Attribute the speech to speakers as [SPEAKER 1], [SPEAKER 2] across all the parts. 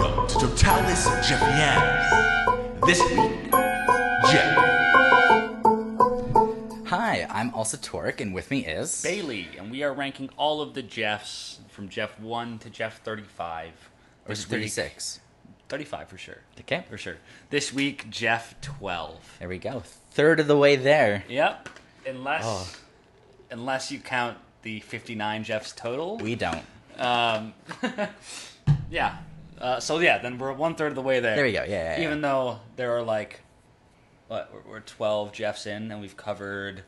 [SPEAKER 1] Totalis Jeffianus. This week, Jeff
[SPEAKER 2] Hi, I'm also Torek, and with me is.
[SPEAKER 3] Bailey, and we are ranking all of the Jeffs from Jeff 1 to Jeff 35.
[SPEAKER 2] or is it
[SPEAKER 3] This week-
[SPEAKER 2] 36?
[SPEAKER 3] 35 for sure.
[SPEAKER 2] Okay.
[SPEAKER 3] For sure. This week, Jeff 12.
[SPEAKER 2] There we go. Third of the way there.
[SPEAKER 3] Yep. Unless
[SPEAKER 2] Oh.
[SPEAKER 3] unless you count the 59 Jeffs total.
[SPEAKER 2] We don't.
[SPEAKER 3] Um, yeah. Uh, so yeah, then we're one third of the way there.
[SPEAKER 2] There we go, yeah, yeah,
[SPEAKER 3] Even though there are like, what we're, we're twelve Jeffs in, and we've covered.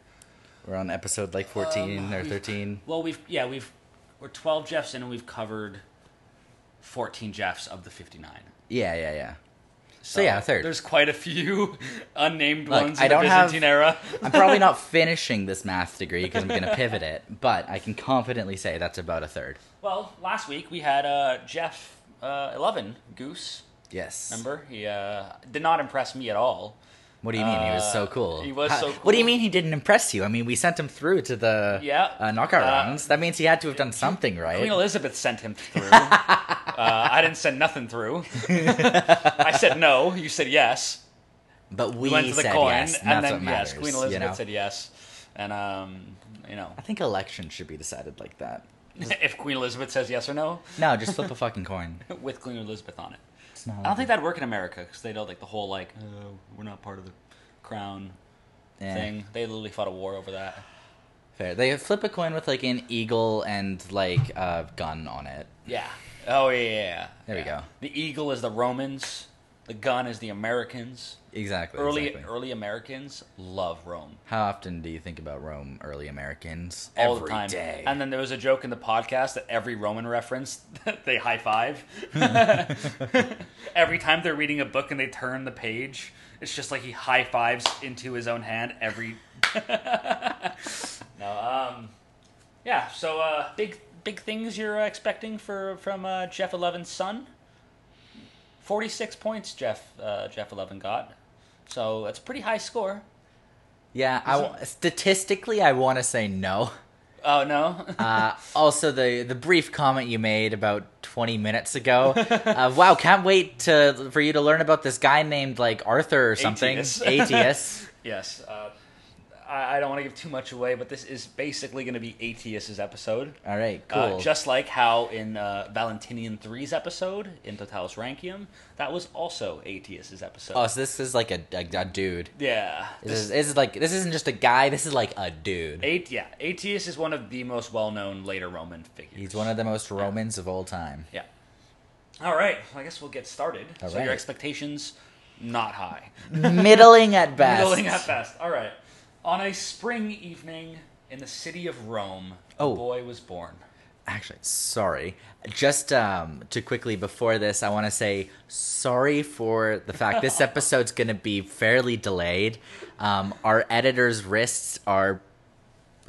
[SPEAKER 2] We're on episode like 14 or 13.
[SPEAKER 3] Well, Um, we've yeah we've we're twelve Jeffs in, and we've covered fourteen Jeffs of the fifty nine.
[SPEAKER 2] Yeah, yeah, yeah. So, yeah, a third.
[SPEAKER 3] There's quite a few unnamed
[SPEAKER 2] Look,
[SPEAKER 3] ones
[SPEAKER 2] I
[SPEAKER 3] in the
[SPEAKER 2] don't have-
[SPEAKER 3] Byzantine era.
[SPEAKER 2] I'm probably not finishing this math degree because I'm going to pivot it, but I can confidently say that's about a third.
[SPEAKER 3] well, last week we had uh, Jeff uh, eleven Goose.
[SPEAKER 2] Yes.
[SPEAKER 3] Remember, he uh, did not impress me at all.
[SPEAKER 2] What do you mean? he was so
[SPEAKER 3] Uh,
[SPEAKER 2] cool.
[SPEAKER 3] he was so
[SPEAKER 2] What do you
[SPEAKER 3] cool.
[SPEAKER 2] mean he didn't impress you? I mean, we sent him through to the
[SPEAKER 3] Yeah,
[SPEAKER 2] uh, knockout
[SPEAKER 3] uh,
[SPEAKER 2] rounds. That means he had to have done something, right?
[SPEAKER 3] Queen Elizabeth sent him through. uh, I didn't send nothing through. I said no. You said yes.
[SPEAKER 2] but we,
[SPEAKER 3] We went to the
[SPEAKER 2] said
[SPEAKER 3] coin,
[SPEAKER 2] yes, and,
[SPEAKER 3] and
[SPEAKER 2] that's
[SPEAKER 3] then
[SPEAKER 2] what matters.
[SPEAKER 3] yes, Queen Elizabeth
[SPEAKER 2] you know?
[SPEAKER 3] said yes. And um, you know,
[SPEAKER 2] I think elections should be decided like that.
[SPEAKER 3] if Queen Elizabeth says yes or no,
[SPEAKER 2] No, just flip a fucking coin.
[SPEAKER 3] with Queen Elizabeth on it.
[SPEAKER 2] It's not
[SPEAKER 3] I don't think that'd work in America because they don't like the whole like
[SPEAKER 2] Uh,
[SPEAKER 3] oh, we're not part of the crown
[SPEAKER 2] eh,
[SPEAKER 3] thing. They literally fought a war over that.
[SPEAKER 2] Fair. They flip a coin with like an eagle and like a gun on it.
[SPEAKER 3] Yeah. Oh yeah. yeah, yeah.
[SPEAKER 2] There we
[SPEAKER 3] Yeah.
[SPEAKER 2] go.
[SPEAKER 3] The eagle is the Romans. The gun is the Americans.
[SPEAKER 2] Exactly.
[SPEAKER 3] Early er
[SPEAKER 2] exactly.
[SPEAKER 3] early Americans love Rome.
[SPEAKER 2] How often do you think about Rome, early Americans?
[SPEAKER 3] all
[SPEAKER 2] Every
[SPEAKER 3] the time.
[SPEAKER 2] day.
[SPEAKER 3] And then there was a joke in the podcast that every Roman reference they high five. every time they're reading a book and they turn the page, it's just like he high fives into his own hand every. no, um, yeah. So uh, big big things you're uh, expecting for from uh, Jeff Eleven's son. Forty six points, Jeff. Uh, Jeff Eleven got. So that's a pretty high score.
[SPEAKER 2] yeah, I w- statistically, I want to say no.
[SPEAKER 3] Oh no.
[SPEAKER 2] Uh, also, the the brief comment you made about 20 minutes ago. Uh, wow, can't wait to for you to learn about this guy named like Arthur or something.
[SPEAKER 3] Aetius.
[SPEAKER 2] Aetius.
[SPEAKER 3] Yes. Uh, I, I don't want to give too much away, but this is basically going to be Aetius's episode.
[SPEAKER 2] All right, cool.
[SPEAKER 3] Uh, just like how in uh, Valentinian 3's episode, in Totalis Rankium, that was also Aetius's episode.
[SPEAKER 2] oh, so this is like a, a, a dude.
[SPEAKER 3] yeah.
[SPEAKER 2] This is, this is like this isn't just a guy. This is like a dude.
[SPEAKER 3] Ate, yeah, Aetius is one of the most well-known later Roman figures.
[SPEAKER 2] He's one of the most Romans of all time.
[SPEAKER 3] Yeah. All right. I guess we'll get started.
[SPEAKER 2] All
[SPEAKER 3] so
[SPEAKER 2] right.
[SPEAKER 3] your expectations, not high.
[SPEAKER 2] Middling at best.
[SPEAKER 3] Middling at best. All right. On a spring evening in the city of Rome,
[SPEAKER 2] Oh.
[SPEAKER 3] a boy was born.
[SPEAKER 2] Actually, sorry. Just um, to quickly before this, I want to say sorry for the fact this episode's going to be fairly delayed. Um, our editor's wrists are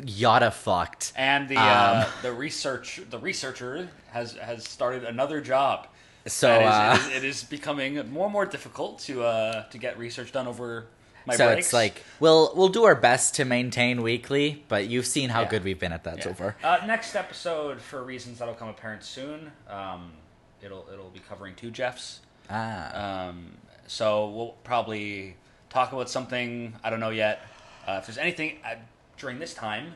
[SPEAKER 2] yada fucked.
[SPEAKER 3] and the uh,
[SPEAKER 2] Um.
[SPEAKER 3] the research the researcher has has started another job.
[SPEAKER 2] So,
[SPEAKER 3] And
[SPEAKER 2] uh,
[SPEAKER 3] it, is, it, is, it is becoming more and more difficult to uh, to get research done over my
[SPEAKER 2] so
[SPEAKER 3] breaks.
[SPEAKER 2] it's like we'll we'll do our best to maintain weekly, but you've seen how
[SPEAKER 3] Yeah.
[SPEAKER 2] good we've been at that
[SPEAKER 3] Yeah.
[SPEAKER 2] so far.
[SPEAKER 3] Uh, next episode, for reasons that'll come apparent soon, um, it'll it'll be covering two Jeffs.
[SPEAKER 2] Ah,
[SPEAKER 3] Um, so we'll probably talk about something I don't know yet. Uh, if there's anything uh, during this time,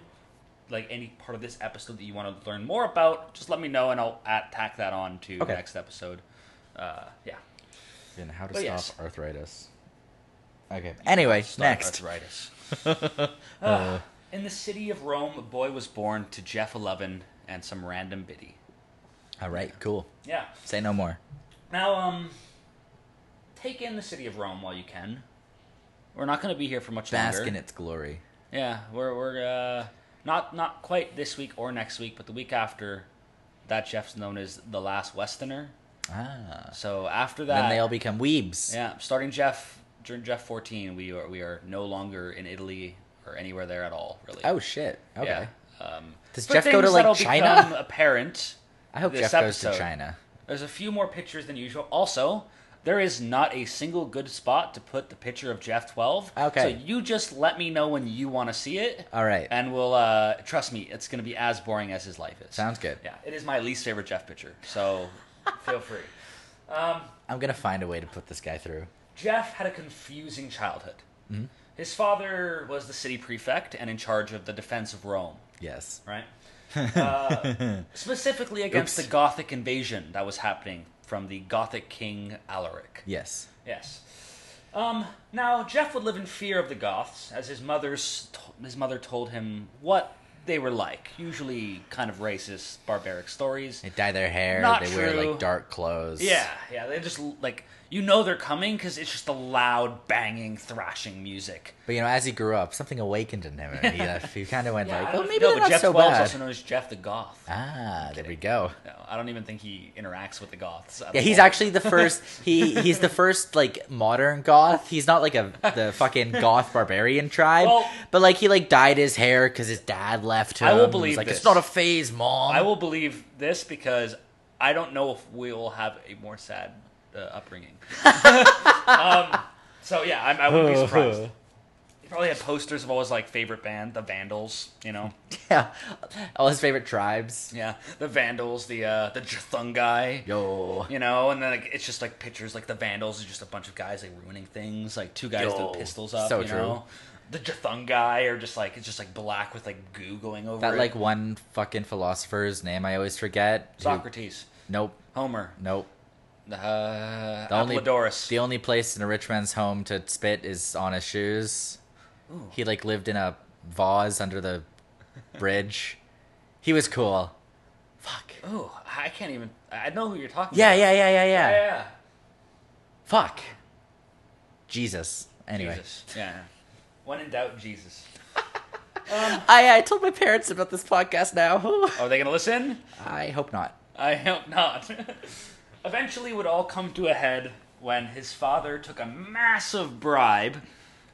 [SPEAKER 3] like any part of this episode that you want to learn more about, just let me know and I'll at- tack that on to
[SPEAKER 2] Okay.
[SPEAKER 3] next episode. Uh, yeah.
[SPEAKER 2] and how to
[SPEAKER 3] but
[SPEAKER 2] stop
[SPEAKER 3] Oh, yes.
[SPEAKER 2] arthritis. Okay. Anyway,
[SPEAKER 3] Start
[SPEAKER 2] next. Uh,
[SPEAKER 3] arthritis. Uh, In the city of Rome, a boy was born to Jeff Eleven and some random biddy.
[SPEAKER 2] All right. Cool.
[SPEAKER 3] Yeah.
[SPEAKER 2] Say no more.
[SPEAKER 3] Now, um, take in the city of Rome while you can. We're not going to be here for much
[SPEAKER 2] Bask
[SPEAKER 3] longer.
[SPEAKER 2] in its glory.
[SPEAKER 3] Yeah, we're we're uh, not not quite this week or next week, but the week after. That chef's known as the last Westerner.
[SPEAKER 2] Ah.
[SPEAKER 3] So after that,
[SPEAKER 2] Then they all become weebs.
[SPEAKER 3] yeah, starting Jeff during Jeff fourteen, we are we are no longer in Italy or anywhere there at all, really.
[SPEAKER 2] Oh shit. Okay.
[SPEAKER 3] Yeah. Um,
[SPEAKER 2] Does
[SPEAKER 3] but
[SPEAKER 2] Jeff go to
[SPEAKER 3] things
[SPEAKER 2] like
[SPEAKER 3] that'll become
[SPEAKER 2] China?
[SPEAKER 3] apparent.
[SPEAKER 2] I hope
[SPEAKER 3] this
[SPEAKER 2] Jeff goes to
[SPEAKER 3] episode.
[SPEAKER 2] China.
[SPEAKER 3] There's a few more pictures than usual. Also, there is not a single good spot to put the picture of Jeff 12.
[SPEAKER 2] Okay.
[SPEAKER 3] So you just let me know when you want to see it.
[SPEAKER 2] All right.
[SPEAKER 3] And we'll, uh, trust me, it's going to be as boring as his life is.
[SPEAKER 2] Sounds good.
[SPEAKER 3] Yeah, it is my least favorite Jeff picture. So feel free. Um,
[SPEAKER 2] I'm gonna find a way to put this guy through.
[SPEAKER 3] Jeff had a confusing childhood.
[SPEAKER 2] Mm-hmm.
[SPEAKER 3] His father was the city prefect and in charge of the defense of Rome,
[SPEAKER 2] Yes.
[SPEAKER 3] right? Uh, specifically against
[SPEAKER 2] Oops.
[SPEAKER 3] the Gothic invasion that was happening from the Gothic king Alaric.
[SPEAKER 2] Yes.
[SPEAKER 3] Yes. Um, now Jeff would live in fear of the Goths, as his mother's his mother told him what they were like, usually kind of racist, barbaric stories.
[SPEAKER 2] They dye their hair.
[SPEAKER 3] Not
[SPEAKER 2] they wear
[SPEAKER 3] true.
[SPEAKER 2] like dark clothes.
[SPEAKER 3] Yeah, yeah, they just like you know they're coming because it's just the loud banging, thrashing music.
[SPEAKER 2] But you know, as he grew up, something awakened in him, and he, uh, he kind of went
[SPEAKER 3] I
[SPEAKER 2] like,
[SPEAKER 3] don't
[SPEAKER 2] "Oh,
[SPEAKER 3] know if
[SPEAKER 2] maybe
[SPEAKER 3] you know,
[SPEAKER 2] they're
[SPEAKER 3] but
[SPEAKER 2] not
[SPEAKER 3] Jeff
[SPEAKER 2] so
[SPEAKER 3] Wells
[SPEAKER 2] bad."
[SPEAKER 3] also known as Jeff the Goth.
[SPEAKER 2] Ah, there we go.
[SPEAKER 3] No, I don't even think he interacts with the Goths. at
[SPEAKER 2] Yeah, he's
[SPEAKER 3] all.
[SPEAKER 2] actually the first. He he's the first like modern goth. He's not like a the fucking goth barbarian tribe,
[SPEAKER 3] Well-
[SPEAKER 2] but like he like dyed his hair because his dad left him.
[SPEAKER 3] I will
[SPEAKER 2] and was
[SPEAKER 3] believe
[SPEAKER 2] like
[SPEAKER 3] this.
[SPEAKER 2] it's not a phase, mom.
[SPEAKER 3] I will believe this because I don't know if we'll have a more sad uh, upbringing. um, so yeah, I, I wouldn't be surprised. He probably had posters of all his like favorite band, the Vandals. You know,
[SPEAKER 2] Yeah, all his favorite tribes.
[SPEAKER 3] yeah, the Vandals, the uh, the Jathungai.
[SPEAKER 2] Yo,
[SPEAKER 3] You know, and then like it's just like pictures like the Vandals is just a bunch of guys like ruining things, like two guys
[SPEAKER 2] Yo,
[SPEAKER 3] with pistols up,
[SPEAKER 2] so
[SPEAKER 3] you know. The Jathung guy are just like it's just like black with like goo going over
[SPEAKER 2] that
[SPEAKER 3] it.
[SPEAKER 2] like one fucking philosopher's name I always forget. who-
[SPEAKER 3] Socrates,
[SPEAKER 2] nope,
[SPEAKER 3] Homer,
[SPEAKER 2] nope.
[SPEAKER 3] uh,
[SPEAKER 2] The only
[SPEAKER 3] Apollodorus.
[SPEAKER 2] the only place in a rich man's home to spit is on his shoes. He like lived in a vase under the bridge. he was cool. Fuck.
[SPEAKER 3] Ooh, I can't even. I know who you're talking
[SPEAKER 2] Yeah,
[SPEAKER 3] about.
[SPEAKER 2] yeah, yeah, yeah, yeah.
[SPEAKER 3] yeah.
[SPEAKER 2] Fuck. Jesus. Anyway,
[SPEAKER 3] Jesus. Yeah. yeah. When in doubt, Jesus.
[SPEAKER 2] I I told my parents about this podcast now.
[SPEAKER 3] Are they gonna listen?
[SPEAKER 2] I hope not.
[SPEAKER 3] I hope not. Eventually, it would all come to a head when his father took a massive bribe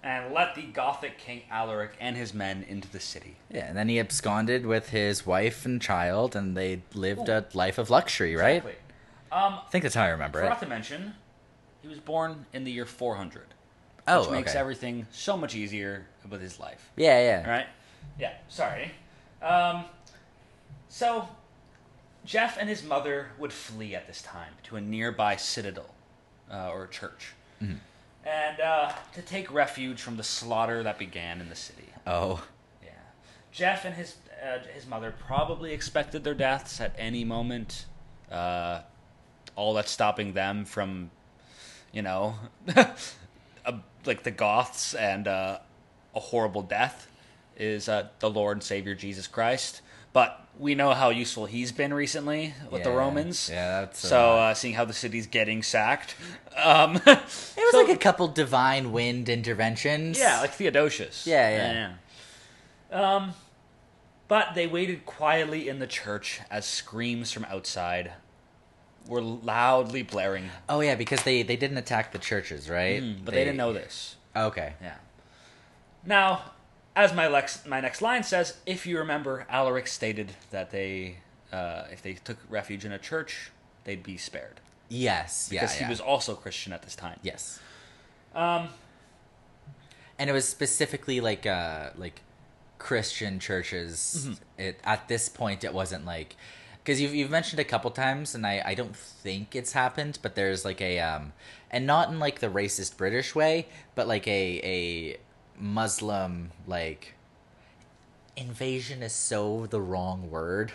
[SPEAKER 3] and let the Gothic king Alaric and his men into the city.
[SPEAKER 2] Yeah, and then he absconded with his wife and child, and they lived
[SPEAKER 3] Ooh.
[SPEAKER 2] a life of luxury, right?
[SPEAKER 3] Wait, um,
[SPEAKER 2] I think that's how I remember
[SPEAKER 3] forgot
[SPEAKER 2] it.
[SPEAKER 3] to mention, he was born in the year 400, which
[SPEAKER 2] Oh,
[SPEAKER 3] makes
[SPEAKER 2] okay.
[SPEAKER 3] everything so much easier with his life.
[SPEAKER 2] Yeah, yeah.
[SPEAKER 3] All right. Yeah. Sorry. Um, so, Jeff and his mother would flee at this time to a nearby citadel uh, or a church, and uh, to take refuge from the slaughter that began in the city.
[SPEAKER 2] Oh,
[SPEAKER 3] Yeah. Jeff and his uh, his mother probably expected their deaths at any moment. Uh, all that's stopping them from, you know, a, like the Goths and uh, a horrible death is uh, the Lord and Savior Jesus Christ. But we know how useful he's been recently with the
[SPEAKER 2] Yeah.
[SPEAKER 3] Romans.
[SPEAKER 2] Yeah, that's,
[SPEAKER 3] so.
[SPEAKER 2] uh,
[SPEAKER 3] Uh, seeing how the city's getting sacked, um, it
[SPEAKER 2] it was like a couple divine wind interventions.
[SPEAKER 3] yeah, like Theodosius.
[SPEAKER 2] Yeah, yeah.
[SPEAKER 3] yeah. Um, but they waited quietly in the church as screams from outside were loudly blaring.
[SPEAKER 2] Oh yeah, because they they didn't attack the churches, right?
[SPEAKER 3] Mm, But they, didn't know this.
[SPEAKER 2] Okay.
[SPEAKER 3] Yeah. Now, as my lex- my next line says, if you remember, Alaric stated that they, uh, if they took refuge in a church, they'd be spared
[SPEAKER 2] Yes. Yeah.
[SPEAKER 3] because
[SPEAKER 2] yeah.
[SPEAKER 3] he was also Christian at this time.
[SPEAKER 2] Yes.
[SPEAKER 3] Um,
[SPEAKER 2] And it was specifically like uh like Christian churches. It at this point it wasn't like because you've you've mentioned a couple times, and I I don't think it's happened, but there's like a um and not in like the racist British way, but like a a Muslim like invasion is so the wrong word.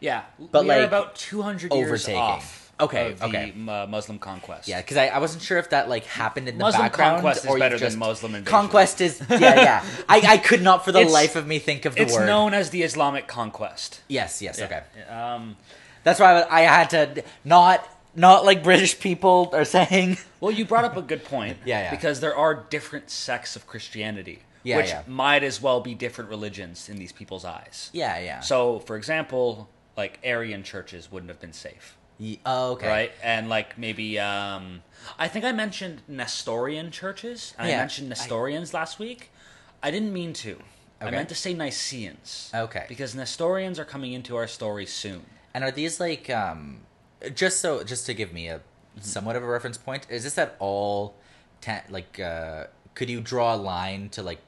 [SPEAKER 3] yeah,
[SPEAKER 2] But,
[SPEAKER 3] we are
[SPEAKER 2] like,
[SPEAKER 3] about two hundred years
[SPEAKER 2] overtaking.
[SPEAKER 3] off.
[SPEAKER 2] Okay,
[SPEAKER 3] of the,
[SPEAKER 2] okay.
[SPEAKER 3] uh, Muslim conquest.
[SPEAKER 2] Yeah, because I, I wasn't sure if that like happened in the
[SPEAKER 3] Muslim
[SPEAKER 2] background.
[SPEAKER 3] conquest is
[SPEAKER 2] or you
[SPEAKER 3] better than
[SPEAKER 2] just-
[SPEAKER 3] Muslim invasion.
[SPEAKER 2] Conquest is yeah yeah. I, I could not for the
[SPEAKER 3] It's-
[SPEAKER 2] life of me think of the
[SPEAKER 3] it's
[SPEAKER 2] word.
[SPEAKER 3] known as the Islamic conquest.
[SPEAKER 2] Yes yes okay.
[SPEAKER 3] Um,
[SPEAKER 2] That's why I, I had to not not like British people are saying.
[SPEAKER 3] well, you brought up a good point.
[SPEAKER 2] Yeah, yeah.
[SPEAKER 3] Because there are different sects of Christianity,
[SPEAKER 2] Yeah,
[SPEAKER 3] which
[SPEAKER 2] yeah.
[SPEAKER 3] might as well be different religions in these people's eyes.
[SPEAKER 2] Yeah yeah.
[SPEAKER 3] So, for example, like Arian churches wouldn't have been safe,
[SPEAKER 2] Ye- oh, okay.
[SPEAKER 3] right? And like maybe um, I think I mentioned Nestorian churches. And I
[SPEAKER 2] Yeah.
[SPEAKER 3] mentioned Nestorians last week. I didn't mean to. I
[SPEAKER 2] Okay.
[SPEAKER 3] meant to say Nicaeans.
[SPEAKER 2] Okay.
[SPEAKER 3] Because Nestorians are coming into our story soon.
[SPEAKER 2] And are these like um just so just to give me a somewhat of a reference point? Is this at all ten, like uh could you draw a line to like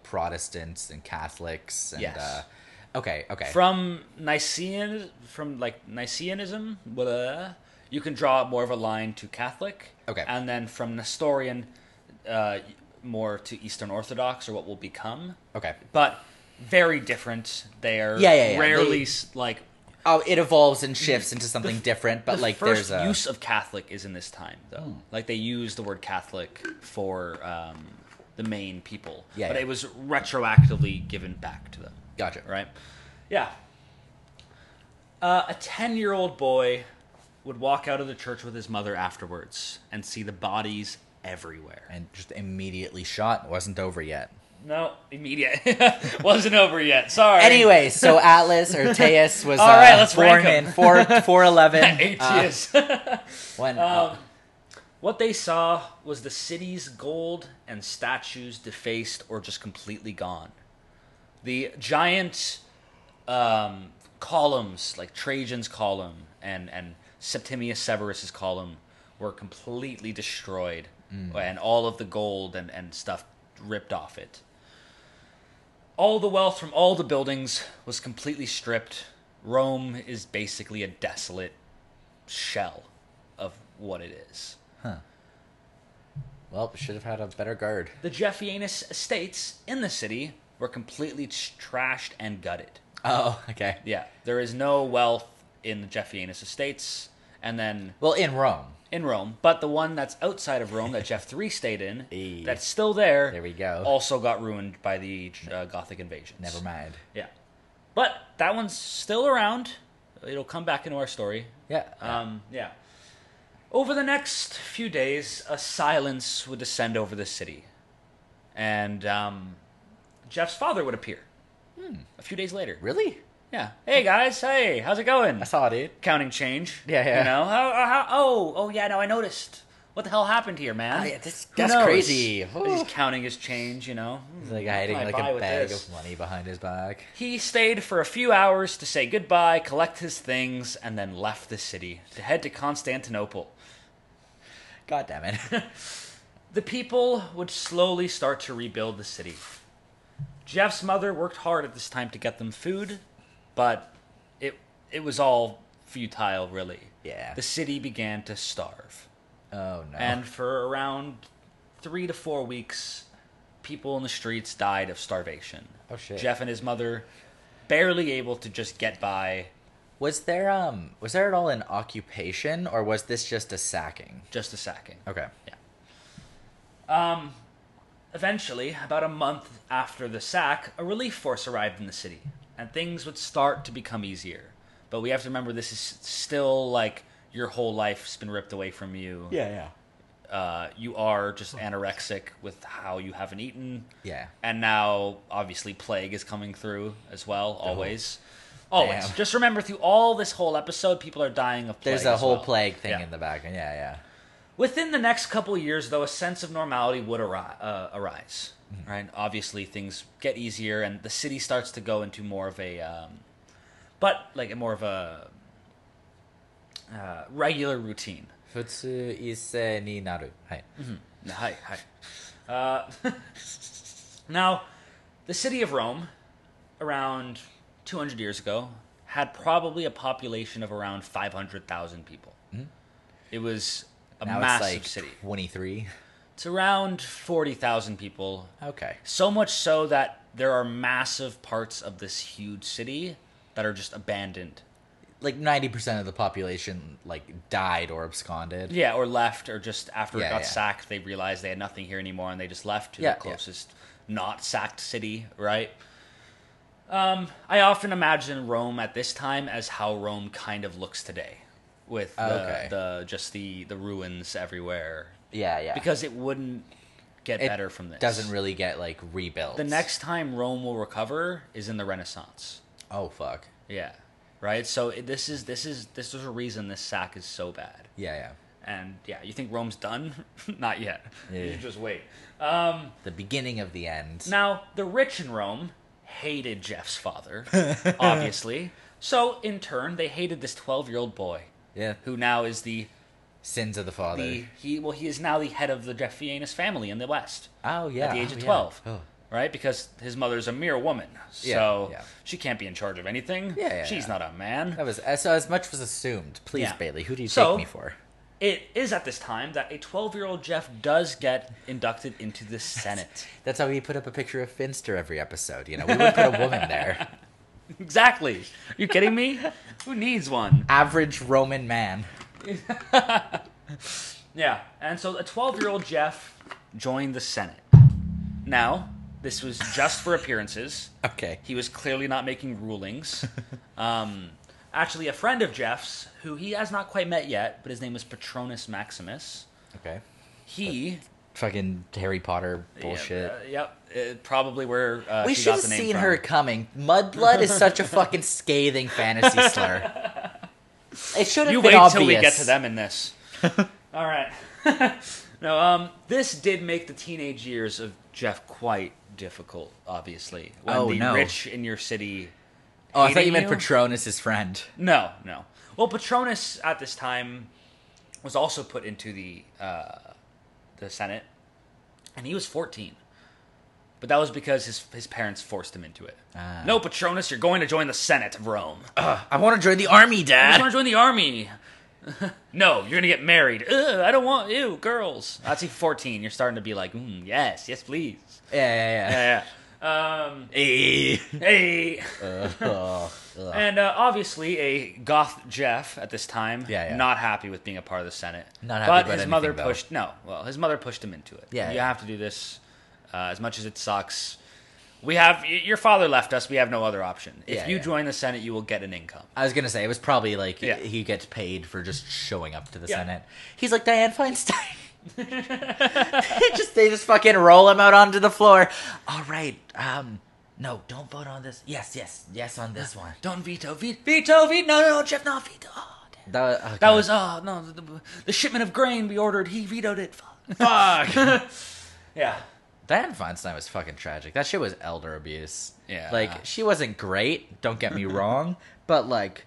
[SPEAKER 2] Protestants and Catholics and
[SPEAKER 3] Yes.
[SPEAKER 2] uh okay okay
[SPEAKER 3] from Nicaean from like Nicaeanism blah, you can draw more of a line to Catholic.
[SPEAKER 2] Okay.
[SPEAKER 3] And then from Nestorian, uh, more to Eastern Orthodox or what will become.
[SPEAKER 2] Okay.
[SPEAKER 3] But very different. They are
[SPEAKER 2] Yeah, yeah, yeah.
[SPEAKER 3] rarely
[SPEAKER 2] They-
[SPEAKER 3] s like.
[SPEAKER 2] Oh, it evolves and shifts into something different, but
[SPEAKER 3] the
[SPEAKER 2] like
[SPEAKER 3] first
[SPEAKER 2] there's a Hmm.
[SPEAKER 3] use of Catholic is in this time though. Like they use the word Catholic for um, the main people,
[SPEAKER 2] Yeah,
[SPEAKER 3] but
[SPEAKER 2] yeah.
[SPEAKER 3] it was retroactively given back to them.
[SPEAKER 2] gotcha.
[SPEAKER 3] right? Yeah. Uh, a 10 year old boy would walk out of the church with his mother afterwards and see the bodies everywhere.
[SPEAKER 2] And just immediately shot. It wasn't over yet.
[SPEAKER 3] No, immediate. Wasn't over yet. Sorry.
[SPEAKER 2] Anyway, so Atlas or Teus was
[SPEAKER 3] All right,
[SPEAKER 2] uh,
[SPEAKER 3] let's
[SPEAKER 2] born
[SPEAKER 3] rank
[SPEAKER 2] in
[SPEAKER 3] 'em.
[SPEAKER 2] four four eleven. Uh,
[SPEAKER 3] Atheist.
[SPEAKER 2] when,
[SPEAKER 3] Um,
[SPEAKER 2] uh,
[SPEAKER 3] what they saw was the city's gold and statues defaced or just completely gone. The giant um, columns, like Trajan's column and, and Septimius Severus's column, were completely destroyed, and all of the gold and, and stuff ripped off it. All the wealth from all the buildings was completely stripped. Rome is basically a desolate shell of what it is.
[SPEAKER 2] well, should have had a better guard.
[SPEAKER 3] The Jeffianus estates in the city were completely t- trashed and gutted.
[SPEAKER 2] Oh, okay.
[SPEAKER 3] Yeah, there is no wealth in the Jeffianus estates, and then
[SPEAKER 2] Well, in Rome.
[SPEAKER 3] in Rome. But the one that's outside of Rome that Jeff three stayed in,
[SPEAKER 2] Eh.
[SPEAKER 3] that's still there.
[SPEAKER 2] There we go.
[SPEAKER 3] Also got ruined by the uh, Gothic invasions.
[SPEAKER 2] Never mind.
[SPEAKER 3] Yeah, but that one's still around. It'll come back into our story
[SPEAKER 2] Yeah.
[SPEAKER 3] Um, yeah. Over the next few days, a silence would descend over the city, and um, Jeff's father would appear.
[SPEAKER 2] Hmm.
[SPEAKER 3] A few days later.
[SPEAKER 2] really?
[SPEAKER 3] Yeah. Hey guys. Hey, how's it going?
[SPEAKER 2] I saw it, dude.
[SPEAKER 3] Counting change.
[SPEAKER 2] Yeah, yeah.
[SPEAKER 3] You know how? how oh, oh yeah. No, I noticed. What the hell happened here, man?
[SPEAKER 2] Oh, yeah, that's-
[SPEAKER 3] Who
[SPEAKER 2] that's
[SPEAKER 3] knows?
[SPEAKER 2] crazy. Ooh.
[SPEAKER 3] He's counting his change. You know.
[SPEAKER 2] He's like
[SPEAKER 3] What
[SPEAKER 2] hiding
[SPEAKER 3] can I
[SPEAKER 2] like
[SPEAKER 3] buy
[SPEAKER 2] a
[SPEAKER 3] with
[SPEAKER 2] bag
[SPEAKER 3] this?
[SPEAKER 2] of money behind his back.
[SPEAKER 3] He stayed for a few hours to say goodbye, collect his things, and then left the city to head to Constantinople.
[SPEAKER 2] God damn it.
[SPEAKER 3] The people would slowly start to rebuild the city. Jeff's mother worked hard at this time to get them food, but it it was all futile really.
[SPEAKER 2] Yeah.
[SPEAKER 3] The city began to starve.
[SPEAKER 2] oh no.
[SPEAKER 3] And for around 3 to 4 weeks, people in the streets died of starvation.
[SPEAKER 2] Oh, shit.
[SPEAKER 3] Jeff and his mother barely able to just get by,
[SPEAKER 2] was there um was there at all an occupation or was this just a sacking?
[SPEAKER 3] just a sacking.
[SPEAKER 2] Okay.
[SPEAKER 3] Eventually, about a month after the sack, a relief force arrived in the city, and things would start to become easier. But we have to remember this is still like your whole life's been ripped away from you.
[SPEAKER 2] yeah.
[SPEAKER 3] Uh, you are just anorexic with how you haven't eaten.
[SPEAKER 2] Yeah.
[SPEAKER 3] And now, obviously, plague is coming through as well, always. Always.
[SPEAKER 2] Oh. Damn.
[SPEAKER 3] Just remember through all this whole episode, people are dying of plague.
[SPEAKER 2] There's a
[SPEAKER 3] as
[SPEAKER 2] whole
[SPEAKER 3] well.
[SPEAKER 2] plague thing
[SPEAKER 3] Yeah.
[SPEAKER 2] in the back. Yeah, yeah.
[SPEAKER 3] Within the next couple years, though, a sense of normality would arri- uh, arise.
[SPEAKER 2] Mm-hmm.
[SPEAKER 3] Right? Obviously, things get easier, and the city starts to go into more of a, um, but like more of a uh, regular routine.
[SPEAKER 2] Futsu ise ni naru. Hi.
[SPEAKER 3] Mhm. Hi, hi. Uh, now, the city of Rome, around 200 years ago, had probably a population of around 500,000 people. It was a
[SPEAKER 2] Mm-hmm. Now
[SPEAKER 3] massive
[SPEAKER 2] it's like
[SPEAKER 3] city.
[SPEAKER 2] 23.
[SPEAKER 3] It's around 40,000 people.
[SPEAKER 2] Okay.
[SPEAKER 3] So much so that there are massive parts of this huge city that are just abandoned.
[SPEAKER 2] Like 90% of the population like died or absconded.
[SPEAKER 3] Yeah, or left, or just after
[SPEAKER 2] Yeah,
[SPEAKER 3] it got
[SPEAKER 2] yeah.
[SPEAKER 3] sacked, they realized they had nothing here anymore and they just left to
[SPEAKER 2] Yeah, yeah.
[SPEAKER 3] the closest not sacked city, right? Um, I often imagine Rome at this time as how Rome kind of looks today with the,
[SPEAKER 2] Okay.
[SPEAKER 3] the just the, the ruins everywhere
[SPEAKER 2] Yeah, yeah.
[SPEAKER 3] because it wouldn't get
[SPEAKER 2] it
[SPEAKER 3] better from this.
[SPEAKER 2] doesn't really get like rebuilt.
[SPEAKER 3] The next time Rome will recover is in the Renaissance.
[SPEAKER 2] Oh fuck.
[SPEAKER 3] Yeah. Right? So it, this is this is this is a reason this sack is so bad.
[SPEAKER 2] Yeah, yeah.
[SPEAKER 3] And yeah, you think Rome's done? Not yet.
[SPEAKER 2] Yeah.
[SPEAKER 3] You just wait.
[SPEAKER 2] The beginning of the end.
[SPEAKER 3] Now, the rich in Rome hated Jeff's father, obviously. So in turn, they hated this 12-year-old boy
[SPEAKER 2] Yeah.
[SPEAKER 3] who now is the
[SPEAKER 2] Sins of the father.
[SPEAKER 3] the he well he is now the head of the Jeffianus family in the West.
[SPEAKER 2] oh yeah.
[SPEAKER 3] the age
[SPEAKER 2] oh,
[SPEAKER 3] of
[SPEAKER 2] yeah.
[SPEAKER 3] 12.
[SPEAKER 2] Oh.
[SPEAKER 3] right? Because his mother's a mere woman,
[SPEAKER 2] Yeah,
[SPEAKER 3] so
[SPEAKER 2] yeah.
[SPEAKER 3] she can't be in charge of anything.
[SPEAKER 2] Yeah, yeah,
[SPEAKER 3] she's
[SPEAKER 2] yeah.
[SPEAKER 3] not a man.
[SPEAKER 2] That was as- so as much was assumed. Please,
[SPEAKER 3] Yeah.
[SPEAKER 2] Bailey, who do you
[SPEAKER 3] So-
[SPEAKER 2] take me for?
[SPEAKER 3] It is at this time that a 12-year-old Jeff does get inducted into the Senate.
[SPEAKER 2] That's how we put up a picture of Finster every episode. You know, we would put a woman there.
[SPEAKER 3] exactly. Are you kidding me? Who needs one?
[SPEAKER 2] Average Roman man.
[SPEAKER 3] Yeah, and so a 12 year old Jeff joined the Senate. Now, this was just for appearances.
[SPEAKER 2] Okay.
[SPEAKER 3] He was clearly not making rulings. Um, actually, a friend of Jeff's, who he has not quite met yet, but his name is Patronus Maximus,
[SPEAKER 2] Okay.
[SPEAKER 3] he.
[SPEAKER 2] Fucking Harry Potter bullshit.
[SPEAKER 3] Yeah, uh, yep, uh, probably where uh,
[SPEAKER 2] we
[SPEAKER 3] she
[SPEAKER 2] should
[SPEAKER 3] got
[SPEAKER 2] have
[SPEAKER 3] the name
[SPEAKER 2] seen
[SPEAKER 3] from.
[SPEAKER 2] her coming. Mudblood is such a fucking scathing fantasy slur. It should have
[SPEAKER 3] You
[SPEAKER 2] been
[SPEAKER 3] wait
[SPEAKER 2] obvious.
[SPEAKER 3] till we get to them in this. All right. no, um, this did make the teenage years of Jeff quite difficult. Obviously, when
[SPEAKER 2] Oh,
[SPEAKER 3] the
[SPEAKER 2] no.
[SPEAKER 3] rich in your city.
[SPEAKER 2] Oh, I thought
[SPEAKER 3] hating
[SPEAKER 2] you meant
[SPEAKER 3] you?
[SPEAKER 2] Patronus, his friend.
[SPEAKER 3] No, no. Well, Patronus at this time was also put into the uh, the Senate, and he was fourteen. But that was because his his parents forced him into it.
[SPEAKER 2] Ah.
[SPEAKER 3] No, Patronus, you're going to join the Senate of Rome.
[SPEAKER 2] I want to join the army,
[SPEAKER 3] I just
[SPEAKER 2] Dad.
[SPEAKER 3] want to join the army. no, you're gonna get married. Ugh, I don't want you, girls. That's even 14. You're starting to be like, mm, yes, yes, please.
[SPEAKER 2] yeah,
[SPEAKER 3] Yeah. yeah. Um,
[SPEAKER 2] yeah, yeah. Oh.
[SPEAKER 3] hey.
[SPEAKER 2] Ugh, ugh.
[SPEAKER 3] And uh, obviously, a goth Jeff at this time,
[SPEAKER 2] Yeah, yeah.
[SPEAKER 3] not happy with being a part of the Senate.
[SPEAKER 2] Not happy
[SPEAKER 3] but
[SPEAKER 2] about
[SPEAKER 3] his
[SPEAKER 2] anything,
[SPEAKER 3] mother
[SPEAKER 2] though.
[SPEAKER 3] pushed. No, well, his mother pushed him into it.
[SPEAKER 2] Yeah,
[SPEAKER 3] you
[SPEAKER 2] yeah.
[SPEAKER 3] have to do this. Uh, as much as it sucks, we have y- your father left us. We have no other option. If
[SPEAKER 2] Yeah,
[SPEAKER 3] you
[SPEAKER 2] yeah.
[SPEAKER 3] join the Senate, you will get an income.
[SPEAKER 2] I was gonna say it was probably like
[SPEAKER 3] Yeah.
[SPEAKER 2] he gets paid for just showing up to the
[SPEAKER 3] Yeah.
[SPEAKER 2] Senate. He's like Diane Feinstein. They just they just fucking roll him out onto the floor. All right, um, no, don't vote on this. Yes, yes, yes on this one.
[SPEAKER 3] Don't veto, veto, veto, veto. No, no, no, Jeff, no, veto. Oh, damn.
[SPEAKER 2] That was, oh,
[SPEAKER 3] That
[SPEAKER 2] God.
[SPEAKER 3] was oh no the, the, the shipment of grain we ordered he vetoed it. Fuck.
[SPEAKER 2] fuck.
[SPEAKER 3] yeah.
[SPEAKER 2] Diane Feinstein was fucking tragic. That shit was elder abuse.
[SPEAKER 3] Yeah.
[SPEAKER 2] like she wasn't great. Don't get me wrong, but like.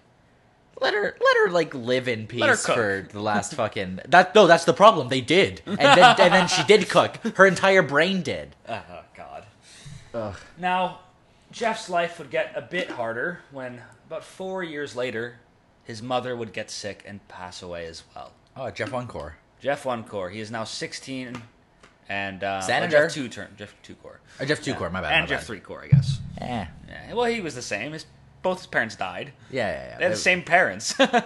[SPEAKER 2] Let her, let her like live in
[SPEAKER 3] Let her
[SPEAKER 2] peace
[SPEAKER 3] cook.
[SPEAKER 2] for the last fucking. That no, that's the problem. They did, and then and then she did cook. Her entire brain did.
[SPEAKER 3] Oh God. Now, Jeff's life would get a bit harder when about four years later, his mother would get sick and pass away as well.
[SPEAKER 2] Oh, Jeff Encore.
[SPEAKER 3] Jeff Encore, he is now sixteen, and uh,
[SPEAKER 2] Senator.
[SPEAKER 3] Jeff two term Jeff two core
[SPEAKER 2] Or Uh, Jeff Two Core. My bad.
[SPEAKER 3] and
[SPEAKER 2] my
[SPEAKER 3] Jeff
[SPEAKER 2] bad.
[SPEAKER 3] three core I guess.
[SPEAKER 2] Eh.
[SPEAKER 3] Yeah. Well, he was the same. His both his parents died.
[SPEAKER 2] Yeah, yeah, yeah.
[SPEAKER 3] They had the
[SPEAKER 2] It-
[SPEAKER 3] same parents.
[SPEAKER 2] eh.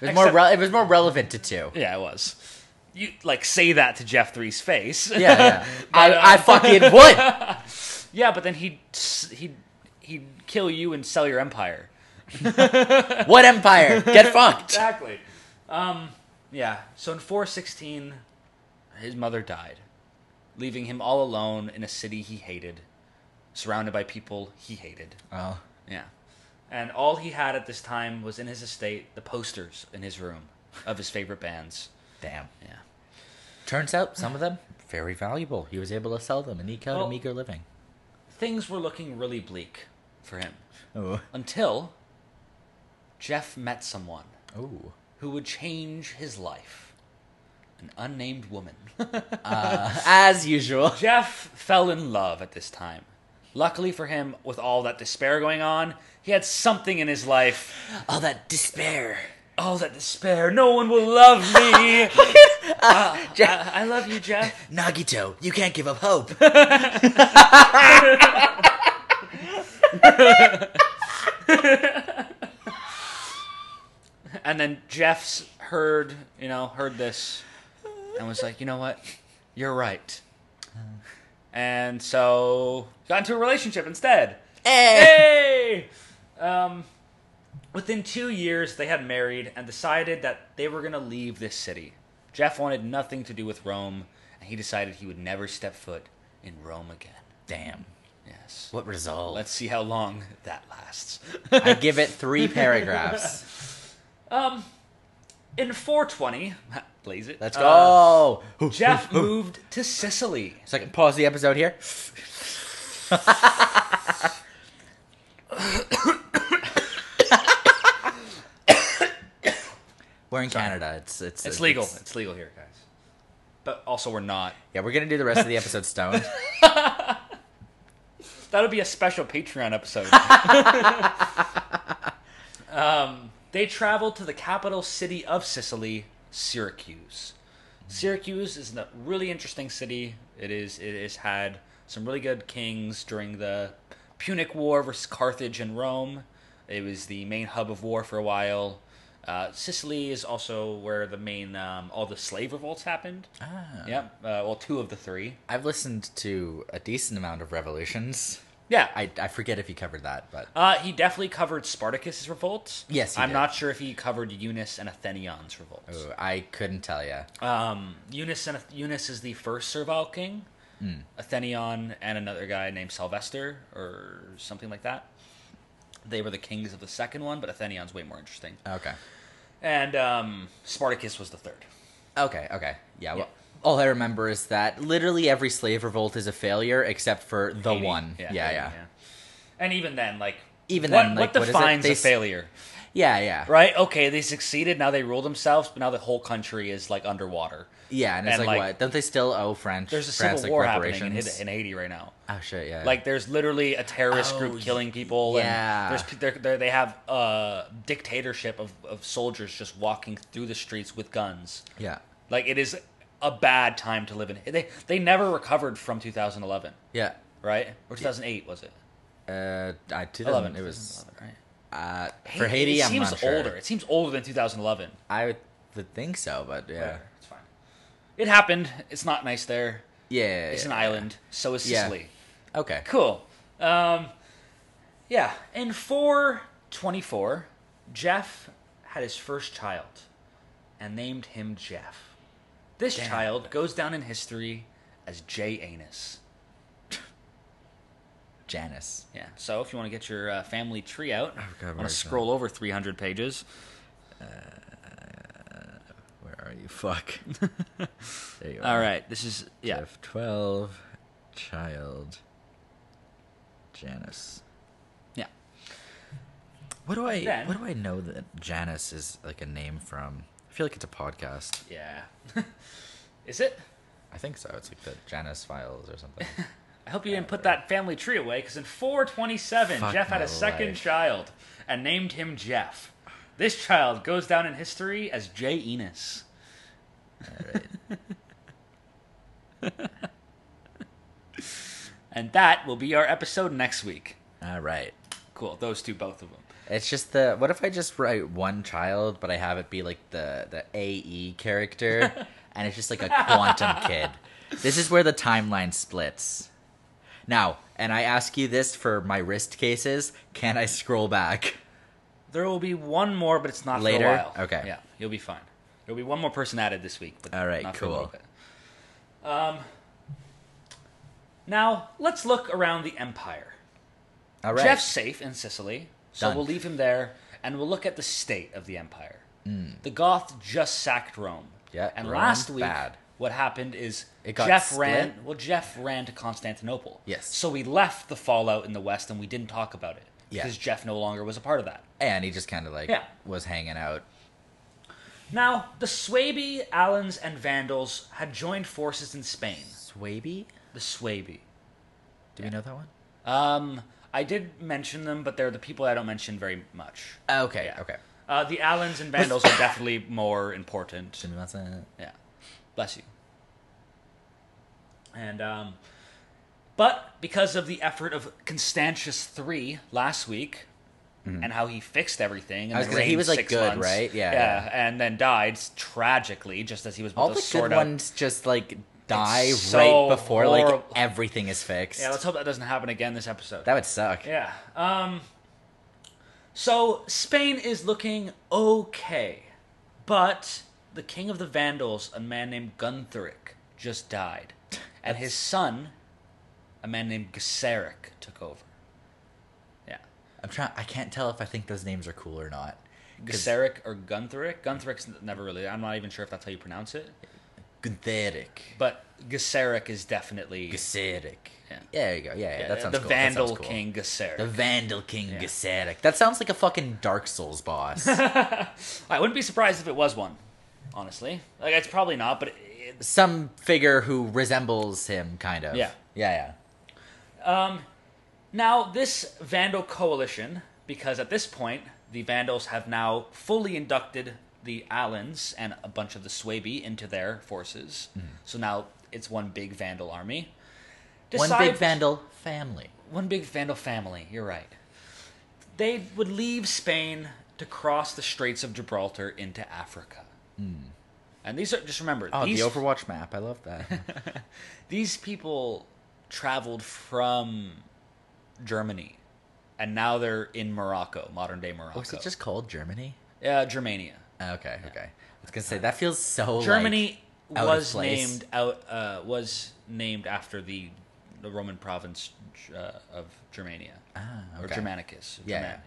[SPEAKER 2] It was more.
[SPEAKER 3] Except-
[SPEAKER 2] Re- it was more relevant to two.
[SPEAKER 3] Yeah, it was. You like say that to Jeff Three's face.
[SPEAKER 2] Yeah, yeah. I,
[SPEAKER 3] But, uh,
[SPEAKER 2] I fucking would.
[SPEAKER 3] yeah, but then he'd s- he'd he'd kill you and sell your empire.
[SPEAKER 2] What empire? Get fucked.
[SPEAKER 3] Exactly. Um. Yeah. So in 416, his mother died, leaving him all alone in a city he hated, surrounded by people he hated.
[SPEAKER 2] Oh,
[SPEAKER 3] Yeah. And all he had at this time was in his estate the posters in his room of his favorite bands.
[SPEAKER 2] damn.
[SPEAKER 3] Yeah.
[SPEAKER 2] Turns out some of them very valuable. He was able to sell them and eke out
[SPEAKER 3] Well-
[SPEAKER 2] a meager living.
[SPEAKER 3] Things were looking really bleak for him.
[SPEAKER 2] Oh.
[SPEAKER 3] until Jeff met someone
[SPEAKER 2] Ooh.
[SPEAKER 3] who would change his life an unnamed woman.
[SPEAKER 2] Uh, as usual.
[SPEAKER 3] Jeff fell in love at this time. Luckily for him, with all that despair going on, he had something in his life.
[SPEAKER 2] All that despair.
[SPEAKER 3] All that despair. No one will love me. Uh, I, I love you, Jeff.
[SPEAKER 2] Nagito, you can't give up hope.
[SPEAKER 3] And then Jeff's heard, you know, heard this and was like, you know what? You're right. And so got into a relationship instead.
[SPEAKER 2] hey.
[SPEAKER 3] Hey! Um, within two years, they had married and decided that they were going to leave this city. Jeff wanted nothing to do with Rome, and he decided he would never step foot in Rome again.
[SPEAKER 2] Damn.
[SPEAKER 3] Yes.
[SPEAKER 2] What result?
[SPEAKER 3] Let's see how long that lasts.
[SPEAKER 2] I give it three paragraphs.
[SPEAKER 3] in 420, blaze it.
[SPEAKER 2] Let's
[SPEAKER 3] uh,
[SPEAKER 2] go.
[SPEAKER 3] Jeff moved to Sicily.
[SPEAKER 2] So I can pause the episode here. we're in Canada. It's it's
[SPEAKER 3] It's legal. It's legal here, guys. But also, we're not.
[SPEAKER 2] yeah, we're gonna do the rest of the episode stoned.
[SPEAKER 3] That would be a special Patreon episode. um, they traveled to the capital city of Sicily, Syracuse. Syracuse is a really interesting city. It is. It has had some really good kings during the Punic War versus Carthage and Rome. It was the main hub of war for a while. Uh, Sicily is also where the main um, all the slave revolts happened.
[SPEAKER 2] Ah.
[SPEAKER 3] Yep. Uh, well, two of the three.
[SPEAKER 2] I've listened to a decent amount of Revolutions.
[SPEAKER 3] Yeah.
[SPEAKER 2] I, I forget if you covered that, but
[SPEAKER 3] Uh, he definitely covered Spartacus's revolt.
[SPEAKER 2] Yes, he
[SPEAKER 3] I'm
[SPEAKER 2] did.
[SPEAKER 3] not sure if he covered Eunice and Athenion's revolts.
[SPEAKER 2] ooh, I couldn't tell you.
[SPEAKER 3] Um, Eunice and Eunice is the first Servile king.
[SPEAKER 2] Hmm.
[SPEAKER 3] Athenion and another guy named Sylvester or something like that. They were the kings of the second one, but Athenion's way more interesting.
[SPEAKER 2] Okay.
[SPEAKER 3] And um, Spartacus was the third.
[SPEAKER 2] Okay, okay. Yeah, well,
[SPEAKER 3] Yeah.
[SPEAKER 2] all I remember is that literally every slave revolt is a failure except for the
[SPEAKER 3] Haiti.
[SPEAKER 2] one. Yeah, yeah. Yeah,
[SPEAKER 3] Haiti, And even then, like
[SPEAKER 2] Even
[SPEAKER 3] what,
[SPEAKER 2] then, like,
[SPEAKER 3] what
[SPEAKER 2] what is it?
[SPEAKER 3] defines
[SPEAKER 2] They
[SPEAKER 3] a
[SPEAKER 2] s-
[SPEAKER 3] failure?
[SPEAKER 2] yeah.
[SPEAKER 3] Right? Okay, they succeeded. Now they rule themselves, but now the whole country is like underwater.
[SPEAKER 2] Yeah, and it's
[SPEAKER 3] And,
[SPEAKER 2] like,
[SPEAKER 3] like,
[SPEAKER 2] what? Don't they still owe French?
[SPEAKER 3] There's a
[SPEAKER 2] France,
[SPEAKER 3] civil
[SPEAKER 2] like,
[SPEAKER 3] war happening in,
[SPEAKER 2] reparations?
[SPEAKER 3] Hid- in Haiti right now.
[SPEAKER 2] Oh shit! Yeah.
[SPEAKER 3] Like, there's literally a terrorist
[SPEAKER 2] Oh,
[SPEAKER 3] group killing people.
[SPEAKER 2] yeah.
[SPEAKER 3] And there's, pe- they're, they're, they have a dictatorship of, of soldiers just walking through the streets with guns.
[SPEAKER 2] yeah,
[SPEAKER 3] Like, it is a bad time to live in. They, they never recovered from 2011,
[SPEAKER 2] yeah.
[SPEAKER 3] right? Or 2008, was it?
[SPEAKER 2] Uh, I
[SPEAKER 3] 11.
[SPEAKER 2] 2011. It was
[SPEAKER 3] 2011, right?
[SPEAKER 2] uh, for Haiti.
[SPEAKER 3] it
[SPEAKER 2] I'm
[SPEAKER 3] seems
[SPEAKER 2] not sure.
[SPEAKER 3] older. It seems older than 2011.
[SPEAKER 2] I would- would think so, but yeah,
[SPEAKER 3] Whatever, It's fine. It happened. It's not nice there.
[SPEAKER 2] yeah.
[SPEAKER 3] It's
[SPEAKER 2] yeah,
[SPEAKER 3] an island. So is
[SPEAKER 2] Yeah.
[SPEAKER 3] Sicily.
[SPEAKER 2] yeah. Okay.
[SPEAKER 3] Cool. Um, yeah, in 424, Jeff had his first child and named him Jeff. This child goes down in history as J. Anus.
[SPEAKER 2] Janice.
[SPEAKER 3] Yeah, so if you want to get your uh, family tree out,
[SPEAKER 2] God,
[SPEAKER 3] want
[SPEAKER 2] where
[SPEAKER 3] to
[SPEAKER 2] is
[SPEAKER 3] scroll over 300 pages.
[SPEAKER 2] Where are you? Fuck. there you
[SPEAKER 3] All right, this is, yeah.
[SPEAKER 2] Jeff twelve, child. Janice.
[SPEAKER 3] Yeah.
[SPEAKER 2] What do I?
[SPEAKER 3] Then-
[SPEAKER 2] what do I know that Janice is like a name from? I feel like it's a podcast.
[SPEAKER 3] Yeah. is it?
[SPEAKER 2] I think so. It's like the Janice Files or something.
[SPEAKER 3] I hope you didn't put that family tree away, because in 427,
[SPEAKER 2] Fuck
[SPEAKER 3] Jeff had
[SPEAKER 2] my
[SPEAKER 3] a second
[SPEAKER 2] life.
[SPEAKER 3] child and named him Jeff. This child goes down in history as J. Enos. and that will be our episode next week.
[SPEAKER 2] All right.
[SPEAKER 3] Cool, those two, both of them.
[SPEAKER 2] It's just the what if I just write one child, but I have it be like the the AE character, and it's just like a quantum kid. This is where the timeline splits. Now, and I ask you this for my wrist cases: Can I scroll back?
[SPEAKER 3] There will be one more, but it's not
[SPEAKER 2] Later?
[SPEAKER 3] for a while.
[SPEAKER 2] Okay.
[SPEAKER 3] Yeah, you'll be fine. There'll be one more person added this week, but
[SPEAKER 2] All right,
[SPEAKER 3] not for a
[SPEAKER 2] cool.
[SPEAKER 3] little bit. Um, now let's look around the empire.
[SPEAKER 2] All right.
[SPEAKER 3] Jeff's safe in Sicily, so
[SPEAKER 2] Done.
[SPEAKER 3] we'll leave him there, and we'll look at the state of the empire. The Goth just sacked Rome.
[SPEAKER 2] Hmm. Yeah,
[SPEAKER 3] and
[SPEAKER 2] Rome,
[SPEAKER 3] last week,
[SPEAKER 2] bad.
[SPEAKER 3] what happened is
[SPEAKER 2] It got
[SPEAKER 3] Jeff
[SPEAKER 2] split.
[SPEAKER 3] ran. Well, Jeff ran to Constantinople.
[SPEAKER 2] Yes.
[SPEAKER 3] So we left the fallout in the west, and we didn't talk about it
[SPEAKER 2] Yeah.
[SPEAKER 3] because Jeff no longer was a part of that.
[SPEAKER 2] and he just kind of like
[SPEAKER 3] Yeah.
[SPEAKER 2] was hanging out.
[SPEAKER 3] Now, the Swaby, Alans, and Vandals had joined forces in Spain.
[SPEAKER 2] Swaby?
[SPEAKER 3] The Swaby.
[SPEAKER 2] Do we know that one?
[SPEAKER 3] Um, I did mention them, but they're the people I don't mention very much.
[SPEAKER 2] Okay.
[SPEAKER 3] Yeah.
[SPEAKER 2] Okay.
[SPEAKER 3] Uh, the Allens and Vandals are definitely more important.
[SPEAKER 2] Give me one second.
[SPEAKER 3] Yeah. Bless you. And, um, but because of the effort of Constantius III last week and how he fixed everything, and
[SPEAKER 2] Mm-hmm. I was
[SPEAKER 3] then
[SPEAKER 2] gonna say, he
[SPEAKER 3] reigned
[SPEAKER 2] was, like,
[SPEAKER 3] six
[SPEAKER 2] good,
[SPEAKER 3] months,
[SPEAKER 2] right? Yeah,
[SPEAKER 3] yeah. And then died tragically just as he was about
[SPEAKER 2] All
[SPEAKER 3] to
[SPEAKER 2] the
[SPEAKER 3] sort
[SPEAKER 2] good
[SPEAKER 3] out.
[SPEAKER 2] ones just like die
[SPEAKER 3] It's so
[SPEAKER 2] right before like
[SPEAKER 3] horrible.
[SPEAKER 2] everything is fixed.
[SPEAKER 3] Yeah, let's hope that doesn't happen again this episode.
[SPEAKER 2] that would suck.
[SPEAKER 3] Yeah. Um, so Spain is looking okay, but the king of the Vandals, a man named Guntheric, just died, and his son, a man named Geseric, took over. Yeah,
[SPEAKER 2] I'm trying. I can't tell if I think those names are cool or not. 'Cause
[SPEAKER 3] Geseric or Guntheric. Guntheric never really. I'm not even sure if that's how you pronounce it,
[SPEAKER 2] Guntheric,
[SPEAKER 3] but Geseric is definitely
[SPEAKER 2] Geseric.
[SPEAKER 3] Yeah.
[SPEAKER 2] There you go. Yeah, yeah, that sounds
[SPEAKER 3] the
[SPEAKER 2] cool. That sounds
[SPEAKER 3] Vandal
[SPEAKER 2] cool.
[SPEAKER 3] king Geseric.
[SPEAKER 2] The Vandal King Geseric. That sounds like a fucking Dark Souls boss.
[SPEAKER 3] I wouldn't be surprised if it was one, honestly. Like it's probably not, but it,
[SPEAKER 2] Some figure who resembles him, kind of.
[SPEAKER 3] Yeah.
[SPEAKER 2] Yeah, yeah.
[SPEAKER 3] Now, this Vandal coalition, because at this point, the Vandals have now fully inducted the Allans and a bunch of the Swaby into their forces.
[SPEAKER 2] Hmm.
[SPEAKER 3] So now it's one big Vandal army.
[SPEAKER 2] One big
[SPEAKER 3] Decides-
[SPEAKER 2] Vandal family.
[SPEAKER 3] one big Vandal family. You're right. They would leave Spain to cross the Straits of Gibraltar into Africa. And these are just remember
[SPEAKER 2] Hmm. Oh,
[SPEAKER 3] these
[SPEAKER 2] the Overwatch map. I love that.
[SPEAKER 3] these people traveled from Germany, and now they're in Morocco, modern day Morocco.
[SPEAKER 2] Was it just called Germany? Ah,
[SPEAKER 3] uh, Germania?
[SPEAKER 2] Okay, okay. I was gonna say that feels so. like,
[SPEAKER 3] Germany
[SPEAKER 2] out of
[SPEAKER 3] was
[SPEAKER 2] place.
[SPEAKER 3] named out uh, was named after the the Roman province uh, of Germania or
[SPEAKER 2] Ah, okay.
[SPEAKER 3] Germanicus.
[SPEAKER 2] Yeah,
[SPEAKER 3] German-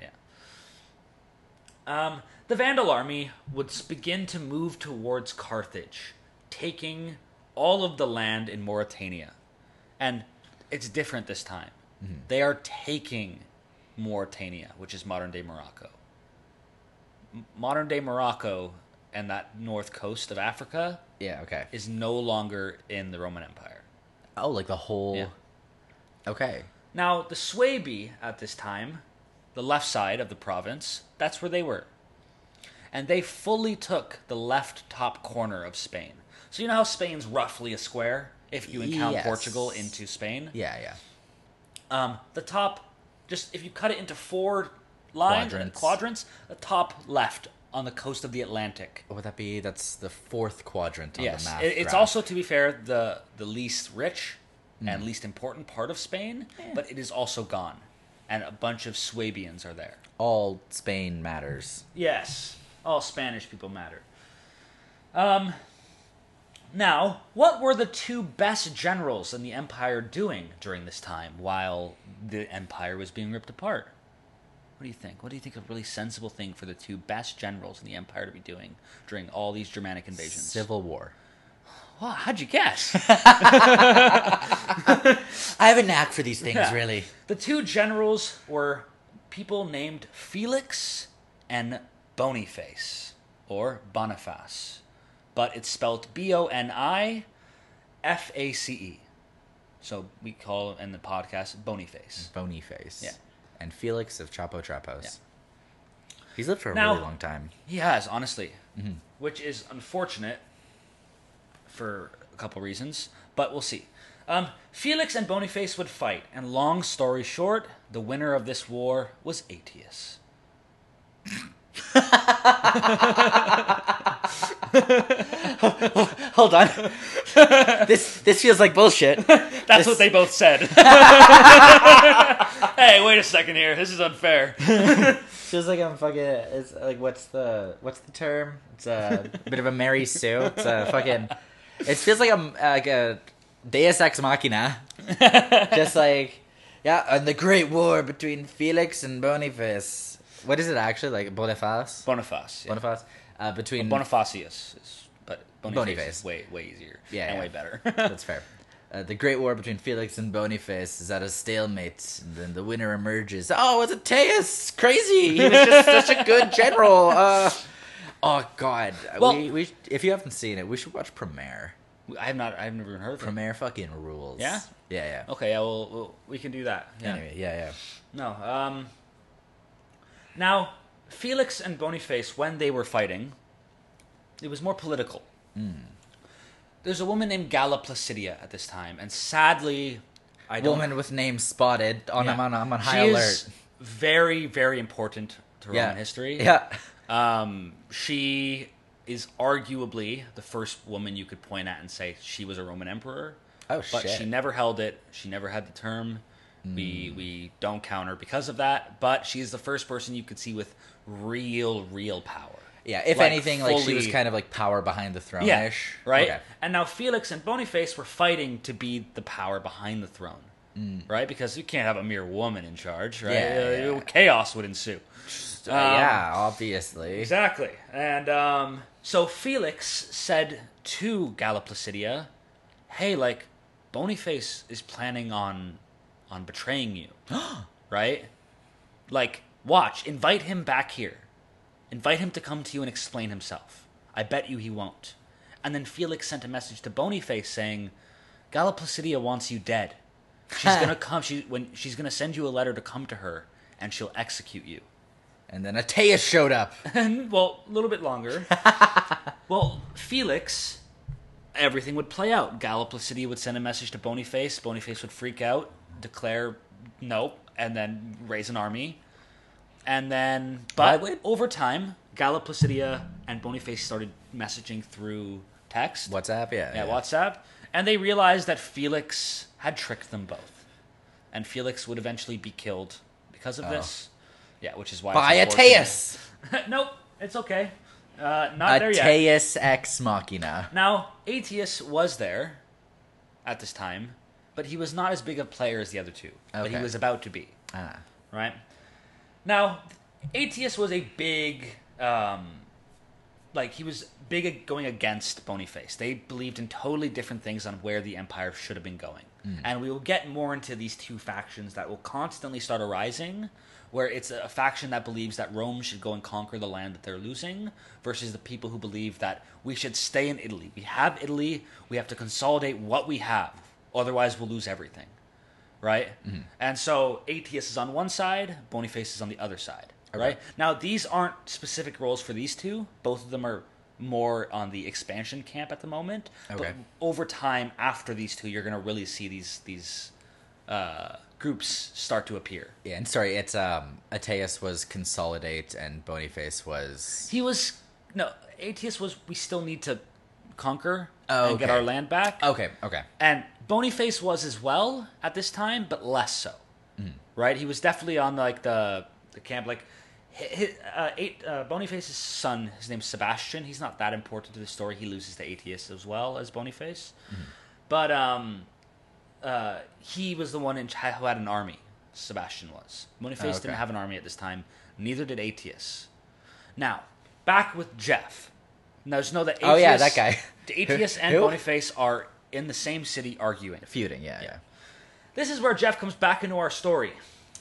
[SPEAKER 3] yeah. Um, the Vandal army would s- begin to move towards Carthage, taking all of the land in Mauritania, and it's different this time. They are taking Mauritania, which is modern day Morocco modern day Morocco and that north coast of Africa
[SPEAKER 2] yeah. Okay.
[SPEAKER 3] is no longer in the Roman Empire.
[SPEAKER 2] Oh, like the whole.
[SPEAKER 3] Yeah.
[SPEAKER 2] Okay.
[SPEAKER 3] Now, the Swaby at this time, the left side of the province, that's where they were. And they fully took the left top corner of Spain. So, you know how Spain's roughly a square if you count
[SPEAKER 2] Yes.
[SPEAKER 3] Portugal into Spain?
[SPEAKER 2] Yeah, yeah.
[SPEAKER 3] Um, the top, just if you cut it into four lines,
[SPEAKER 2] Quadrants.
[SPEAKER 3] quadrants, the top left on the coast of the Atlantic
[SPEAKER 2] What would that be? That's the fourth quadrant on
[SPEAKER 3] yes,
[SPEAKER 2] the map.
[SPEAKER 3] it- it's
[SPEAKER 2] graph.
[SPEAKER 3] also to be fair the the least rich
[SPEAKER 2] Mm.
[SPEAKER 3] and least important part of Spain, but it is also gone, and a bunch of Swabians are there.
[SPEAKER 2] all Spain matters.
[SPEAKER 3] Yes, all Spanish people matter. Um, now, what were the two best generals in the empire doing during this time while the empire was being ripped apart? What do you think? What do you think a really sensible thing for the two best generals in the empire to be doing during all these Germanic invasions?
[SPEAKER 2] Civil War.
[SPEAKER 3] Wow, how'd you guess?
[SPEAKER 2] I have a knack for these things,
[SPEAKER 3] Yeah.
[SPEAKER 2] really.
[SPEAKER 3] The two generals were people named Felix and Boniface, or Boniface, but it's spelled B O N I F A C E. So we call in the podcast Boniface.
[SPEAKER 2] Bony face.
[SPEAKER 3] Yeah.
[SPEAKER 2] And Felix of Chapo Trapos. He's lived for a
[SPEAKER 3] Now-
[SPEAKER 2] really long time.
[SPEAKER 3] He has, honestly, which is unfortunate for a couple reasons, but we'll see. Um, Felix and Boniface would fight, and long story short, the winner of this war was Aetius.
[SPEAKER 2] Hold on. this this feels like bullshit.
[SPEAKER 3] That's
[SPEAKER 2] This-
[SPEAKER 3] what they both said. hey, wait a second here. This is unfair.
[SPEAKER 2] feels like I'm fucking. It's like what's the what's the term? It's a bit of a Mary Sue. It's a fucking. It feels like I'm uh, like a Deus ex machina. Just like yeah, and the great war between Felix and Boniface. What is it actually like? Boniface.
[SPEAKER 3] Boniface. Yeah.
[SPEAKER 2] Boniface. Uh, between
[SPEAKER 3] Bonifacius. Is, but Boniface,
[SPEAKER 2] Boniface.
[SPEAKER 3] is way, way easier.
[SPEAKER 2] Yeah,
[SPEAKER 3] And
[SPEAKER 2] yeah.
[SPEAKER 3] way better.
[SPEAKER 2] That's fair. Uh, the great war between Felix and Boniface is at a stalemate, and then the winner emerges. Oh, it's Ateus! Crazy! He was just such a good general. Uh, oh God!
[SPEAKER 3] Well-
[SPEAKER 2] we, we, if you haven't seen it, we should watch Premiere.
[SPEAKER 3] I have not, I've never even heard of him.
[SPEAKER 2] Premiere fucking rules.
[SPEAKER 3] Yeah?
[SPEAKER 2] Yeah, yeah.
[SPEAKER 3] Okay, yeah, well, well, we can do that. Yeah.
[SPEAKER 2] Anyway, yeah, yeah.
[SPEAKER 3] No. Um, now, Felix and Boniface, when they were fighting, it was more political.
[SPEAKER 2] Hmm.
[SPEAKER 3] There's a woman named Galla Placidia at this time, and sadly, I don't
[SPEAKER 2] Woman with name spotted. On I'm on Oh, I'm on
[SPEAKER 3] She
[SPEAKER 2] high alert.
[SPEAKER 3] is very, very important to
[SPEAKER 2] yeah.
[SPEAKER 3] Roman history.
[SPEAKER 2] Yeah.
[SPEAKER 3] Um, she is arguably the first woman you could point at and say she was a Roman emperor.
[SPEAKER 2] Oh,
[SPEAKER 3] but
[SPEAKER 2] shit. Hmm.
[SPEAKER 3] she never held it. She never had the term. We we don't count her because of that. But she is the first person you could see with real, real power.
[SPEAKER 2] Yeah. If
[SPEAKER 3] Like,
[SPEAKER 2] anything, like she was
[SPEAKER 3] fully-
[SPEAKER 2] kind of like power behind the throne
[SPEAKER 3] yeah,
[SPEAKER 2] ish.
[SPEAKER 3] right?
[SPEAKER 2] Okay.
[SPEAKER 3] And now Felix and Boniface were fighting to be the power behind the throne, right? Because you can't have a mere woman in charge, right?
[SPEAKER 2] Mm. Yeah,
[SPEAKER 3] Uh,
[SPEAKER 2] yeah.
[SPEAKER 3] Chaos would ensue.
[SPEAKER 2] Uh, yeah,
[SPEAKER 3] Um,
[SPEAKER 2] obviously.
[SPEAKER 3] Exactly. And um, so Felix said to Galla Placidia, "Hey, like Boniface is planning on on betraying you, right? Like, watch, invite him back here. Invite him to come to you and explain himself. I bet you he won't." And then Felix sent a message to Boniface saying, "Galla Placidia wants you dead. She's gonna come. She when she's gonna send you a letter to come to her, and she'll execute you.
[SPEAKER 2] And then Ateas showed up.
[SPEAKER 3] And well, a little bit longer. well, Felix, everything would play out. Galliplicity would send a message to Bonyface. Bonyface would freak out, declare nope, and then raise an army. And then, but
[SPEAKER 2] What?
[SPEAKER 3] over time, Galliplicidia and Bonyface started messaging through text.
[SPEAKER 2] WhatsApp, yeah.
[SPEAKER 3] Yeah, WhatsApp. And they realized that Felix had tricked them both. And Felix would eventually be killed because of this. Yeah, which is why. it's
[SPEAKER 2] By
[SPEAKER 3] unfortunate.
[SPEAKER 2] Ateas.
[SPEAKER 3] nope, it's okay. Uh, not there yet.
[SPEAKER 2] Ateas ex machina.
[SPEAKER 3] Now, Aetius was there at this time, but he was not as big a player as the other two. But he
[SPEAKER 2] Okay.
[SPEAKER 3] was about to be
[SPEAKER 2] Ah.
[SPEAKER 3] right? Now, Aetius was a big, um, like he was big at going against Bonyface. They believed in totally different things on where the empire should have been going, and we will get more into these two factions that will constantly start arising. Where it's a faction that believes that Rome should go and conquer the land that they're losing, versus the people who believe that we should stay in Italy. We have Italy, we have to consolidate what we have, otherwise, we'll lose everything right?
[SPEAKER 2] Mm-hmm.
[SPEAKER 3] And so Aetius is on one side, Boniface is on the other side, right? Now these aren't specific roles for these two. Both of them are more on the expansion camp at the moment.
[SPEAKER 2] Okay.
[SPEAKER 3] But over time, after these two, you're gonna really see these these uh, groups start to appear.
[SPEAKER 2] Yeah, and sorry, it's um Ateas was consolidate and Bonyface was
[SPEAKER 3] He was no Aetius was. We still need to conquer
[SPEAKER 2] Oh,
[SPEAKER 3] and get
[SPEAKER 2] okay.
[SPEAKER 3] our land back.
[SPEAKER 2] Okay, okay.
[SPEAKER 3] And Bonyface was as well at this time, but less so.
[SPEAKER 2] Mm.
[SPEAKER 3] Right? He was definitely on like the the camp. Like his, uh, eight, uh, Boniface's son, his name's Sebastian. He's not that important to the story. He loses to Aetius as well as Boniface,
[SPEAKER 2] Mm-hmm.
[SPEAKER 3] but um, uh, he was the one in, who had an army. Sebastian was. Boniface
[SPEAKER 2] okay.
[SPEAKER 3] didn't have an army at this time. Neither did Aetius. Now, back with Jeff. Now, just know that
[SPEAKER 2] Oh, yeah,
[SPEAKER 3] Aetius-
[SPEAKER 2] that guy.
[SPEAKER 3] the Aetius and
[SPEAKER 2] Who?
[SPEAKER 3] Boniface are in the same city arguing.
[SPEAKER 2] Feuding, yeah, yeah.
[SPEAKER 3] This is where Jeff comes back into our story.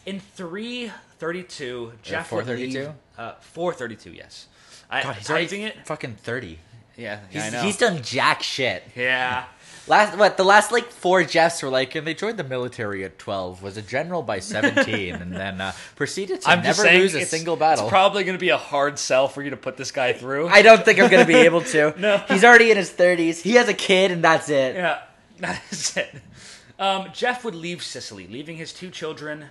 [SPEAKER 3] In 332, Jeff would
[SPEAKER 2] 432?
[SPEAKER 3] leave- Uh, 432, yes. I,
[SPEAKER 2] God, he's
[SPEAKER 3] typing
[SPEAKER 2] already
[SPEAKER 3] it.
[SPEAKER 2] fucking thirty.
[SPEAKER 3] Yeah,
[SPEAKER 2] He's,
[SPEAKER 3] I know.
[SPEAKER 2] he's done jack shit.
[SPEAKER 3] yeah.
[SPEAKER 2] Last what the last like four Jeffs were like, and they joined the military at twelve, was a general by seventeen, and then uh, proceeded to
[SPEAKER 3] I'm
[SPEAKER 2] never
[SPEAKER 3] just saying
[SPEAKER 2] lose a
[SPEAKER 3] it's-
[SPEAKER 2] single battle.
[SPEAKER 3] It's probably going to be a hard sell for you to put this guy through.
[SPEAKER 2] I don't think I'm gonna be able to.
[SPEAKER 3] No.
[SPEAKER 2] he's already in his thirties. He has a kid, and that's it.
[SPEAKER 3] Yeah, that's it. Um, Jeff would leave Sicily, leaving his two children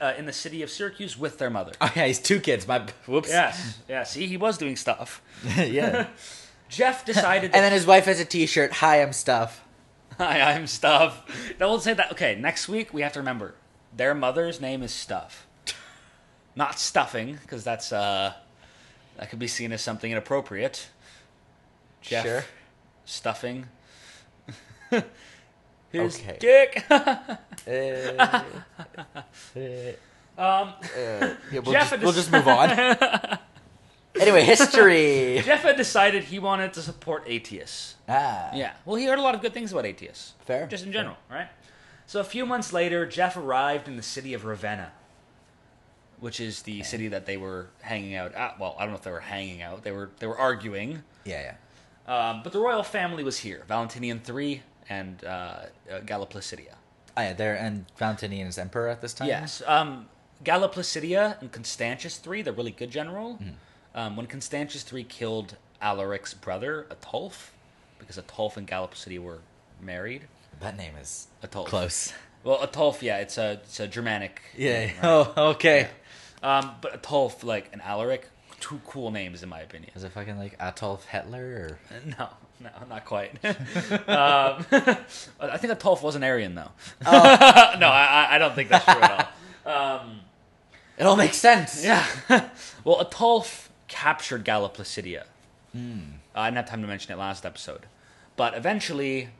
[SPEAKER 3] uh, in the city of Syracuse with their mother.
[SPEAKER 2] Oh yeah, he's two kids. My whoops.
[SPEAKER 3] Yes, yeah. See, he was doing stuff.
[SPEAKER 2] yeah.
[SPEAKER 3] Jeff decided that
[SPEAKER 2] And then his wife has a T-shirt. Hi, I'm stuff.
[SPEAKER 3] Hi, I'm Stuff. No, we'll say that. Okay, next week we have to remember their mother's name is Stuff, not stuffing, because that's uh, that could be seen as something inappropriate. Jeff
[SPEAKER 2] Sure.
[SPEAKER 3] stuffing. His
[SPEAKER 2] Okay.
[SPEAKER 3] dick.
[SPEAKER 2] Eh. Yeah, we'll,
[SPEAKER 3] Um, Jeff
[SPEAKER 2] just,
[SPEAKER 3] had
[SPEAKER 2] we'll
[SPEAKER 3] dec-
[SPEAKER 2] just move on. anyway, history.
[SPEAKER 3] Jeff had decided he wanted to support Aetius.
[SPEAKER 2] ah,
[SPEAKER 3] Yeah. Well, he heard a lot of good things about Aetius.
[SPEAKER 2] Fair,
[SPEAKER 3] Just in
[SPEAKER 2] fair.
[SPEAKER 3] general, right? So a few months later, Jeff arrived in the city of Ravenna, which is the city that they were hanging out at. Well, I don't know if they were hanging out. They were they were arguing.
[SPEAKER 2] yeah, yeah.
[SPEAKER 3] Um, but the royal family was here: Valentinian III and uh, uh, Galliplusidia.
[SPEAKER 2] Oh, yeah, there and Valentinian is emperor at this time.
[SPEAKER 3] Yes. Um, Galliplusidia and Constantius III, the really good general. Um, when Constantius III killed Alaric's brother Atulf, because Atulf and Galliplusidia were married.
[SPEAKER 2] that name is
[SPEAKER 3] Atulf.
[SPEAKER 2] close.
[SPEAKER 3] Well, Atulf, yeah, it's a it's a Germanic.
[SPEAKER 2] Yeah.
[SPEAKER 3] name, right?
[SPEAKER 2] Oh, okay.
[SPEAKER 3] Um, but Atulf, like an Alaric, two cool names in my opinion.
[SPEAKER 2] Is it fucking like Adolf Hitler? Or...
[SPEAKER 3] No, no, not quite. um, I think Atulf was an Aryan though.
[SPEAKER 2] Oh.
[SPEAKER 3] no, I, I- I don't think that's true at all. Um,
[SPEAKER 2] It all makes sense.
[SPEAKER 3] yeah. well, Atulf captured Galliplusidia.
[SPEAKER 2] Hmm.
[SPEAKER 3] I didn't have time to mention it last episode, but eventually,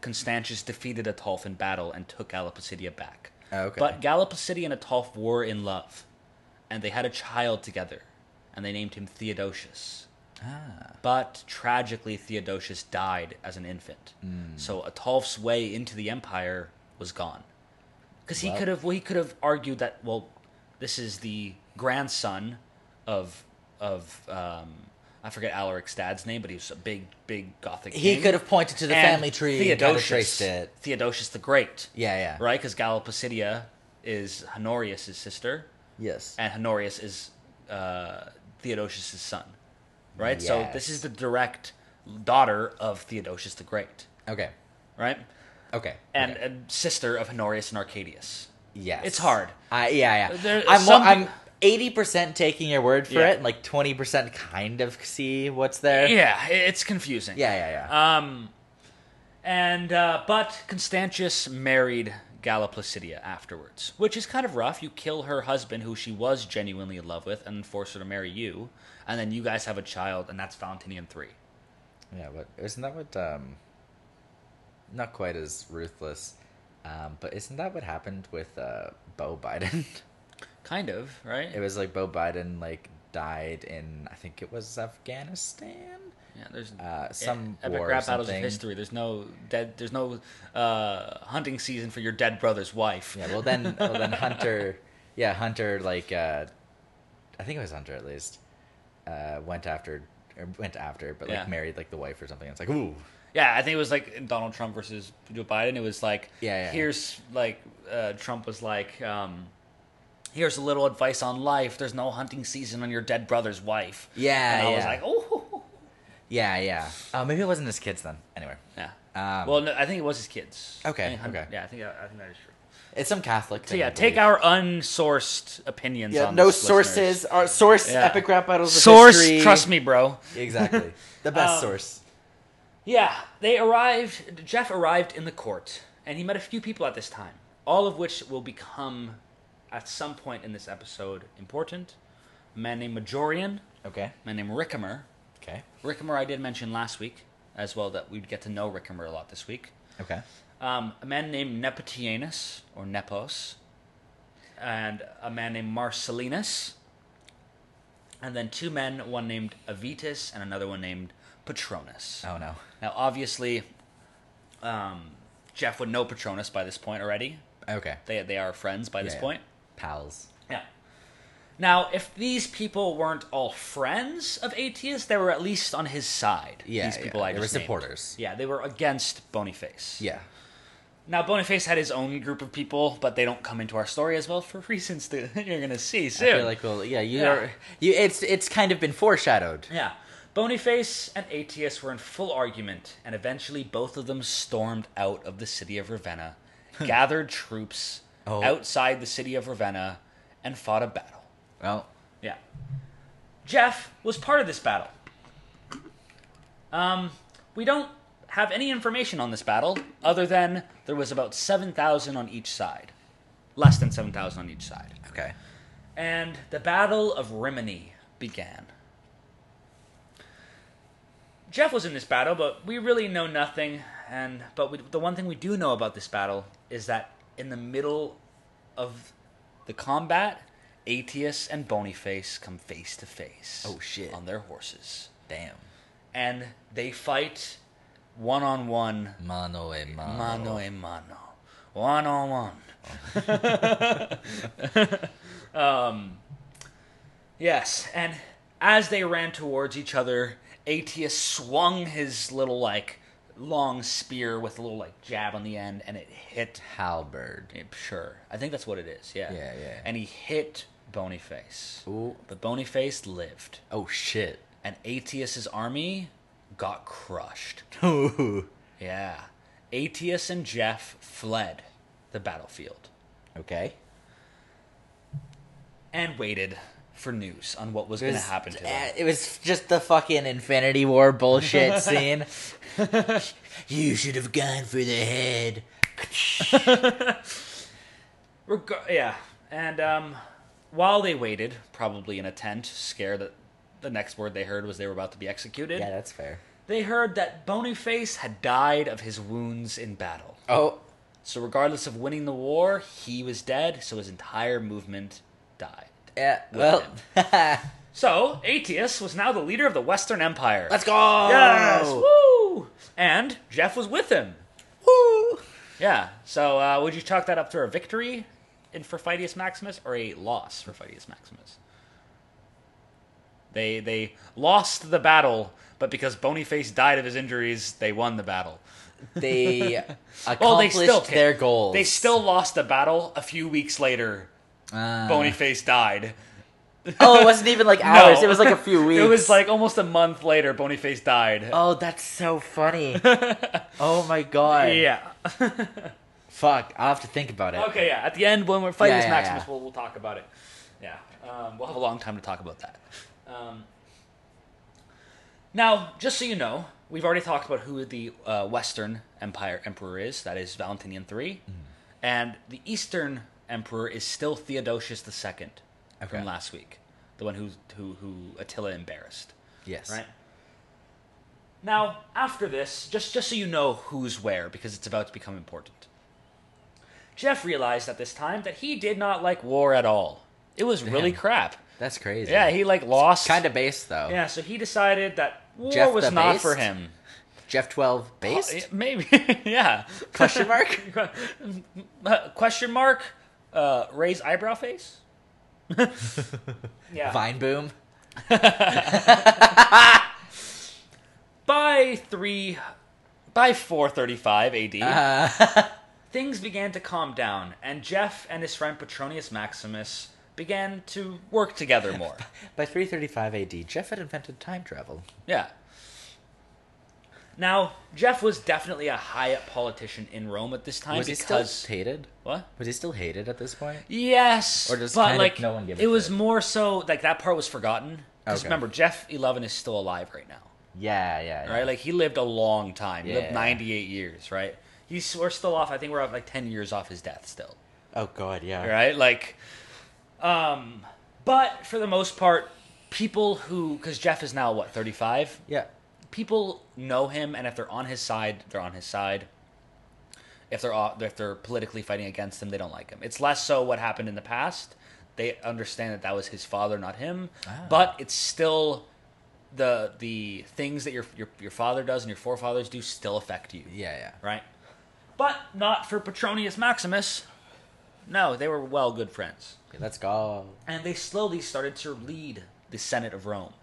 [SPEAKER 3] Constantius defeated Atulf in battle and took Galliplusidia back.
[SPEAKER 2] Oh, okay.
[SPEAKER 3] But Galliplusidia and Atulf were in love, and they had a child together, and they named him Theodosius. But tragically, Theodosius died as an infant.
[SPEAKER 2] Hmm.
[SPEAKER 3] So Atulf's way into the empire was gone, because he
[SPEAKER 2] Well-
[SPEAKER 3] could have well, he could have argued that well, this is the grandson of of um, I forget Alaric Stad's name, but he was a big, big Gothic.
[SPEAKER 2] He
[SPEAKER 3] king.
[SPEAKER 2] could have pointed to the
[SPEAKER 3] And
[SPEAKER 2] family tree. and kinda traced it.
[SPEAKER 3] Theodosius the Great.
[SPEAKER 2] Yeah, yeah.
[SPEAKER 3] Right, because Gallipisidia is Honorius's sister,
[SPEAKER 2] Yes.
[SPEAKER 3] and Honorius is uh, Theodosius's son. Right, so this
[SPEAKER 2] Yes.
[SPEAKER 3] is the direct daughter of Theodosius the Great.
[SPEAKER 2] okay.
[SPEAKER 3] Right,
[SPEAKER 2] Okay.
[SPEAKER 3] and
[SPEAKER 2] okay.
[SPEAKER 3] and sister of Honorius and Arcadius.
[SPEAKER 2] yes,
[SPEAKER 3] it's hard.
[SPEAKER 2] I yeah, yeah.
[SPEAKER 3] There-
[SPEAKER 2] I'm
[SPEAKER 3] some
[SPEAKER 2] I'm
[SPEAKER 3] peop-
[SPEAKER 2] eighty percent taking your word for
[SPEAKER 3] Yeah.
[SPEAKER 2] it, and like twenty percent kind of see what's there.
[SPEAKER 3] Yeah, i- it's confusing.
[SPEAKER 2] yeah, yeah. yeah.
[SPEAKER 3] Um, and uh, but Constantius married Galla Placidia afterwards, which is kind of rough. You kill her husband, who she was genuinely in love with, and force her to marry you, and then you guys have a child, and that's Valentinian three.
[SPEAKER 2] yeah, but isn't that what? um Not quite as ruthless, um, but isn't that what happened with uh Bo Biden?
[SPEAKER 3] Kind of right.
[SPEAKER 2] it was like Bo Biden like died in I think it was Afghanistan.
[SPEAKER 3] yeah, there's
[SPEAKER 2] uh,
[SPEAKER 3] e-
[SPEAKER 2] some
[SPEAKER 3] epic
[SPEAKER 2] war or
[SPEAKER 3] rap battles of
[SPEAKER 2] something.
[SPEAKER 3] history. There's no dead. There's no uh, hunting season for your dead brother's wife.
[SPEAKER 2] Yeah, well then, well then Hunter, yeah, Hunter like uh, I think it was Hunter at least uh, went after or went after, but like
[SPEAKER 3] Yeah.
[SPEAKER 2] married like the wife or something. It's like ooh,
[SPEAKER 3] Yeah, I think it was like Donald Trump versus Joe Biden. It was like,
[SPEAKER 2] Yeah, yeah.
[SPEAKER 3] here's like uh, Trump was like, um, here's a little advice on life. There's no hunting season on your dead brother's wife.
[SPEAKER 2] Yeah,
[SPEAKER 3] and I was
[SPEAKER 2] yeah.
[SPEAKER 3] like, oh,
[SPEAKER 2] yeah, yeah. Oh, maybe it wasn't his kids then. Anyway,
[SPEAKER 3] yeah.
[SPEAKER 2] Um,
[SPEAKER 3] well, no, I think it was his kids.
[SPEAKER 2] Okay,
[SPEAKER 3] I think hun-
[SPEAKER 2] okay.
[SPEAKER 3] Yeah, I think I think that is true.
[SPEAKER 2] it's some Catholic.
[SPEAKER 3] So
[SPEAKER 2] Thing, I
[SPEAKER 3] yeah, take
[SPEAKER 2] believe.
[SPEAKER 3] our unsourced opinions.
[SPEAKER 2] yeah,
[SPEAKER 3] on
[SPEAKER 2] no
[SPEAKER 3] this,
[SPEAKER 2] sources.
[SPEAKER 3] listeners.
[SPEAKER 2] Our source
[SPEAKER 3] Yeah.
[SPEAKER 2] epic rap battles. Of
[SPEAKER 3] Source,
[SPEAKER 2] history.
[SPEAKER 3] trust me, bro.
[SPEAKER 2] exactly the best
[SPEAKER 3] Um,
[SPEAKER 2] source.
[SPEAKER 3] Yeah, they arrived. Jeff arrived in the court, and he met a few people at this time, all of which will become, at some point in this episode, important. A man named Majorian,
[SPEAKER 2] Okay,
[SPEAKER 3] a man named Rickamer.
[SPEAKER 2] okay,
[SPEAKER 3] Rickamer, I did mention last week as well that we'd get to know Rickamer a lot this week.
[SPEAKER 2] okay.
[SPEAKER 3] Um, a man named Nepotianus, or Nepos, and a man named Marcellinus, and then two men, one named Avitus and another one named Patronus.
[SPEAKER 2] Oh no.
[SPEAKER 3] Now, obviously, um, Jeff would know Patronus by this point already.
[SPEAKER 2] Okay.
[SPEAKER 3] They they are friends by this
[SPEAKER 2] Yeah, yeah.
[SPEAKER 3] point.
[SPEAKER 2] Pals.
[SPEAKER 3] Yeah. Now, if these people weren't all friends of Aetius, they were at least on his side.
[SPEAKER 2] Yeah,
[SPEAKER 3] these people
[SPEAKER 2] yeah,
[SPEAKER 3] I
[SPEAKER 2] they
[SPEAKER 3] just
[SPEAKER 2] were
[SPEAKER 3] named.
[SPEAKER 2] supporters.
[SPEAKER 3] Yeah, they were against Boniface.
[SPEAKER 2] Yeah.
[SPEAKER 3] Now, Boniface had his own group of people, but they don't come into our story as well for reasons that you're gonna see soon.
[SPEAKER 2] I feel like well, yeah, you
[SPEAKER 3] Yeah.
[SPEAKER 2] are. You it's it's kind of been foreshadowed.
[SPEAKER 3] Yeah. Boniface and Aetius were in full argument, and eventually both of them stormed out of the city of Ravenna, gathered troops
[SPEAKER 2] Oh.
[SPEAKER 3] outside the city of Ravenna, and fought a battle.
[SPEAKER 2] Well,
[SPEAKER 3] Yeah. Jeff was part of this battle. Um, we don't have any information on this battle other than there was about 7,000 on each side. Less than 7,000 on each side.
[SPEAKER 2] okay.
[SPEAKER 3] And the Battle of Rimini began. Jeff was in this battle, but we really know nothing. And but we, the one thing we do know about this battle is that in the middle of the combat, Aetius and Boniface come face to face.
[SPEAKER 2] Oh, shit.
[SPEAKER 3] On their horses,
[SPEAKER 2] Damn.
[SPEAKER 3] and they fight one on one,
[SPEAKER 2] Mano e mano.
[SPEAKER 3] mano a mano, one on one. Um, Yes, and as they ran towards each other, Aetius swung his little like long spear with a little like jab on the end, and it hit. Eh,
[SPEAKER 2] Halberd.
[SPEAKER 3] Sure, I think that's what it is. Yeah.
[SPEAKER 2] Yeah, yeah.
[SPEAKER 3] And he hit Boniface.
[SPEAKER 2] Ooh.
[SPEAKER 3] But Boniface lived,
[SPEAKER 2] Oh shit.
[SPEAKER 3] and Aetius's army got crushed.
[SPEAKER 2] Ooh.
[SPEAKER 3] Yeah. Aetius and Jeff fled the battlefield
[SPEAKER 2] Okay.
[SPEAKER 3] and waited for news on what was going to happen to them.
[SPEAKER 2] Uh, it was just the fucking Infinity War bullshit scene. you should have gone for the head.
[SPEAKER 3] Reg- yeah, and um, while they waited, probably in a tent, scared that the next word they heard was they were about to be executed,
[SPEAKER 2] Yeah, that's fair.
[SPEAKER 3] they heard that Boniface had died of his wounds in battle.
[SPEAKER 2] Oh.
[SPEAKER 3] So, regardless of winning the war, he was dead, so his entire movement died.
[SPEAKER 2] Yeah. Well.
[SPEAKER 3] So, Aetius was now the leader of the Western Empire.
[SPEAKER 2] Let's go.
[SPEAKER 3] Yes! Woo! And Jeff was with him.
[SPEAKER 2] Woo.
[SPEAKER 3] Yeah. So, uh, would you chalk that up to a victory in for Phidias Maximus or a loss for Phidias Maximus? They they lost the battle, but because Bonyface died of his injuries, they won the battle.
[SPEAKER 2] They accomplished
[SPEAKER 3] Well, they still ta-
[SPEAKER 2] their goals.
[SPEAKER 3] They still lost the battle a few weeks later.
[SPEAKER 2] Ah.
[SPEAKER 3] Bonyface died.
[SPEAKER 2] Oh, it wasn't even like hours. It was like a few weeks.
[SPEAKER 3] It was like almost a month later. Bonyface died.
[SPEAKER 2] Oh, that's so funny. oh my god.
[SPEAKER 3] yeah.
[SPEAKER 2] Fuck. I'll have to think about it.
[SPEAKER 3] Okay. Yeah. At the end, when we're fighting
[SPEAKER 2] Yeah,
[SPEAKER 3] this
[SPEAKER 2] yeah,
[SPEAKER 3] Maximus,
[SPEAKER 2] yeah.
[SPEAKER 3] We'll, we'll talk about it. Yeah. Um, we'll have a long time to talk about that. Um, now, just so you know, we've already talked about who the uh, Western Empire Emperor is. That is Valentinian III,
[SPEAKER 2] Mm-hmm.
[SPEAKER 3] and the Eastern Emperor is still Theodosius II
[SPEAKER 2] Okay.
[SPEAKER 3] from last week, the one who who who Attila embarrassed.
[SPEAKER 2] Yes.
[SPEAKER 3] Right. Now, after this, just just so you know who's where, because it's about to become important. Jeff realized at this time that he did not like war at all. It was really
[SPEAKER 2] Damn.
[SPEAKER 3] crap.
[SPEAKER 2] That's crazy.
[SPEAKER 3] Yeah, he like lost.
[SPEAKER 2] kind of based though.
[SPEAKER 3] Yeah, so he decided that war
[SPEAKER 2] Jeff
[SPEAKER 3] was
[SPEAKER 2] the
[SPEAKER 3] not
[SPEAKER 2] based?
[SPEAKER 3] for him.
[SPEAKER 2] Jeff twelve based?
[SPEAKER 3] Uh, Maybe. yeah.
[SPEAKER 2] Question mark?
[SPEAKER 3] Question mark. Uh, raise eyebrow face. yeah.
[SPEAKER 2] Vine boom.
[SPEAKER 3] by three by 435 ad
[SPEAKER 2] Uh,
[SPEAKER 3] things began to calm down and jeff and his friend petronius maximus began to work together more
[SPEAKER 2] By 335 AD, Jeff had invented time travel.
[SPEAKER 3] yeah now jeff was definitely a high up politician in rome at this time
[SPEAKER 2] Was he still
[SPEAKER 3] because
[SPEAKER 2] hated?
[SPEAKER 3] what
[SPEAKER 2] Was he still hated at this point?
[SPEAKER 3] Yes,
[SPEAKER 2] Or just
[SPEAKER 3] but
[SPEAKER 2] kind of
[SPEAKER 3] like
[SPEAKER 2] no one gave a
[SPEAKER 3] it was
[SPEAKER 2] shit?
[SPEAKER 3] more so like that part was forgotten. Because
[SPEAKER 2] Okay.
[SPEAKER 3] remember, Jeff Eleven is still alive right now.
[SPEAKER 2] Yeah, yeah, yeah.
[SPEAKER 3] right? Like he lived a long time. He lived
[SPEAKER 2] Yeah.
[SPEAKER 3] 98 years, right? He's we're still off. I think we're up like 10 years off his death still,
[SPEAKER 2] oh god, yeah.
[SPEAKER 3] right? Like, um, but for the most part, people who because Jeff is now what 35,
[SPEAKER 2] Yeah.
[SPEAKER 3] people know him, and if they're on his side, they're on his side. If they're au- if they're politically fighting against him, they don't like him. It's less so what happened in the past. They understand that that was his father, not him.
[SPEAKER 2] Ah.
[SPEAKER 3] But it's still the the things that your, your your father does and your forefathers do still affect you,
[SPEAKER 2] Yeah, yeah.
[SPEAKER 3] right? But not for Petronius Maximus. No, they were well good friends
[SPEAKER 2] Okay, let's go.
[SPEAKER 3] and they slowly started to lead the Senate of Rome.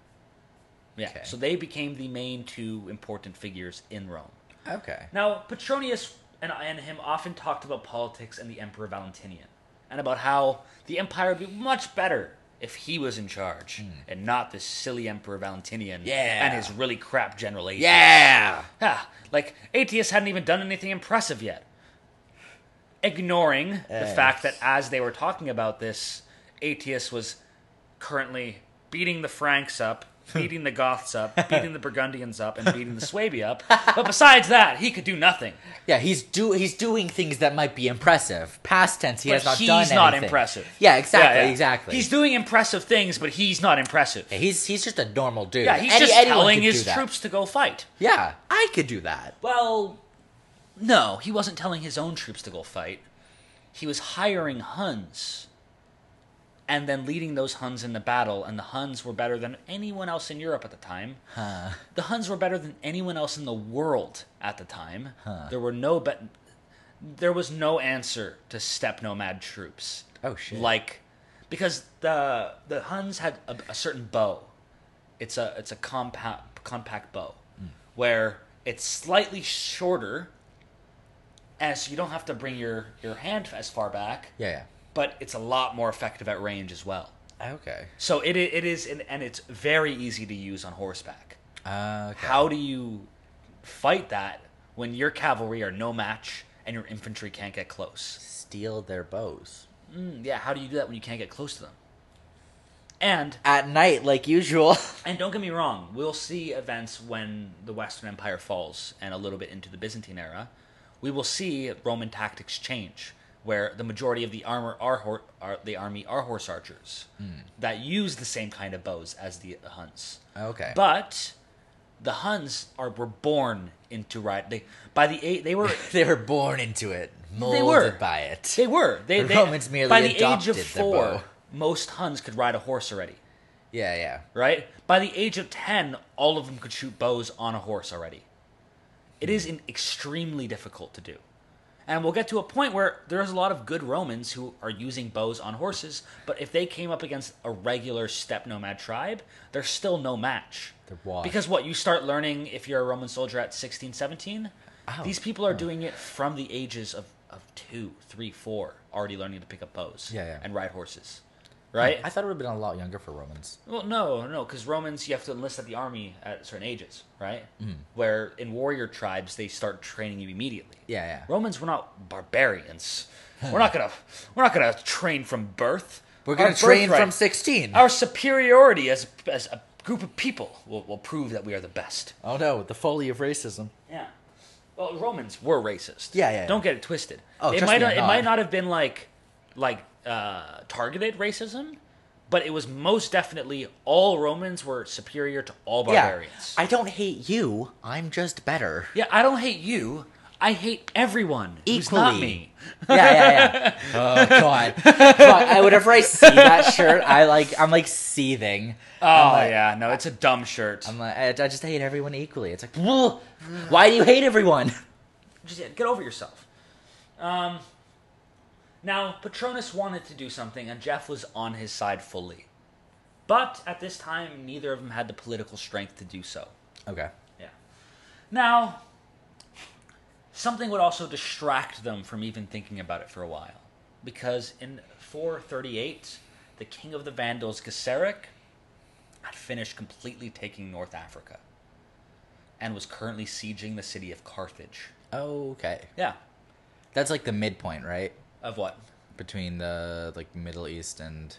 [SPEAKER 3] Yeah,
[SPEAKER 2] Okay.
[SPEAKER 3] so they became the main two important figures in Rome.
[SPEAKER 2] Okay.
[SPEAKER 3] Now, Petronius and, and him often talked about politics and the Emperor Valentinian, and about how the empire would be much better if he was in charge and not this silly Emperor Valentinian
[SPEAKER 2] Yeah.
[SPEAKER 3] and his really crap general Aetius.
[SPEAKER 2] Yeah.
[SPEAKER 3] Yeah, Ah, like Aetius hadn't even done anything impressive yet. Ignoring the
[SPEAKER 2] Yes.
[SPEAKER 3] fact that as they were talking about this, Aetius was currently beating the Franks up, beating the Goths up, beating the Burgundians up, and beating the Suebi up. But besides that, he could do nothing.
[SPEAKER 2] Yeah, he's do he's doing things that might be impressive. Past tense, he
[SPEAKER 3] But
[SPEAKER 2] has not
[SPEAKER 3] he's
[SPEAKER 2] done
[SPEAKER 3] not
[SPEAKER 2] anything.
[SPEAKER 3] impressive.
[SPEAKER 2] Yeah, exactly,
[SPEAKER 3] Yeah, yeah.
[SPEAKER 2] exactly.
[SPEAKER 3] He's
[SPEAKER 2] He's,
[SPEAKER 3] doing impressive things, but he's not impressive.
[SPEAKER 2] he's he's just a normal dude.
[SPEAKER 3] Yeah, he's
[SPEAKER 2] Any-
[SPEAKER 3] just
[SPEAKER 2] anyone
[SPEAKER 3] telling
[SPEAKER 2] could do
[SPEAKER 3] his
[SPEAKER 2] that.
[SPEAKER 3] troops to go fight.
[SPEAKER 2] Yeah, I could do that.
[SPEAKER 3] Well, no, he wasn't telling his own troops to go fight. He was hiring Huns and then leading those Huns into battle, and the Huns were better than anyone else in Europe at the time. The Huns were better than anyone else in the world at the time. There were no be- there was no answer to steppe nomad troops.
[SPEAKER 2] Oh, shit.
[SPEAKER 3] Like because the the Huns had a, a certain bow. It's a it's a compact compact bow where it's slightly shorter and so you don't have to bring your your hand as far back,
[SPEAKER 2] Yeah,
[SPEAKER 3] but it's a lot more effective at range as well.
[SPEAKER 2] yeah. Okay.
[SPEAKER 3] So it i- it is and, and it's very easy to use on horseback.
[SPEAKER 2] Uh, okay.
[SPEAKER 3] How do you fight that when your cavalry are no match and your infantry can't get close?
[SPEAKER 2] Steal their bows
[SPEAKER 3] Mm, yeah, how do you do that when you can't get close to them? And
[SPEAKER 2] at night, like usual.
[SPEAKER 3] and don't get me wrong, we'll see events when the Western Empire falls and a little bit into the Byzantine era. We will see Roman tactics change, where the majority of the armor are, hor- are the army are horse archers
[SPEAKER 2] Hmm.
[SPEAKER 3] that use the same kind of bows as the Huns.
[SPEAKER 2] Okay.
[SPEAKER 3] But the Huns are were born into right. They by the eight they were
[SPEAKER 2] they were born into it, molded
[SPEAKER 3] they were
[SPEAKER 2] by it.
[SPEAKER 3] They were. They,
[SPEAKER 2] The
[SPEAKER 3] they-
[SPEAKER 2] Romans merely
[SPEAKER 3] by the age
[SPEAKER 2] adopted
[SPEAKER 3] of
[SPEAKER 2] the
[SPEAKER 3] four,
[SPEAKER 2] bow.
[SPEAKER 3] most Huns could ride a horse already.
[SPEAKER 2] Yeah, yeah.
[SPEAKER 3] Right by the age of ten, all of them could shoot bows on a horse already. It is in- extremely difficult to do, And we'll get to a point where there's a lot of good Romans who are using bows on horses, but if they came up against a regular steppe nomad tribe, they're still no match.
[SPEAKER 2] They're washed.
[SPEAKER 3] Because what you start learning if you're a Roman soldier at 16, 17,
[SPEAKER 2] Oh,
[SPEAKER 3] these people are doing it from the ages of, of two, three, four, already learning to pick up bows
[SPEAKER 2] Yeah, yeah.
[SPEAKER 3] and ride horses. Right?
[SPEAKER 2] I thought it would have been a lot younger for Romans.
[SPEAKER 3] Well, no, no, because Romans, you have to enlist at the army at certain ages, right? Mm. Where in warrior tribes, they start training you immediately.
[SPEAKER 2] Yeah, yeah.
[SPEAKER 3] Romans were not barbarians. we're not gonna, we're not gonna train from birth.
[SPEAKER 2] We're
[SPEAKER 3] Our
[SPEAKER 2] gonna train
[SPEAKER 3] birthright-
[SPEAKER 2] from sixteen.
[SPEAKER 3] Our superiority as as a group of people will, will prove that we are the best.
[SPEAKER 2] oh no, the folly of racism.
[SPEAKER 3] Yeah. Well, Romans were racist.
[SPEAKER 2] Yeah, yeah, yeah.
[SPEAKER 3] Don't get it twisted.
[SPEAKER 2] Oh,
[SPEAKER 3] it
[SPEAKER 2] trust
[SPEAKER 3] might
[SPEAKER 2] me,
[SPEAKER 3] not,
[SPEAKER 2] I'm
[SPEAKER 3] it
[SPEAKER 2] not.
[SPEAKER 3] might not have been like like uh, targeted racism, but it was most definitely all Romans were superior to all barbarians.
[SPEAKER 2] Yeah, I don't hate you. I'm just better.
[SPEAKER 3] Yeah, I don't hate you. I hate everyone who's not
[SPEAKER 2] Equally.
[SPEAKER 3] me.
[SPEAKER 2] Yeah, yeah, yeah. oh god. Fuck, I, whenever I see that shirt, I like I'm like seething.
[SPEAKER 3] Oh yeah, no, it's a dumb shirt.
[SPEAKER 2] I'm like I, I just hate everyone equally. It's like "Whoa, why do you hate everyone?
[SPEAKER 3] just yeah, get over yourself. Um, now Patronus wanted to do something, and Jeff was on his side fully, but at this time, neither of them had the political strength to do so.
[SPEAKER 2] Okay.
[SPEAKER 3] Yeah. Now, something would also distract them from even thinking about it for a while, because in 438, the king of the Vandals, Gesseric, had finished completely taking North Africa, and was currently sieging the city of Carthage.
[SPEAKER 2] Okay.
[SPEAKER 3] Yeah.
[SPEAKER 2] That's like the midpoint, right?
[SPEAKER 3] Of what?
[SPEAKER 2] Between the like Middle East and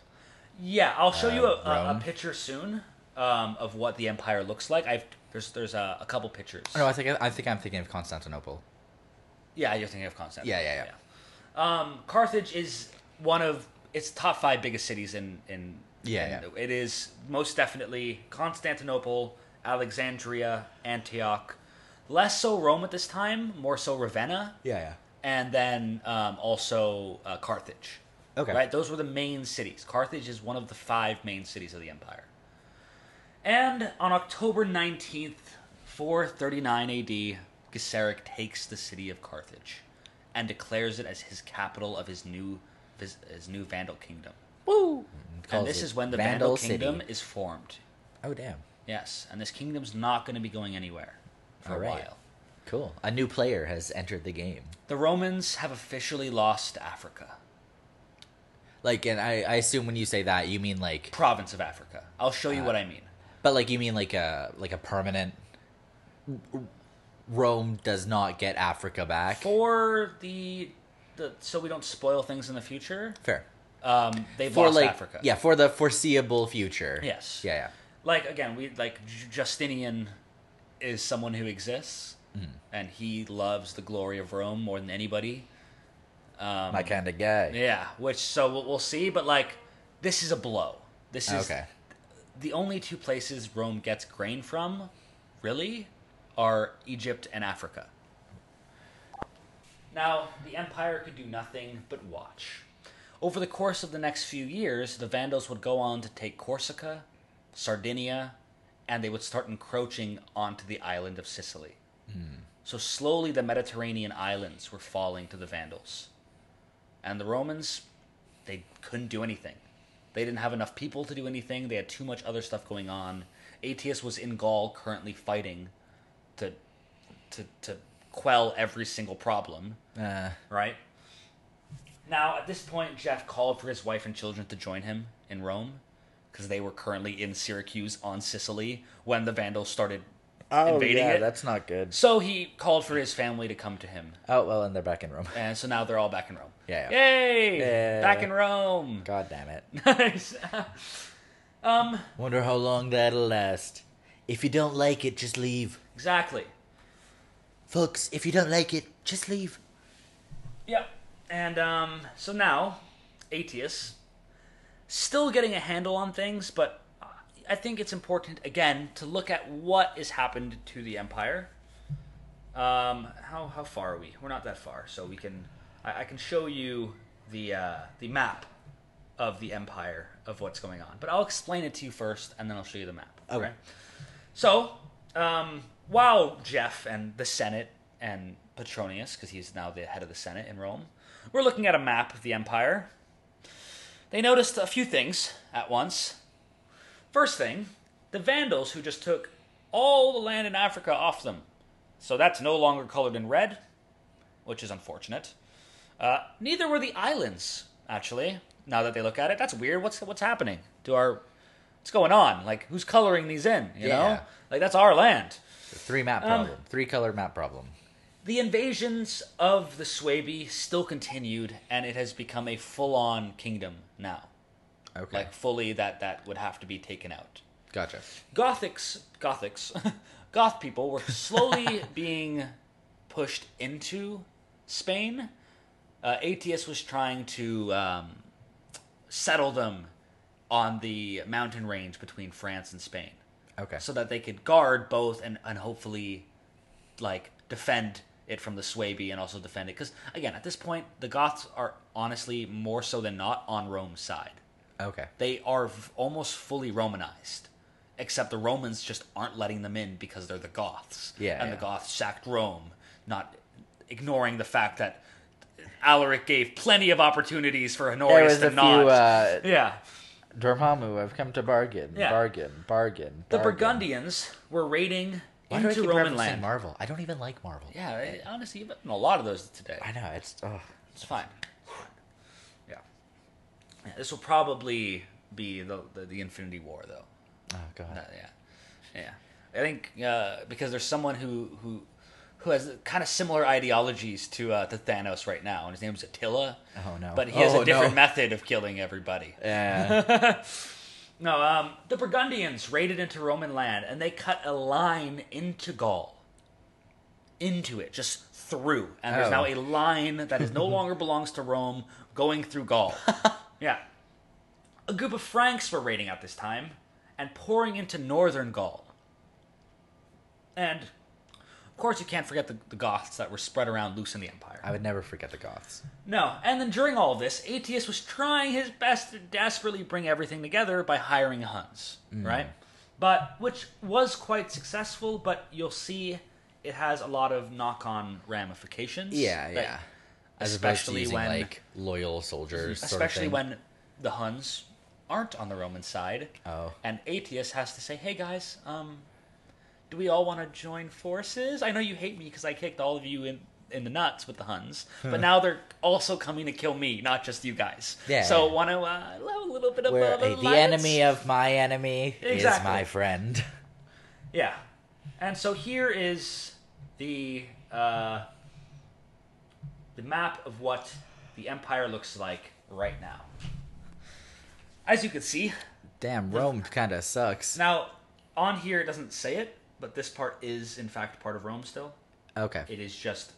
[SPEAKER 3] Yeah, I'll show
[SPEAKER 2] Uh,
[SPEAKER 3] you a, a, a
[SPEAKER 2] Rome?
[SPEAKER 3] picture soon um, of what the empire looks like. I've there's there's a, a couple pictures.
[SPEAKER 2] Oh, no, I think I think I'm thinking of Constantinople.
[SPEAKER 3] Yeah, you're thinking of Constantinople.
[SPEAKER 2] Yeah, yeah, yeah.
[SPEAKER 3] yeah. Um, Carthage is one of its top five biggest cities in in.
[SPEAKER 2] Yeah,
[SPEAKER 3] in- It is most definitely Constantinople, Alexandria, Antioch. Less so Rome at this time, more so Ravenna,
[SPEAKER 2] Yeah,
[SPEAKER 3] and then um, also uh, Carthage.
[SPEAKER 2] Okay.
[SPEAKER 3] Right? Those were the main cities. Carthage is one of the five main cities of the empire. And on October 19th, 439 AD, Gesseric takes the city of Carthage and declares it as his capital of his new his, his new Vandal kingdom.
[SPEAKER 2] Woo!
[SPEAKER 3] And this is when the Vandal, kingdom is formed.
[SPEAKER 2] Oh damn!
[SPEAKER 3] Yes, and this kingdom's not going to be going anywhere for
[SPEAKER 2] All
[SPEAKER 3] a
[SPEAKER 2] right.
[SPEAKER 3] while.
[SPEAKER 2] Cool. A new player has entered the game.
[SPEAKER 3] The Romans have officially lost Africa.
[SPEAKER 2] Like, and I, I assume when you say that, you mean like,
[SPEAKER 3] province of Africa. I'll show you what I mean.
[SPEAKER 2] but like you mean like a like a permanent. Rome does not get Africa back.
[SPEAKER 3] For the, the so we don't spoil things in the future.
[SPEAKER 2] Fair.
[SPEAKER 3] Um, they've
[SPEAKER 2] For
[SPEAKER 3] lost
[SPEAKER 2] like
[SPEAKER 3] Africa.
[SPEAKER 2] yeah, for the foreseeable future.
[SPEAKER 3] Yes.
[SPEAKER 2] Yeah. yeah.
[SPEAKER 3] Like again, we like Ju- Justinian is someone who exists, and he loves the glory of Rome more than anybody. Um,
[SPEAKER 2] My kind of guy.
[SPEAKER 3] yeah, which so we'll, we'll see. But like, this is a blow. This is
[SPEAKER 2] Okay.
[SPEAKER 3] the only two places Rome gets grain from, really, are Egypt and Africa. Now, the empire could do nothing but watch. Over the course of the next few years, the Vandals would go on to take Corsica, Sardinia, and they would start encroaching onto the island of Sicily. So slowly, the Mediterranean islands were falling to the Vandals. And the Romans, they couldn't do anything. They didn't have enough people to do anything. They had too much other stuff going on. Aetius was in Gaul currently fighting to to to quell every single problem,
[SPEAKER 2] Uh,
[SPEAKER 3] right? Now, at this point, Jeff called for his wife and children to join him in Rome because they were currently in Syracuse on Sicily when the Vandals started invading it.
[SPEAKER 2] Oh, not good.
[SPEAKER 3] So he called for his family to come to him.
[SPEAKER 2] Oh well, and they're back in Rome.
[SPEAKER 3] And so now they're all back in Rome.
[SPEAKER 2] Yeah, yeah.
[SPEAKER 3] Yay!
[SPEAKER 2] Yeah.
[SPEAKER 3] Back in Rome.
[SPEAKER 2] God damn it.
[SPEAKER 3] Nice. um,
[SPEAKER 2] Wonder how long that'll last. If you don't like it, just leave.
[SPEAKER 3] exactly.
[SPEAKER 2] Folks, if you don't like it, just leave.
[SPEAKER 3] Yep. And um, so now, Aetius, still getting a handle on things, but uh, I think it's important again to look at what has happened to the empire. Um, how how far are we? We're not that far, so we can I, I can show you the uh, the map of the empire of what's going on, but I'll explain it to you first, and then I'll show you the map.
[SPEAKER 2] Oh, Okay.
[SPEAKER 3] So, um, while Jeff and the Senate and Petronius, because he's now the head of the Senate in Rome, were looking at a map of the empire. They noticed a few things at once. First thing, the Vandals who just took all the land in Africa off them. So that's no longer colored in red, which is unfortunate. Uh, neither were the islands, actually. Now that they look at it, that's weird. What's what's happening? Do our what's going on? Like who's coloring these in? You know,
[SPEAKER 2] Yeah.
[SPEAKER 3] like that's our land.
[SPEAKER 2] Three map problem. Three color map problem.
[SPEAKER 3] The invasions of the Swabi still continued, and it has become a full-on kingdom now.
[SPEAKER 2] Okay.
[SPEAKER 3] Like fully, that that would have to be taken out.
[SPEAKER 2] gotcha.
[SPEAKER 3] Gothics, Gothics, Goth people were slowly being pushed into Spain. Uh, Aetius was trying to um, settle them on the mountain range between France and Spain,
[SPEAKER 2] Okay.
[SPEAKER 3] so that they could guard both and, and hopefully, like defend it from the Suebi and also defend it. Because again, at this point, the Goths are honestly more so than not on Rome's side
[SPEAKER 2] okay.
[SPEAKER 3] they are v- almost fully Romanized, except the Romans just aren't letting them in because they're the Goths.
[SPEAKER 2] Yeah,
[SPEAKER 3] and
[SPEAKER 2] yeah.
[SPEAKER 3] the Goths sacked Rome, not ignoring the fact that Alaric gave plenty of opportunities for
[SPEAKER 2] There
[SPEAKER 3] Honorius
[SPEAKER 2] was
[SPEAKER 3] to
[SPEAKER 2] a few
[SPEAKER 3] not.
[SPEAKER 2] uh,
[SPEAKER 3] yeah,
[SPEAKER 2] Dormammu. I've come to bargain.
[SPEAKER 3] Yeah.
[SPEAKER 2] Bargain. Bargain.
[SPEAKER 3] the
[SPEAKER 2] bargain.
[SPEAKER 3] Burgundians were raiding
[SPEAKER 2] Why do I
[SPEAKER 3] into
[SPEAKER 2] keep
[SPEAKER 3] Roman
[SPEAKER 2] referencing
[SPEAKER 3] land.
[SPEAKER 2] Marvel. I don't even like Marvel.
[SPEAKER 3] yeah, I- honestly, you've done a lot of those today.
[SPEAKER 2] I know. It's. Oh.
[SPEAKER 3] It's fine. Yeah. Yeah, this will probably be the the, the Infinity War though.
[SPEAKER 2] Oh god.
[SPEAKER 3] Uh, yeah, yeah. I think uh, because there's someone who who who has kind of similar ideologies to uh, to Thanos right now, and his name's Attila.
[SPEAKER 2] Oh, no.
[SPEAKER 3] But he has
[SPEAKER 2] Oh,
[SPEAKER 3] a
[SPEAKER 2] no.
[SPEAKER 3] different method of killing everybody.
[SPEAKER 2] Yeah.
[SPEAKER 3] No, um, the Burgundians raided into Roman land, and they cut a line into Gaul. Into it, just through, and there's
[SPEAKER 2] Oh.
[SPEAKER 3] now a line that is no longer belongs to Rome going through Gaul. yeah, a group of Franks were raiding at this time and pouring into northern Gaul. And of course, you can't forget the, the Goths that were spread around loose in the empire.
[SPEAKER 2] I would never forget the Goths.
[SPEAKER 3] No, and then during all this, Aetius was trying his best to desperately bring everything together by hiring Huns,
[SPEAKER 2] Mm.
[SPEAKER 3] right? But which was quite successful, but you'll see it has a lot of knock-on ramifications.
[SPEAKER 2] Yeah.
[SPEAKER 3] that-
[SPEAKER 2] yeah. As opposed to
[SPEAKER 3] especially
[SPEAKER 2] using
[SPEAKER 3] when-
[SPEAKER 2] like loyal soldiers. sort
[SPEAKER 3] especially
[SPEAKER 2] of
[SPEAKER 3] when the Huns aren't on the Roman side.
[SPEAKER 2] Oh.
[SPEAKER 3] And Aetius has to say, "Hey guys, um, do we all want to join forces? I know you hate me because I kicked all of you in." In the nuts with the Huns, but now they're also coming to kill me, not just you guys.
[SPEAKER 2] Yeah.
[SPEAKER 3] So want to uh, allow a little bit of
[SPEAKER 2] Where uh,
[SPEAKER 3] uh,
[SPEAKER 2] the
[SPEAKER 3] alliance?
[SPEAKER 2] enemy of my enemy is
[SPEAKER 3] Exactly.
[SPEAKER 2] my friend.
[SPEAKER 3] Yeah. And so here is the uh, the map of what the empire looks like right now. As you can see,
[SPEAKER 2] Damn, Rome kind of sucks.
[SPEAKER 3] now on here it doesn't say it, but this part is in fact part of Rome still.
[SPEAKER 2] Okay.
[SPEAKER 3] It is just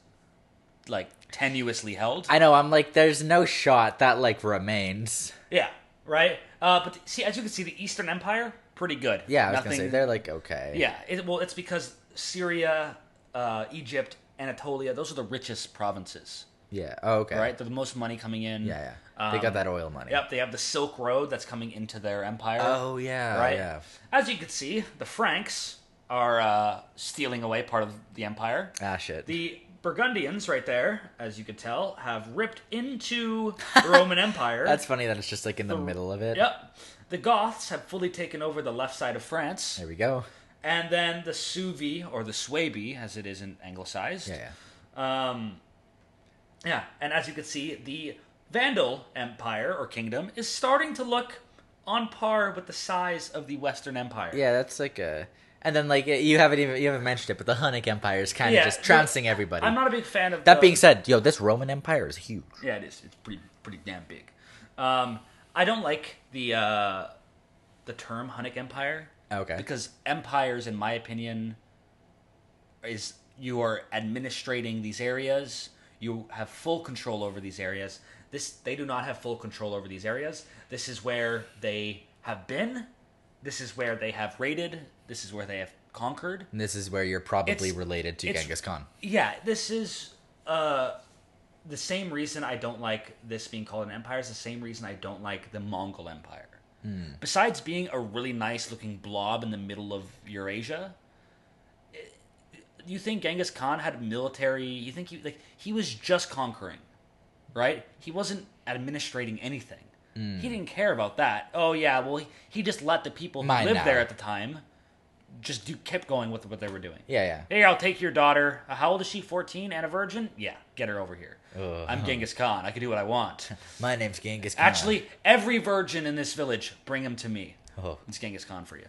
[SPEAKER 3] like tenuously held.
[SPEAKER 2] I know. I'm like, there's no shot that like remains.
[SPEAKER 3] yeah, right. Uh, but see, as you can see, the Eastern Empire pretty good.
[SPEAKER 2] Yeah, I was gonna say they're like okay.
[SPEAKER 3] Yeah, it, well, it's because Syria, uh, Egypt, Anatolia, those are the richest provinces,
[SPEAKER 2] Yeah. Oh, okay.
[SPEAKER 3] right? They're the most money coming in.
[SPEAKER 2] Yeah, yeah. they
[SPEAKER 3] Um,
[SPEAKER 2] got that oil money.
[SPEAKER 3] Yep, they have the Silk Road that's coming into their empire.
[SPEAKER 2] Oh yeah.
[SPEAKER 3] right?
[SPEAKER 2] Yeah.
[SPEAKER 3] As you can see, the Franks are uh, stealing away part of the empire.
[SPEAKER 2] Ah shit.
[SPEAKER 3] The Burgundians, right there, as you could tell, have ripped into the Roman Empire.
[SPEAKER 2] That's funny that it's just like in the middle of it.
[SPEAKER 3] Yep. The Goths have fully taken over the left side of France.
[SPEAKER 2] There we go.
[SPEAKER 3] And then the Suvi, or the Suebi, as it is in anglicized.
[SPEAKER 2] Yeah. yeah.
[SPEAKER 3] Um, yeah, and as you can see, the Vandal Empire or Kingdom is starting to look on par with the size of the Western Empire.
[SPEAKER 2] Yeah, that's like a. And then like you haven't even you haven't mentioned it, but the Hunnic Empire is kind of
[SPEAKER 3] Yeah,
[SPEAKER 2] just
[SPEAKER 3] but
[SPEAKER 2] trouncing everybody.
[SPEAKER 3] I'm not a big fan of
[SPEAKER 2] that
[SPEAKER 3] the-
[SPEAKER 2] being said, yo, this Roman Empire is huge.
[SPEAKER 3] Yeah, it is. It's pretty pretty damn big. Um, I don't like the uh, the term Hunnic Empire.
[SPEAKER 2] Okay.
[SPEAKER 3] Because empires, in my opinion, is you are administrating these areas. You have full control over these areas. This they do not have full control over these areas. This is where they have been. This is where they have raided. This is where they have conquered.
[SPEAKER 2] And this is where you're probably
[SPEAKER 3] It's-
[SPEAKER 2] related to
[SPEAKER 3] it's-
[SPEAKER 2] Genghis Khan.
[SPEAKER 3] Yeah, this is uh, the same reason I don't like this being called an empire is the same reason I don't like the Mongol Empire.
[SPEAKER 2] Hmm.
[SPEAKER 3] Besides being a really nice looking blob in the middle of Eurasia, i- you think Genghis Khan had military? You think he like he was just conquering, right? He wasn't administrating anything.
[SPEAKER 2] Hmm.
[SPEAKER 3] He didn't care about that. Oh yeah, well he, he just let the people who
[SPEAKER 2] Mine
[SPEAKER 3] lived
[SPEAKER 2] now.
[SPEAKER 3] there at the time just do kept going with what they were doing.
[SPEAKER 2] Yeah, yeah.
[SPEAKER 3] Hey, I'll take your daughter. Uh, How old is she? 14 and a virgin? Yeah, get her over here.
[SPEAKER 2] Ugh.
[SPEAKER 3] I'm Genghis Khan. I can do what I want.
[SPEAKER 2] My name's Genghis Khan.
[SPEAKER 3] Actually, every virgin in this village, bring him to me.
[SPEAKER 2] Oh.
[SPEAKER 3] It's Genghis Khan for you.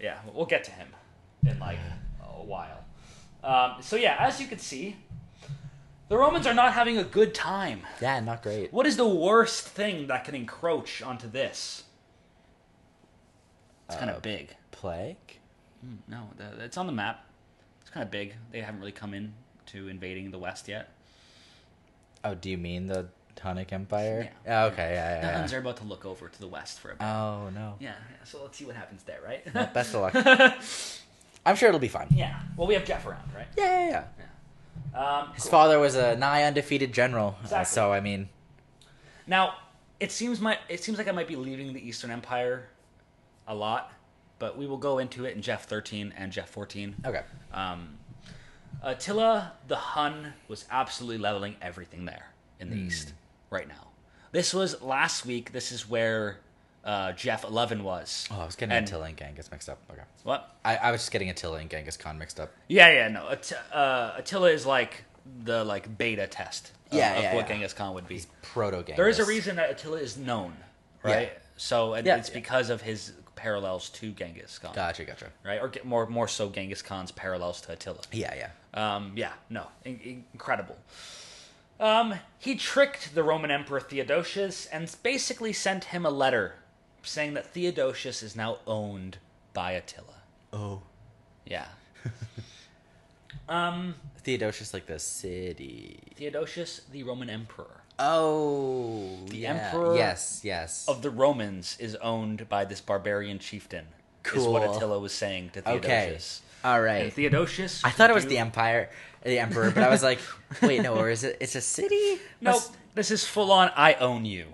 [SPEAKER 3] Yeah, we'll get to him in like a while. Um, so, yeah, as you can see, the Romans are not having a good time.
[SPEAKER 2] yeah, not great.
[SPEAKER 3] What is the worst thing that can encroach onto this? It's kind of big.
[SPEAKER 2] Plague?
[SPEAKER 3] No, the- it's on the map. It's kind of big. They haven't really come in to invading the West yet.
[SPEAKER 2] Oh, do you mean the Hunnic Empire?
[SPEAKER 3] Yeah.
[SPEAKER 2] Oh, okay, yeah,
[SPEAKER 3] The
[SPEAKER 2] yeah.
[SPEAKER 3] Huns are about to look over to the West for a bit.
[SPEAKER 2] yeah. Oh no.
[SPEAKER 3] yeah, yeah, so let's see what happens there, right?
[SPEAKER 2] Best of luck. I'm sure it'll be fine. Yeah,
[SPEAKER 3] yeah. Well, we have Jeff around, right?
[SPEAKER 2] yeah, yeah.
[SPEAKER 3] Um,
[SPEAKER 2] His
[SPEAKER 3] cool.
[SPEAKER 2] father was a nigh undefeated general, uh,
[SPEAKER 3] Exactly.
[SPEAKER 2] so I mean,
[SPEAKER 3] Now, it seems my it seems like I might be leaving the Eastern Empire a lot, but we will go into it in Jeff 13 and Jeff 14.
[SPEAKER 2] okay.
[SPEAKER 3] Um, Attila the Hun was absolutely leveling everything there in the
[SPEAKER 2] Hmm.
[SPEAKER 3] East right now. This was last week. This is where uh, Jeff 11 was.
[SPEAKER 2] Oh, I was getting
[SPEAKER 3] And-
[SPEAKER 2] Attila and Genghis mixed up. Okay,
[SPEAKER 3] What?
[SPEAKER 2] I, I was just getting Attila and Genghis Khan mixed up.
[SPEAKER 3] Yeah, yeah, no. Att- uh, Attila is like the like beta test of,
[SPEAKER 2] Yeah,
[SPEAKER 3] of
[SPEAKER 2] yeah,
[SPEAKER 3] what
[SPEAKER 2] yeah.
[SPEAKER 3] Genghis Khan would be.
[SPEAKER 2] Proto Genghis.
[SPEAKER 3] There is a reason that Attila is known, right?
[SPEAKER 2] Yeah.
[SPEAKER 3] So and
[SPEAKER 2] Yeah,
[SPEAKER 3] it's
[SPEAKER 2] yeah.
[SPEAKER 3] because of his parallels to Genghis Khan,
[SPEAKER 2] Gotcha, gotcha.
[SPEAKER 3] right? Or get more more so Genghis Khan's parallels to Attila.
[SPEAKER 2] Yeah, yeah.
[SPEAKER 3] Um, yeah, no, in- in- incredible. Um, he tricked the Roman Emperor Theodosius and basically sent him a letter saying that Theodosius is now owned by Attila.
[SPEAKER 2] Oh,
[SPEAKER 3] Yeah,
[SPEAKER 2] Theodosius like the city.
[SPEAKER 3] Theodosius, the Roman Emperor
[SPEAKER 2] Oh, the
[SPEAKER 3] emperor
[SPEAKER 2] Yes, yes.
[SPEAKER 3] of the Romans, is owned by this barbarian chieftain. Is what
[SPEAKER 2] Cool.
[SPEAKER 3] Attila was saying to
[SPEAKER 2] okay.
[SPEAKER 3] Theodosius.
[SPEAKER 2] All
[SPEAKER 3] And
[SPEAKER 2] right.
[SPEAKER 3] Theodosius.
[SPEAKER 2] I thought it was
[SPEAKER 3] you-
[SPEAKER 2] the empire, the emperor, but I was like, wait, no, or is it? It's a city.
[SPEAKER 3] No,
[SPEAKER 2] Must-
[SPEAKER 3] this is full on. I own you.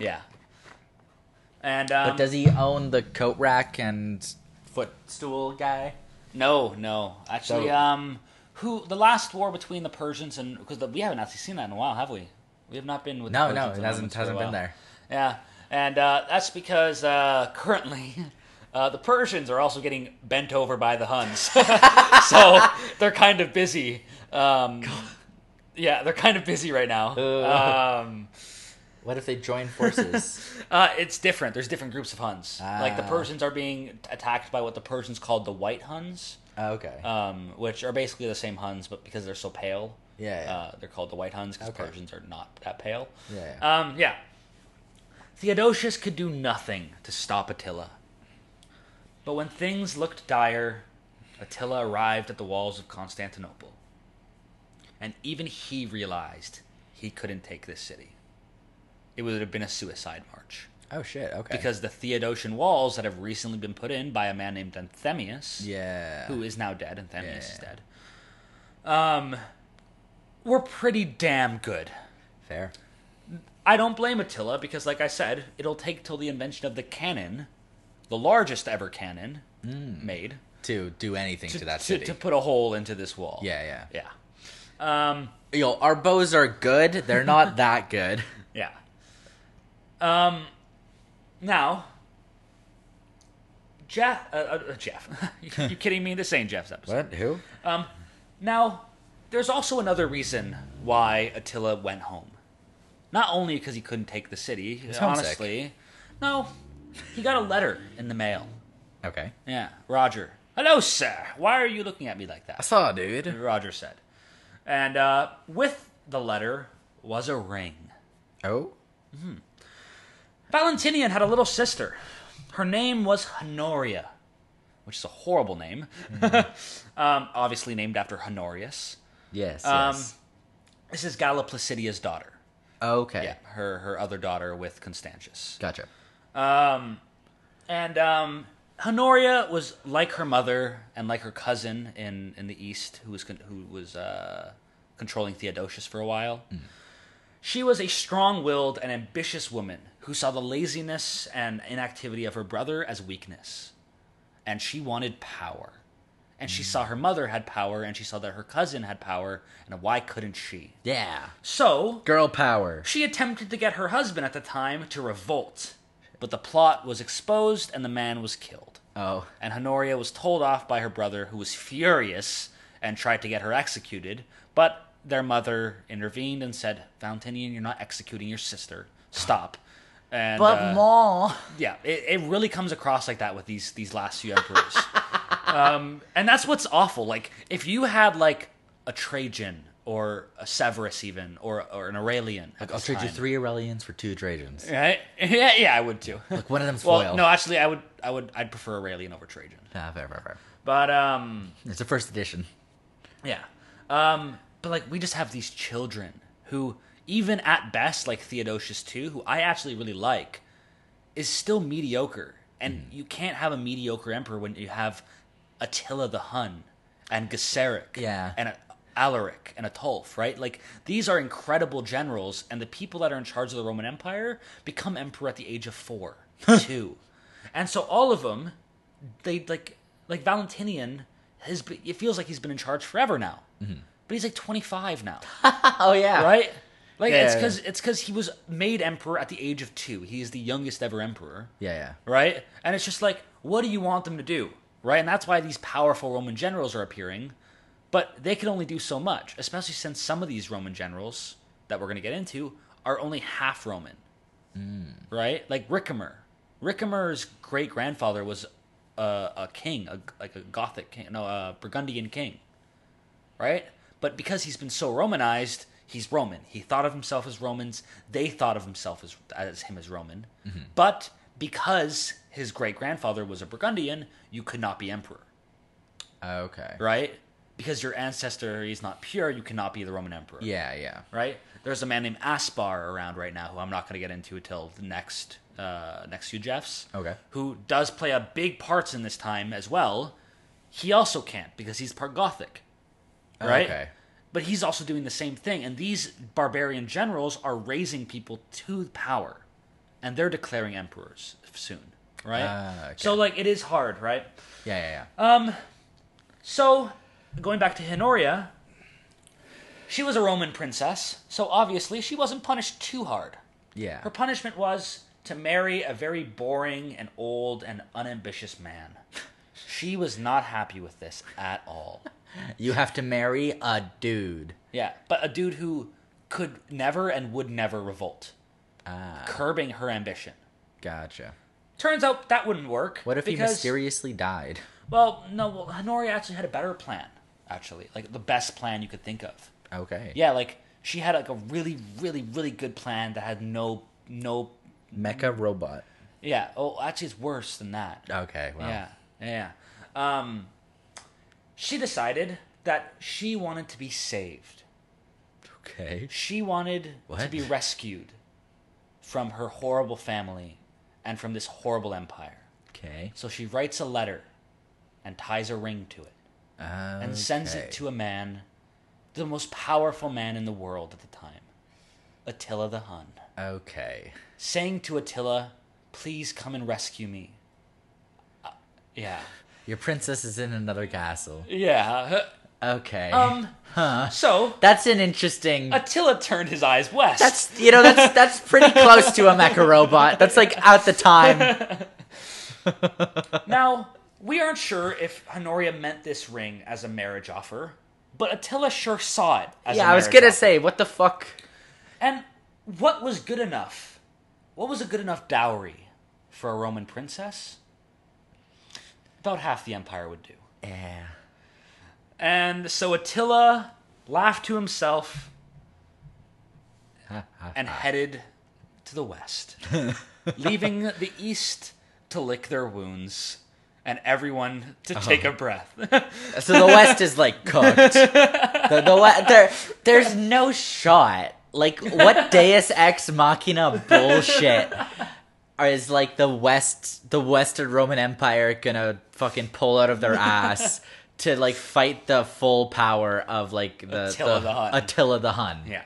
[SPEAKER 3] Yeah. And um,
[SPEAKER 2] But does he own the coat rack and footstool guy?
[SPEAKER 3] no, no, actually,
[SPEAKER 2] So-
[SPEAKER 3] um, who the last war between the Persians and because we haven't actually seen that in a while, have we? We have not been with
[SPEAKER 2] No,
[SPEAKER 3] the
[SPEAKER 2] no, it
[SPEAKER 3] Persians and
[SPEAKER 2] hasn't
[SPEAKER 3] Romans for a
[SPEAKER 2] hasn't been
[SPEAKER 3] while.
[SPEAKER 2] there.
[SPEAKER 3] Yeah, and uh, that's because uh, currently. Uh, the Persians are also getting bent over by the Huns, so they're kind of busy. Um, yeah, they're kind of busy right now.
[SPEAKER 2] Ugh.
[SPEAKER 3] Um,
[SPEAKER 2] What if they join forces?
[SPEAKER 3] Uh, it's different. There's different groups of Huns. Like the
[SPEAKER 2] Ah.
[SPEAKER 3] Persians are being t- attacked by what the Persians called the White Huns,
[SPEAKER 2] Oh, okay.
[SPEAKER 3] um, which are basically the same Huns, but because they're so pale,
[SPEAKER 2] Yeah, yeah.
[SPEAKER 3] Uh, they're called the White Huns because
[SPEAKER 2] Okay.
[SPEAKER 3] Persians are not that pale.
[SPEAKER 2] Yeah,
[SPEAKER 3] Um, yeah. Theodosius could do nothing to stop Attila, but when things looked dire, Attila arrived at the walls of Constantinople, and even he realized he couldn't take this city. It would have been a suicide march
[SPEAKER 2] oh shit. Okay.
[SPEAKER 3] because the Theodosian walls that have recently been put in by a man named Anthemius,
[SPEAKER 2] yeah.
[SPEAKER 3] who is now dead, Anthemius is
[SPEAKER 2] Yeah.
[SPEAKER 3] dead, um, were pretty damn good.
[SPEAKER 2] Fair.
[SPEAKER 3] I don't blame Attila because, like I said, it'll take till the invention of the cannon, the largest ever cannon made,
[SPEAKER 2] To do anything Hmm. to,
[SPEAKER 3] to,
[SPEAKER 2] that
[SPEAKER 3] to-
[SPEAKER 2] city.
[SPEAKER 3] to put a hole into this wall.
[SPEAKER 2] yeah, yeah.
[SPEAKER 3] yeah, um,
[SPEAKER 2] Yo, our bows are good. They're not that good.
[SPEAKER 3] yeah. Um, now, Jeff, uh, uh, Jeff, you, you kidding me? This ain't Jeff's episode.
[SPEAKER 2] Who?
[SPEAKER 3] Now, there's also another reason why Attila went home. Not only because he couldn't take the city,
[SPEAKER 2] homesick.
[SPEAKER 3] honestly. No, he got a letter in the mail.
[SPEAKER 2] Okay.
[SPEAKER 3] Yeah, Roger. Hello, sir. Why are you looking at me like that?
[SPEAKER 2] saw, dude.
[SPEAKER 3] Roger said. And uh, with the letter was a ring.
[SPEAKER 2] Oh.
[SPEAKER 3] Valentinian had a little sister. Her name was Honoria, which is a horrible name. um, obviously named after Honorius.
[SPEAKER 2] Yes.
[SPEAKER 3] Um,
[SPEAKER 2] yes.
[SPEAKER 3] This is Galla Placidia's daughter.
[SPEAKER 2] Okay.
[SPEAKER 3] Yeah, her her other daughter with Constantius.
[SPEAKER 2] Gotcha.
[SPEAKER 3] Um, and um, Honoria was like her mother and like her cousin in in the East, who was con- who was uh, controlling Theodosius for a while. She was a strong-willed and ambitious woman who saw the laziness and inactivity of her brother as weakness, and she wanted power. and she saw her mother had power, and she saw that her cousin had power, and why couldn't she?
[SPEAKER 2] Yeah.
[SPEAKER 3] So
[SPEAKER 2] Girl power.
[SPEAKER 3] she attempted to get her husband at the time to revolt, but the plot was exposed, and the man was killed.
[SPEAKER 2] Oh.
[SPEAKER 3] And Honoria was told off by her brother, who was furious and tried to get her executed. But their mother intervened and said, "Valentinian, you're not executing your sister. Stop." And uh,
[SPEAKER 2] Ma.
[SPEAKER 3] yeah, it, it really comes across like that with these these last few emperors. um, and that's what's awful. Like if you had like a Trajan or a Severus even or or an Aurelian, at
[SPEAKER 2] I'll
[SPEAKER 3] this
[SPEAKER 2] trade you
[SPEAKER 3] time,
[SPEAKER 2] three Aurelians for two Trajans.
[SPEAKER 3] Right? Yeah, yeah, I would too.
[SPEAKER 2] Like one of them's
[SPEAKER 3] well,
[SPEAKER 2] foil.
[SPEAKER 3] no, actually, I would, I would, I'd prefer Aurelian over Trajan.
[SPEAKER 2] Ah, fair, fair, fair.
[SPEAKER 3] But um,
[SPEAKER 2] It's a first edition.
[SPEAKER 3] yeah. Um, but like we just have these children who, even at best, like Theodosius too, who I actually really like, is still mediocre. And you can't have a mediocre emperor when you have Attila the Hun and Gesseric,
[SPEAKER 2] Yeah.
[SPEAKER 3] and a, Alaric and Atulf, right? Like these are incredible generals, and the people that are in charge of the Roman Empire become emperor at the age of four, two, and so all of them, they like like Valentinian. Has been, it feels like he's been in charge forever now, but he's like twenty five now
[SPEAKER 2] Oh yeah.
[SPEAKER 3] right? Like
[SPEAKER 2] Yeah, yeah,
[SPEAKER 3] it's because it's because he was made emperor at the age of two. He is the youngest ever emperor,
[SPEAKER 2] Yeah, yeah.
[SPEAKER 3] right? And it's just like, what do you want them to do, right? And that's why these powerful Roman generals are appearing, but they can only do so much, especially since some of these Roman generals that we're going to get into are only half Roman,
[SPEAKER 2] Mm.
[SPEAKER 3] right? Like Ricimer. Ricimer's great grandfather was a, a king, a, like a Gothic king, no, a Burgundian king right? But because he's been so Romanized, he's Roman. He thought of himself as Romans. They thought of himself as as him as Roman. But because his great grandfather was a Burgundian, you could not be emperor,
[SPEAKER 2] Okay.
[SPEAKER 3] right? Because your ancestor is not pure, you cannot be the Roman emperor.
[SPEAKER 2] Yeah, yeah.
[SPEAKER 3] Right? There's a man named Aspar around right now who I'm not going to get into until the next uh, next few Jeffs.
[SPEAKER 2] Okay.
[SPEAKER 3] Who does play a big parts in this time as well. He also can't because he's part Gothic right?
[SPEAKER 2] Oh, Okay.
[SPEAKER 3] But he's also doing the same thing, and these barbarian generals are raising people to power, and they're declaring emperors soon, right?
[SPEAKER 2] Ah, okay.
[SPEAKER 3] So like it is hard, right?
[SPEAKER 2] Yeah, yeah, yeah.
[SPEAKER 3] Um, So going back to Honoria, she was a Roman princess, so obviously she wasn't punished too hard.
[SPEAKER 2] yeah.
[SPEAKER 3] Her punishment was to marry a very boring and old and unambitious man. She was not happy with this at all.
[SPEAKER 2] You have to marry a dude.
[SPEAKER 3] Yeah, but a dude who could never and would never revolt,
[SPEAKER 2] Ah,
[SPEAKER 3] curbing her ambition.
[SPEAKER 2] gotcha.
[SPEAKER 3] Turns out that wouldn't work.
[SPEAKER 2] What if
[SPEAKER 3] because,
[SPEAKER 2] he mysteriously died?
[SPEAKER 3] Well, no, well, Honoria actually had a better plan, actually. Like, the best plan you could think of.
[SPEAKER 2] Okay.
[SPEAKER 3] Yeah, like, she had, like, a really, really, really good plan that had no, no,
[SPEAKER 2] Mecha robot.
[SPEAKER 3] yeah. Oh, actually, it's worse than that.
[SPEAKER 2] Okay. Wow.
[SPEAKER 3] Yeah, yeah. yeah. Um, she decided that she wanted to be saved.
[SPEAKER 2] Okay.
[SPEAKER 3] She wanted to
[SPEAKER 2] What?
[SPEAKER 3] be rescued from her horrible family and from this horrible empire.
[SPEAKER 2] Okay.
[SPEAKER 3] So she writes a letter and ties a ring to it and sends it to a man, the most powerful man in the world at the time, Attila the Hun,
[SPEAKER 2] Okay.
[SPEAKER 3] saying to Attila, Please come and rescue me. Uh, yeah.
[SPEAKER 2] Your princess is in another castle.
[SPEAKER 3] Yeah.
[SPEAKER 2] Okay.
[SPEAKER 3] Um, So
[SPEAKER 2] that's an interesting.
[SPEAKER 3] Attila turned his eyes west.
[SPEAKER 2] That's you know that's that's pretty close to a mecha robot. That's like at the time.
[SPEAKER 3] Now, we aren't sure if Honoria meant this ring as a marriage offer, but Attila sure saw it as
[SPEAKER 2] Yeah,
[SPEAKER 3] I
[SPEAKER 2] I was gonna say what the fuck.
[SPEAKER 3] And what was good enough? What was a good enough dowry for a Roman princess? About half the empire would do.
[SPEAKER 2] Yeah.
[SPEAKER 3] And so Attila laughed to himself and headed to the west, leaving the east to lick their wounds and everyone to take a breath.
[SPEAKER 2] So the West is like cooked. The, the West, there, there's no shot. Like what Deus Ex Machina bullshit are- is like the West, the Western Roman Empire gonna fucking pull out of their ass to like fight the full power of like the
[SPEAKER 3] Attila the Hun.
[SPEAKER 2] Attila the Hun.
[SPEAKER 3] Yeah.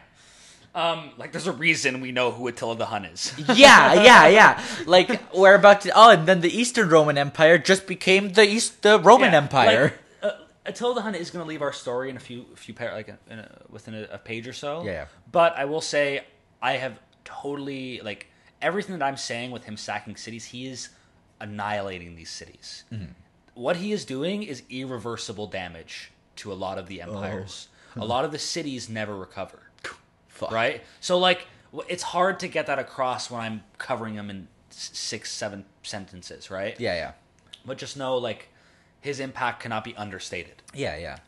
[SPEAKER 3] Um, like there's a reason we know who Attila the Hun is.
[SPEAKER 2] yeah, yeah, yeah. Like we're about to. Oh, and then the Eastern Roman Empire just became the East, the Roman
[SPEAKER 3] Yeah,
[SPEAKER 2] Empire.
[SPEAKER 3] like, uh, Attila the Hun is going to leave our story in a few few par- like in a, within a, a page or so.
[SPEAKER 2] Yeah, yeah.
[SPEAKER 3] But I will say I have totally like everything that I'm saying with him sacking cities. He is annihilating these cities.
[SPEAKER 2] Mm-hmm.
[SPEAKER 3] What he is doing is irreversible damage to a lot of the empires. a lot of the cities never recover.
[SPEAKER 2] Oh. Fuck.
[SPEAKER 3] Right? So like w- it's hard to get that across when I'm covering them in s- six, seven sentences, right?
[SPEAKER 2] Yeah, yeah.
[SPEAKER 3] But just know like his impact cannot be understated.
[SPEAKER 2] Yeah, yeah.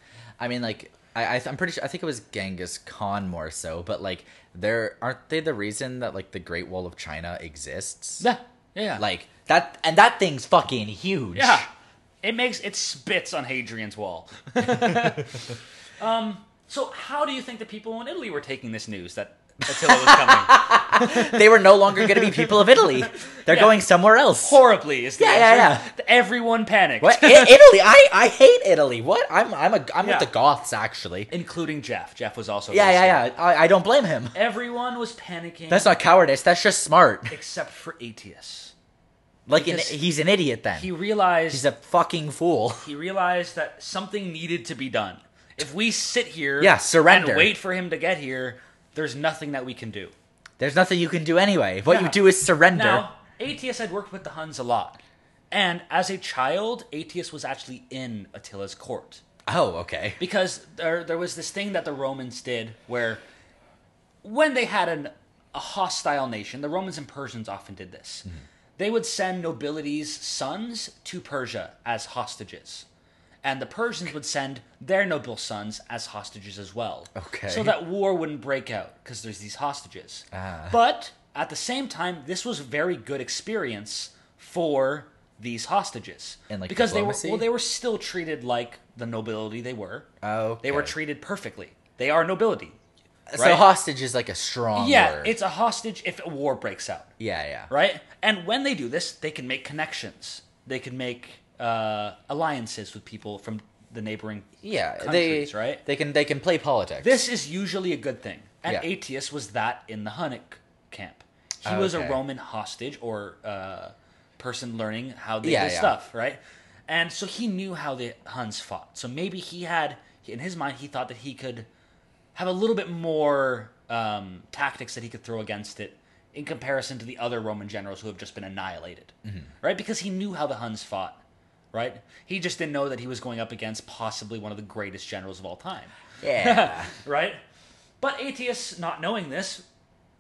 [SPEAKER 2] I mean, like, I, I th- I'm pretty sure. I think it was Genghis Khan more so, but like, there aren't they the reason that like the Great Wall of China exists?
[SPEAKER 3] Yeah. Yeah.
[SPEAKER 2] Like that, and that thing's fucking huge.
[SPEAKER 3] Yeah. It makes it spits on Hadrian's wall. um so how do you think the people in Italy were taking this news that Attila was coming?
[SPEAKER 2] they were no longer going to be people of Italy. They're
[SPEAKER 3] Yeah.
[SPEAKER 2] going somewhere else.
[SPEAKER 3] Horribly is the
[SPEAKER 2] Yeah, yeah,
[SPEAKER 3] answer. Everyone panicked.
[SPEAKER 2] What I- Italy? I I hate Italy. What? I'm I'm a I'm
[SPEAKER 3] Yeah.
[SPEAKER 2] with the Goths actually.
[SPEAKER 3] Including Jeff. Jeff was also
[SPEAKER 2] Yeah,
[SPEAKER 3] really
[SPEAKER 2] yeah,
[SPEAKER 3] scared.
[SPEAKER 2] yeah. I, I don't blame him.
[SPEAKER 3] Everyone was panicking.
[SPEAKER 2] That's not cowardice. That's just smart.
[SPEAKER 3] except for Aetius.
[SPEAKER 2] Like an,
[SPEAKER 3] Because
[SPEAKER 2] he's an idiot then.
[SPEAKER 3] He realized
[SPEAKER 2] he's a fucking fool.
[SPEAKER 3] he realized that something needed to be done. If we sit here
[SPEAKER 2] Yeah, surrender.
[SPEAKER 3] and wait for him to get here, there's nothing that we can do.
[SPEAKER 2] There's nothing you can do anyway. What
[SPEAKER 3] Yeah.
[SPEAKER 2] you do is surrender.
[SPEAKER 3] Now, Aetius had worked with the Huns a lot. And as a child, Aetius was actually in Attila's court.
[SPEAKER 2] Oh, okay.
[SPEAKER 3] Because there, there was this thing that the Romans did where when they had an, a hostile nation, the Romans and Persians often did this.
[SPEAKER 2] Mm-hmm.
[SPEAKER 3] They would send nobility's sons to Persia as hostages. And the Persians would send their noble sons as hostages as well.
[SPEAKER 2] Okay.
[SPEAKER 3] So that war wouldn't break out because there's these hostages.
[SPEAKER 2] Ah.
[SPEAKER 3] But at the same time, this was a very good experience for these hostages.
[SPEAKER 2] And, like,
[SPEAKER 3] because
[SPEAKER 2] diplomacy?
[SPEAKER 3] they were well, they were still treated like the nobility they were.
[SPEAKER 2] Oh,
[SPEAKER 3] They were
[SPEAKER 2] okay.
[SPEAKER 3] treated perfectly. They are nobility.
[SPEAKER 2] So
[SPEAKER 3] right?
[SPEAKER 2] hostage is like a strong
[SPEAKER 3] Yeah,
[SPEAKER 2] word.
[SPEAKER 3] it's a hostage if a war breaks out,
[SPEAKER 2] yeah, yeah.
[SPEAKER 3] right? And when they do this, they can make connections. They can make uh, alliances with people from the neighboring
[SPEAKER 2] Yeah,
[SPEAKER 3] countries,
[SPEAKER 2] they
[SPEAKER 3] right?
[SPEAKER 2] they can they can play politics.
[SPEAKER 3] This is usually a good thing. And
[SPEAKER 2] Yeah.
[SPEAKER 3] Aetius was that in the Hunnic camp. He
[SPEAKER 2] Oh,
[SPEAKER 3] was a
[SPEAKER 2] okay.
[SPEAKER 3] Roman hostage or uh, person learning how they
[SPEAKER 2] Yeah,
[SPEAKER 3] did
[SPEAKER 2] yeah.
[SPEAKER 3] stuff, right? And so he knew how the Huns fought. So maybe he had, in his mind, he thought that he could have a little bit more um, tactics that he could throw against it in comparison to the other Roman generals who have just been annihilated,
[SPEAKER 2] Mm-hmm.
[SPEAKER 3] right? Because he knew how the Huns fought, right? He just didn't know that he was going up against possibly one of the greatest generals of all time
[SPEAKER 2] yeah.
[SPEAKER 3] right? But Aetius, not knowing this,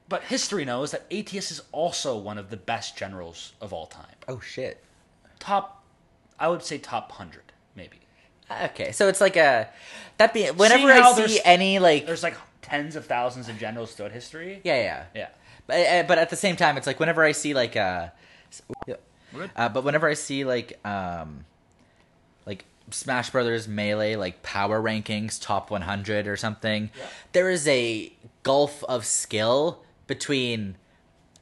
[SPEAKER 3] but history knows that Aetius is also one of the best generals of all time.
[SPEAKER 2] oh shit.
[SPEAKER 3] Top, I would say top 100, maybe.
[SPEAKER 2] Okay, so it's like a that be whenever
[SPEAKER 3] Seeing how
[SPEAKER 2] I see
[SPEAKER 3] there's-
[SPEAKER 2] any like
[SPEAKER 3] There's like tens of thousands of generals throughout history.
[SPEAKER 2] yeah yeah
[SPEAKER 3] Yeah.
[SPEAKER 2] But, uh, but at the same time, it's like whenever I see like uh, s- uh but whenever I see like um, like Smash Brothers Melee like power rankings top 100 or something, there is a gulf of skill between.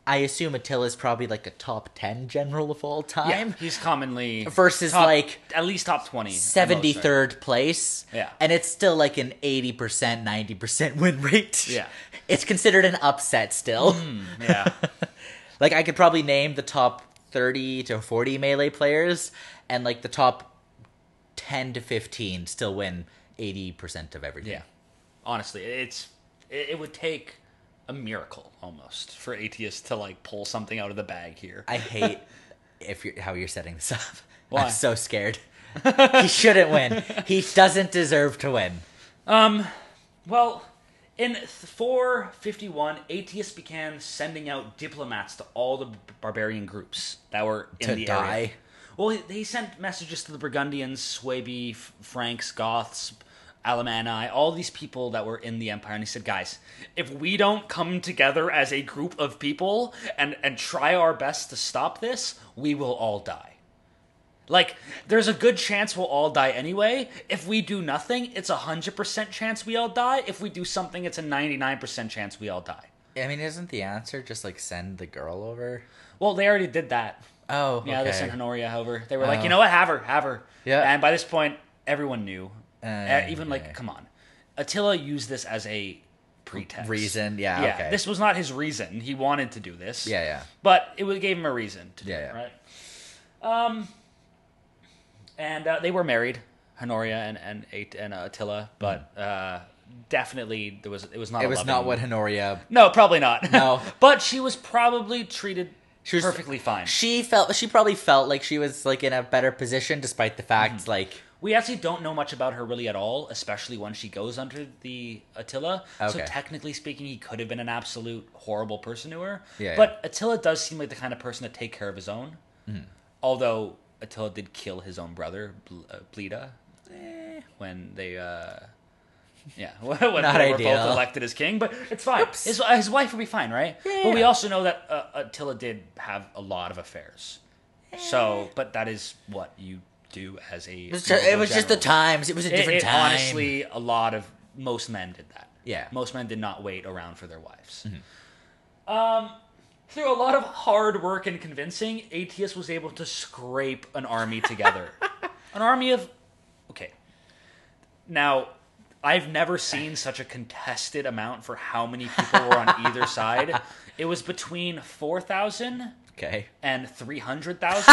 [SPEAKER 2] I assume Attila's probably like a top 10 general of all
[SPEAKER 3] Yeah,
[SPEAKER 2] time.
[SPEAKER 3] he's commonly
[SPEAKER 2] Versus,
[SPEAKER 3] top-
[SPEAKER 2] like,
[SPEAKER 3] at least top 20. at most, right?
[SPEAKER 2] 73rd place.
[SPEAKER 3] Yeah.
[SPEAKER 2] And it's still like an 80%, 90% win rate.
[SPEAKER 3] Yeah. Hmm.
[SPEAKER 2] It's considered an upset still.
[SPEAKER 3] Yeah.
[SPEAKER 2] Like I could probably name the top 30 to 40 melee players and like the top 10 to 15 still win 80% of everything.
[SPEAKER 3] Yeah. Honestly, it's it, it would take a miracle almost for Aetius to like pull something out of the bag here.
[SPEAKER 2] I hate if you're how you're setting this up.
[SPEAKER 3] Why?
[SPEAKER 2] I'm so scared. he shouldn't win. He doesn't deserve to win.
[SPEAKER 3] Well, in 451, Aetius began sending out diplomats to all the b- barbarian groups that were in
[SPEAKER 2] To
[SPEAKER 3] the area.
[SPEAKER 2] die?
[SPEAKER 3] Well, he, he sent messages to the Burgundians, Suebi, F- Franks, Goths, Alemanni, all these people that were in the empire, and he said, "Guys, if we don't come together as a group of people and and try our best to stop this, we will all die." Like, there's a good chance we'll all die anyway. If we do nothing, it's a 100% chance we all die. If we do something, it's a 99% chance we all die.
[SPEAKER 2] I mean, isn't the answer just like send the girl over?
[SPEAKER 3] Well, they already did that.
[SPEAKER 2] Oh,
[SPEAKER 3] Yeah, they
[SPEAKER 2] okay.
[SPEAKER 3] sent Honoria over. They were like,
[SPEAKER 2] Oh.
[SPEAKER 3] you know what, have her, have her.
[SPEAKER 2] Yeah.
[SPEAKER 3] And by this point, everyone knew. Uh, even
[SPEAKER 2] Okay.
[SPEAKER 3] like, come on. Attila used this as a pretext.
[SPEAKER 2] Reason, yeah,
[SPEAKER 3] Yeah,
[SPEAKER 2] okay.
[SPEAKER 3] this was not his reason. He wanted to do this.
[SPEAKER 2] Yeah, yeah.
[SPEAKER 3] But it would- gave him a reason to do
[SPEAKER 2] Yeah,
[SPEAKER 3] it,
[SPEAKER 2] yeah.
[SPEAKER 3] right? Um, and uh, they were married. Honoria and and At- and Attila, but uh, definitely there was it was not.
[SPEAKER 2] Mm. It
[SPEAKER 3] a
[SPEAKER 2] was
[SPEAKER 3] loving-
[SPEAKER 2] not what Honoria.
[SPEAKER 3] No, probably not.
[SPEAKER 2] No.
[SPEAKER 3] but she was probably treated
[SPEAKER 2] She was
[SPEAKER 3] perfectly fine.
[SPEAKER 2] She felt. She probably felt like she was like in a better position, despite the fact like
[SPEAKER 3] We actually don't know much about her really at all, especially when she goes under the Attila. So
[SPEAKER 2] Okay.
[SPEAKER 3] technically speaking, he could have been an absolute horrible person to her.
[SPEAKER 2] Yeah,
[SPEAKER 3] but Attila does seem like the kind of person to take care of his own.
[SPEAKER 2] Mm-hmm.
[SPEAKER 3] Although Attila did kill his own brother, Bl- uh, Bleda, when they. Uh, yeah, when
[SPEAKER 2] Eh. Not
[SPEAKER 3] they were
[SPEAKER 2] ideal.
[SPEAKER 3] both elected as king, but it's fine. His, his wife will be fine, right?
[SPEAKER 2] Yeah,
[SPEAKER 3] but we
[SPEAKER 2] yeah.
[SPEAKER 3] also know that uh, Attila did have a lot of affairs. So, but that is what you do as a.
[SPEAKER 2] it was just, it
[SPEAKER 3] noble
[SPEAKER 2] was just the
[SPEAKER 3] general.
[SPEAKER 2] times. It was a
[SPEAKER 3] It-
[SPEAKER 2] different
[SPEAKER 3] it-
[SPEAKER 2] time.
[SPEAKER 3] Honestly, a lot of most men did that.
[SPEAKER 2] Yeah.
[SPEAKER 3] most men did not wait around for their wives. Um,
[SPEAKER 2] Mm-hmm.
[SPEAKER 3] through a lot of hard work and convincing, Aetius was able to scrape an army together. an army of, okay. Now, I've never seen such a contested amount for how many people were on either side. It was between four thousand
[SPEAKER 2] okay.
[SPEAKER 3] and 300,000.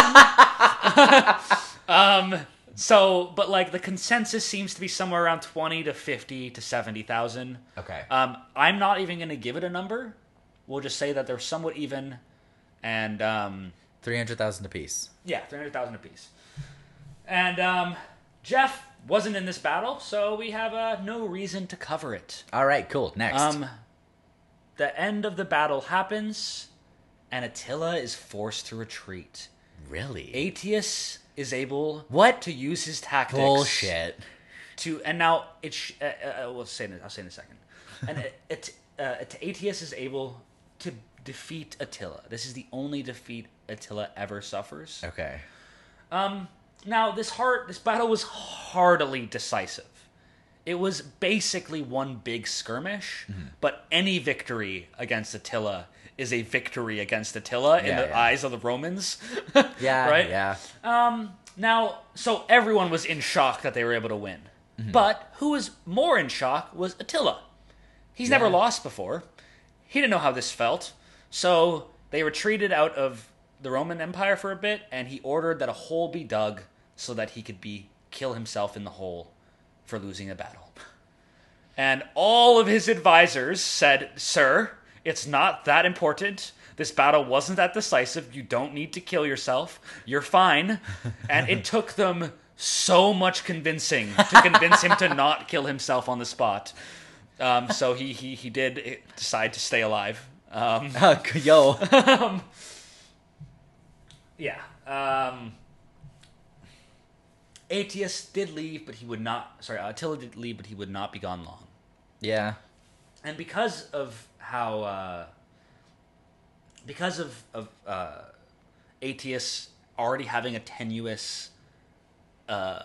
[SPEAKER 3] um, so, but like the consensus seems to be somewhere around 20 to 50 to 70,000.
[SPEAKER 2] Okay.
[SPEAKER 3] Um, I'm not even going to give it a number. We'll just say that they're somewhat even and um,
[SPEAKER 2] Three hundred thousand apiece.
[SPEAKER 3] yeah, 300,000 apiece. And um, Jeff wasn't in this battle, so we have uh, no reason to cover it.
[SPEAKER 2] All right. Cool. Next.
[SPEAKER 3] Um, the end of the battle happens, and Attila is forced to retreat.
[SPEAKER 2] really.
[SPEAKER 3] Aetius is able
[SPEAKER 2] What?
[SPEAKER 3] to use his tactics
[SPEAKER 2] Bullshit.
[SPEAKER 3] to and now it's sh- uh, uh, uh, we'll say in, I'll say in a second. And it, it, uh, it- Aetius is able to defeat Attila. This is the only defeat Attila ever suffers.
[SPEAKER 2] Okay.
[SPEAKER 3] Now this heart this battle was hardily decisive. It was basically one big skirmish,
[SPEAKER 2] Mm-hmm.
[SPEAKER 3] but any victory against Attila is a victory against Attila in
[SPEAKER 2] Yeah,
[SPEAKER 3] the
[SPEAKER 2] yeah.
[SPEAKER 3] eyes of the Romans.
[SPEAKER 2] Yeah.
[SPEAKER 3] Right?
[SPEAKER 2] Yeah.
[SPEAKER 3] Now, so everyone was in shock that they were able to win. But who was more in shock was Attila. He's never
[SPEAKER 2] Yeah.
[SPEAKER 3] lost before. He didn't know how this felt. So they retreated out of the Roman Empire for a bit, and he ordered that a hole be dug so that he could be kill himself in the hole for losing a battle. And all of his advisors said, Sir, it's not that important. This battle wasn't that decisive. You don't need to kill yourself. You're fine. And it took them so much convincing to convince him to not kill himself on the spot. Um, so he, he, he did eh, decide to stay alive. Um,
[SPEAKER 2] Uh, Yo.
[SPEAKER 3] yeah. Um, Aetius did leave, but he would not. Sorry, Attila did leave, but he would not be gone long.
[SPEAKER 2] yeah.
[SPEAKER 3] and because of how uh, because of of uh, Aetius already having a tenuous uh,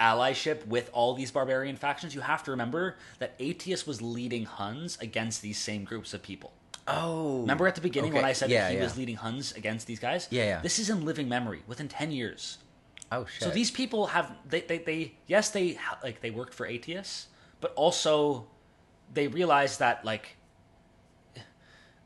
[SPEAKER 3] allyship with all these barbarian factions, you have to remember that Aetius was leading Huns against these same groups of people.
[SPEAKER 2] Oh.
[SPEAKER 3] Remember at the beginning when
[SPEAKER 2] Okay,
[SPEAKER 3] I said
[SPEAKER 2] yeah,
[SPEAKER 3] that he
[SPEAKER 2] yeah.
[SPEAKER 3] was leading Huns against these guys?
[SPEAKER 2] Yeah, yeah.
[SPEAKER 3] This is in living memory within ten years.
[SPEAKER 2] Oh shit.
[SPEAKER 3] So these people have they, they they yes they ha- like they worked for ATS, but also they realize that like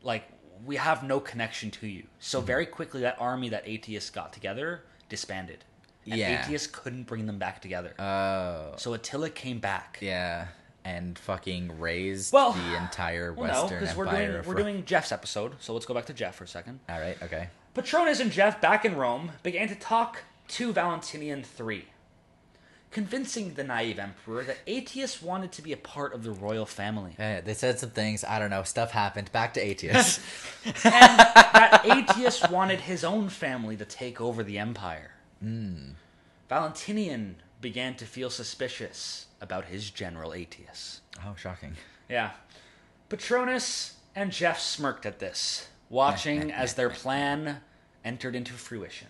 [SPEAKER 3] like we have no connection to you. So
[SPEAKER 2] Mm-hmm.
[SPEAKER 3] very quickly that army that ATS got together disbanded. And
[SPEAKER 2] Yeah.
[SPEAKER 3] ATS couldn't bring them back together.
[SPEAKER 2] Oh.
[SPEAKER 3] so Attila came back.
[SPEAKER 2] Yeah. And fucking raised
[SPEAKER 3] Well,
[SPEAKER 2] the entire
[SPEAKER 3] Well, no,
[SPEAKER 2] Western
[SPEAKER 3] because we're
[SPEAKER 2] Empire.
[SPEAKER 3] doing we're
[SPEAKER 2] for-
[SPEAKER 3] doing Jeff's episode, so let's go back to Jeff for a second.
[SPEAKER 2] All right. Okay.
[SPEAKER 3] Patronus and Jeff, back in Rome, began to talk to Valentinian III, convincing the naive emperor that Aetius wanted to be a part of the royal family,
[SPEAKER 2] Yeah, Uh, they said some things. I don't know. Stuff happened. Back to Aetius.
[SPEAKER 3] and that Aetius wanted his own family to take over the empire. Valentinian began to feel suspicious about his general Aetius.
[SPEAKER 2] oh, shocking.
[SPEAKER 3] Yeah. Patronus and Jeff smirked at this, watching as their plan entered into fruition.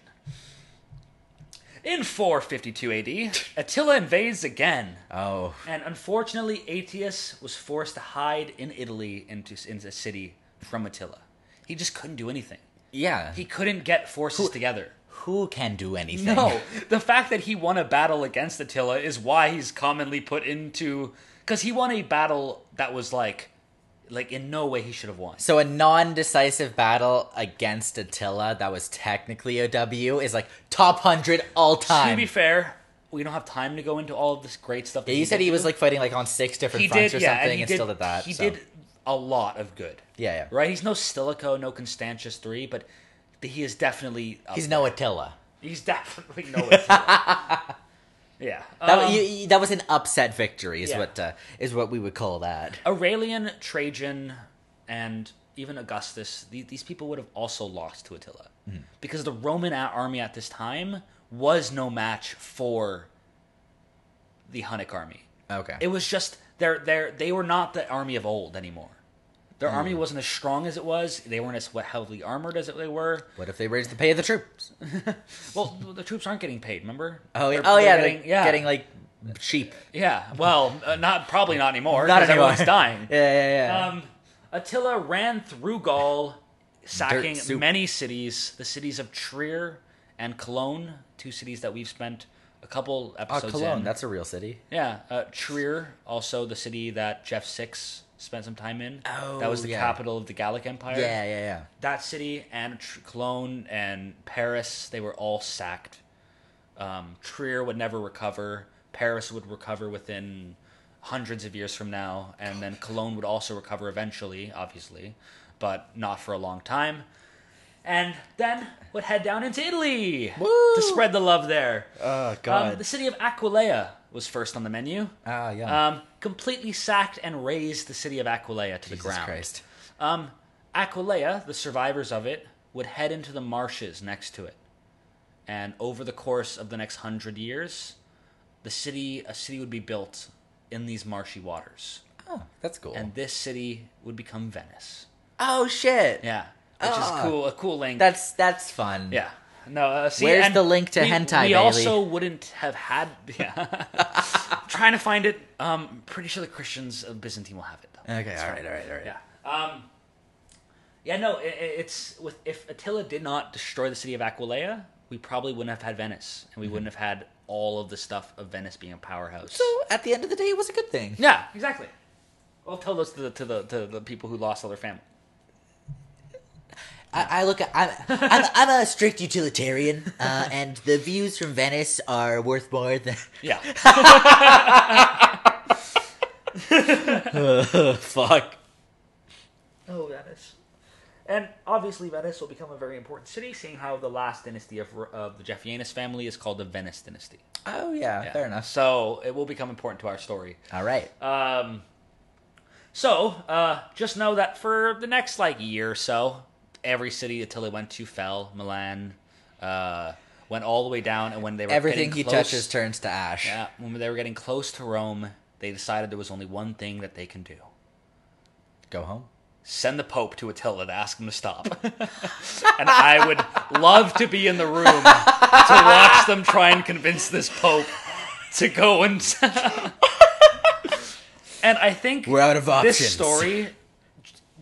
[SPEAKER 3] In 452 AD, Attila invades again,
[SPEAKER 2] Oh.
[SPEAKER 3] and unfortunately, Aetius was forced to hide in Italy into, into a city from Attila. He just couldn't do anything.
[SPEAKER 2] Yeah.
[SPEAKER 3] He couldn't get forces together.
[SPEAKER 2] who can do anything?
[SPEAKER 3] No, the fact that he won a battle against Attila is why he's commonly put into because he won a battle that was like, like in no way he should have won.
[SPEAKER 2] So a non-decisive battle against Attila that was technically a W is like top hundred all
[SPEAKER 3] To
[SPEAKER 2] time.
[SPEAKER 3] be fair, we don't have time to go into all of this great stuff. that
[SPEAKER 2] Yeah, you said
[SPEAKER 3] did
[SPEAKER 2] he was
[SPEAKER 3] do.
[SPEAKER 2] like fighting like on six different
[SPEAKER 3] he
[SPEAKER 2] fronts
[SPEAKER 3] did,
[SPEAKER 2] or
[SPEAKER 3] yeah,
[SPEAKER 2] something,
[SPEAKER 3] and, he
[SPEAKER 2] and
[SPEAKER 3] did,
[SPEAKER 2] still did that.
[SPEAKER 3] He
[SPEAKER 2] so.
[SPEAKER 3] did a lot of good.
[SPEAKER 2] Yeah, yeah.
[SPEAKER 3] Right, he's no Stilicho, no Constantius three, but he is definitely up
[SPEAKER 2] He's
[SPEAKER 3] there.
[SPEAKER 2] no Attila.
[SPEAKER 3] He's definitely no Attila. yeah,
[SPEAKER 2] That,
[SPEAKER 3] um,
[SPEAKER 2] you, you- that was an upset victory, is
[SPEAKER 3] yeah.
[SPEAKER 2] what uh, is what we would call that.
[SPEAKER 3] Aurelian, Trajan, and even Augustus, the- these people would have also lost to Attila.
[SPEAKER 2] Hmm.
[SPEAKER 3] Because the Roman a- army at this time was no match for the Hunnic army.
[SPEAKER 2] Okay.
[SPEAKER 3] It was just they're, they're, they were not the army of old anymore. Their
[SPEAKER 2] Hmm.
[SPEAKER 3] army wasn't as strong as it was. They weren't as heavily armored as they were.
[SPEAKER 2] what if they raised the pay of the troops?
[SPEAKER 3] Well, the troops aren't getting paid. Remember?
[SPEAKER 2] Oh, yeah.
[SPEAKER 3] They're-
[SPEAKER 2] oh
[SPEAKER 3] they're
[SPEAKER 2] yeah, getting, getting like cheap.
[SPEAKER 3] yeah. Well, uh, not probably not anymore.
[SPEAKER 2] Not
[SPEAKER 3] 'cause
[SPEAKER 2] anymore.
[SPEAKER 3] Everyone's dying.
[SPEAKER 2] Yeah, yeah, yeah.
[SPEAKER 3] Um, Attila ran through Gaul, sacking
[SPEAKER 2] soup.
[SPEAKER 3] many cities, the cities of Trier and Cologne, two cities that we've spent a couple
[SPEAKER 2] oh,
[SPEAKER 3] episodes
[SPEAKER 2] Cologne,
[SPEAKER 3] in.
[SPEAKER 2] that's a real city.
[SPEAKER 3] yeah, uh, Trier, also the city that Jeff Six spent some time in.
[SPEAKER 2] Oh,
[SPEAKER 3] that was the
[SPEAKER 2] yeah.
[SPEAKER 3] capital of the Gallic Empire.
[SPEAKER 2] Yeah, yeah, yeah.
[SPEAKER 3] that city and Tr- Cologne and Paris, they were all sacked. Um, Trier would never recover. Paris would recover within hundreds of years from now, and then Cologne would also recover eventually, obviously, but not for a long time. And then would head down into Italy
[SPEAKER 2] Woo!
[SPEAKER 3] to spread the love there.
[SPEAKER 2] Oh
[SPEAKER 3] Um, the city of Aquileia was first on the menu.
[SPEAKER 2] Ah, yeah.
[SPEAKER 3] Um, completely sacked and razed the city of Aquileia to the
[SPEAKER 2] Jesus
[SPEAKER 3] ground.
[SPEAKER 2] Christ.
[SPEAKER 3] Um, Aquileia, the survivors of it, would head into the marshes next to it, and over the course of the next hundred years, the city a city would be built in these marshy waters,
[SPEAKER 2] Oh, that's cool.
[SPEAKER 3] and this city would become Venice.
[SPEAKER 2] oh shit.
[SPEAKER 3] Yeah, which
[SPEAKER 2] Ah.
[SPEAKER 3] is cool. A cool link.
[SPEAKER 2] That's that's fun.
[SPEAKER 3] yeah. No, uh, see,
[SPEAKER 2] Where's
[SPEAKER 3] and
[SPEAKER 2] the link to
[SPEAKER 3] we,
[SPEAKER 2] hentai, Bailey?
[SPEAKER 3] We also wouldn't have had. Yeah, trying to find it. Um, pretty sure the Christians of Byzantium will have it. Though.
[SPEAKER 2] Okay.
[SPEAKER 3] It's
[SPEAKER 2] All
[SPEAKER 3] fine.
[SPEAKER 2] right. All right. All right.
[SPEAKER 3] Yeah. Um, yeah. No. It, it's with if Attila did not destroy the city of Aquileia, we probably wouldn't have had Venice, and we wouldn't have had all of the stuff of Venice being a powerhouse.
[SPEAKER 2] So at the end of the day, it was a good thing.
[SPEAKER 3] yeah, exactly. Well, tell those to the to the to the people who lost all their family.
[SPEAKER 2] I, I look. At, I'm, I'm I'm a strict utilitarian, uh, and the views from Venice are worth more than
[SPEAKER 3] Yeah.
[SPEAKER 2] fuck.
[SPEAKER 3] oh, Venice. And obviously, Venice will become a very important city, seeing how the last dynasty of, of the Jeffrianus family is called the Venice dynasty.
[SPEAKER 2] Oh yeah,
[SPEAKER 3] Yeah.
[SPEAKER 2] fair enough. Uh,
[SPEAKER 3] So it will become important to our story.
[SPEAKER 2] All right.
[SPEAKER 3] Um, so uh, just know that for the next like year or so, every city Attila went to fell. Milan uh, went all the way down, and when they were
[SPEAKER 2] Everything
[SPEAKER 3] getting
[SPEAKER 2] he
[SPEAKER 3] close-
[SPEAKER 2] touches turns to ash.
[SPEAKER 3] yeah, when they were getting close to Rome, they decided there was only one thing that they can do:
[SPEAKER 2] Go home.
[SPEAKER 3] send the Pope to Attila to ask him to stop. and I would love to be in the room to watch them try and convince this Pope to go and. and I think
[SPEAKER 2] We're out of options.
[SPEAKER 3] this story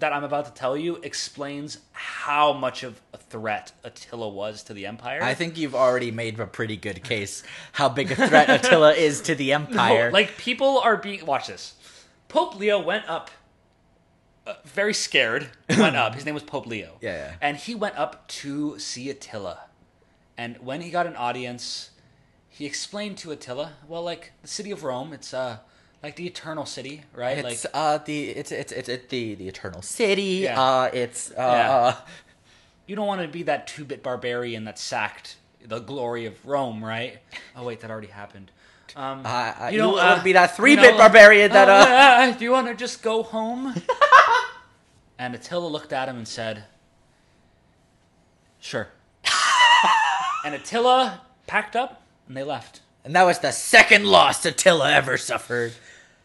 [SPEAKER 3] that I'm about to tell you explains how much of a threat Attila was to the empire.
[SPEAKER 2] I think you've already made a pretty good case how big a threat Attila is to the empire.
[SPEAKER 3] Oh, like people are being watch this. Pope Leo went up, uh, very scared. Went up. His name was Pope Leo.
[SPEAKER 2] Yeah, yeah.
[SPEAKER 3] And he went up to see Attila, and when he got an audience, he explained to Attila, "Well, like the city of Rome, it's uh like the eternal city, right?
[SPEAKER 2] it's
[SPEAKER 3] like
[SPEAKER 2] uh the it's it's it's, it's the the eternal city.
[SPEAKER 3] Yeah.
[SPEAKER 2] Uh, it's uh,
[SPEAKER 3] Yeah.
[SPEAKER 2] uh
[SPEAKER 3] you don't want to be that two-bit barbarian that sacked the glory of Rome, right? Oh wait, that already happened." Um,
[SPEAKER 2] I- I-
[SPEAKER 3] you
[SPEAKER 2] you
[SPEAKER 3] don't
[SPEAKER 2] don't wanna
[SPEAKER 3] uh,
[SPEAKER 2] be that
[SPEAKER 3] you
[SPEAKER 2] three-bit
[SPEAKER 3] know,
[SPEAKER 2] barbarian that, uh,
[SPEAKER 3] yeah, do you want to just go home? and Attila looked at him and said, "Sure." and Attila packed up and they left.
[SPEAKER 2] And that was the second loss Attila ever suffered in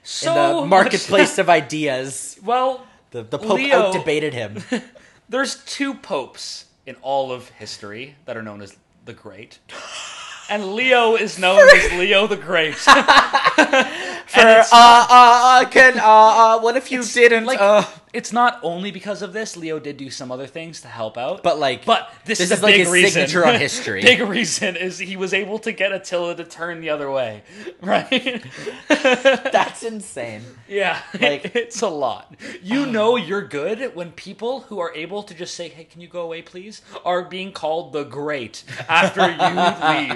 [SPEAKER 3] So
[SPEAKER 2] the
[SPEAKER 3] much-
[SPEAKER 2] marketplace of ideas.
[SPEAKER 3] well,
[SPEAKER 2] The, the Pope
[SPEAKER 3] Leo-
[SPEAKER 2] out debated him. Uh,
[SPEAKER 3] there's two popes in all of history that are known as the Great. And Leo is known as Leo the Great.
[SPEAKER 2] For, uh,
[SPEAKER 3] it's-
[SPEAKER 2] uh, uh, can, uh, uh, what if you didn't,
[SPEAKER 3] like
[SPEAKER 2] uh,
[SPEAKER 3] it's not only because of this. Leo did do some other things to help out,
[SPEAKER 2] But, like,
[SPEAKER 3] but this,
[SPEAKER 2] this
[SPEAKER 3] is,
[SPEAKER 2] is,
[SPEAKER 3] a
[SPEAKER 2] like,
[SPEAKER 3] big
[SPEAKER 2] his
[SPEAKER 3] reason.
[SPEAKER 2] signature on history.
[SPEAKER 3] big reason is he was able to get Attila to turn the other way, right?
[SPEAKER 2] that's insane.
[SPEAKER 3] yeah,
[SPEAKER 2] Like-
[SPEAKER 3] it's a lot. You know you're good when people who are able to just say, "Hey, can you go away, please?" are being called the Great after you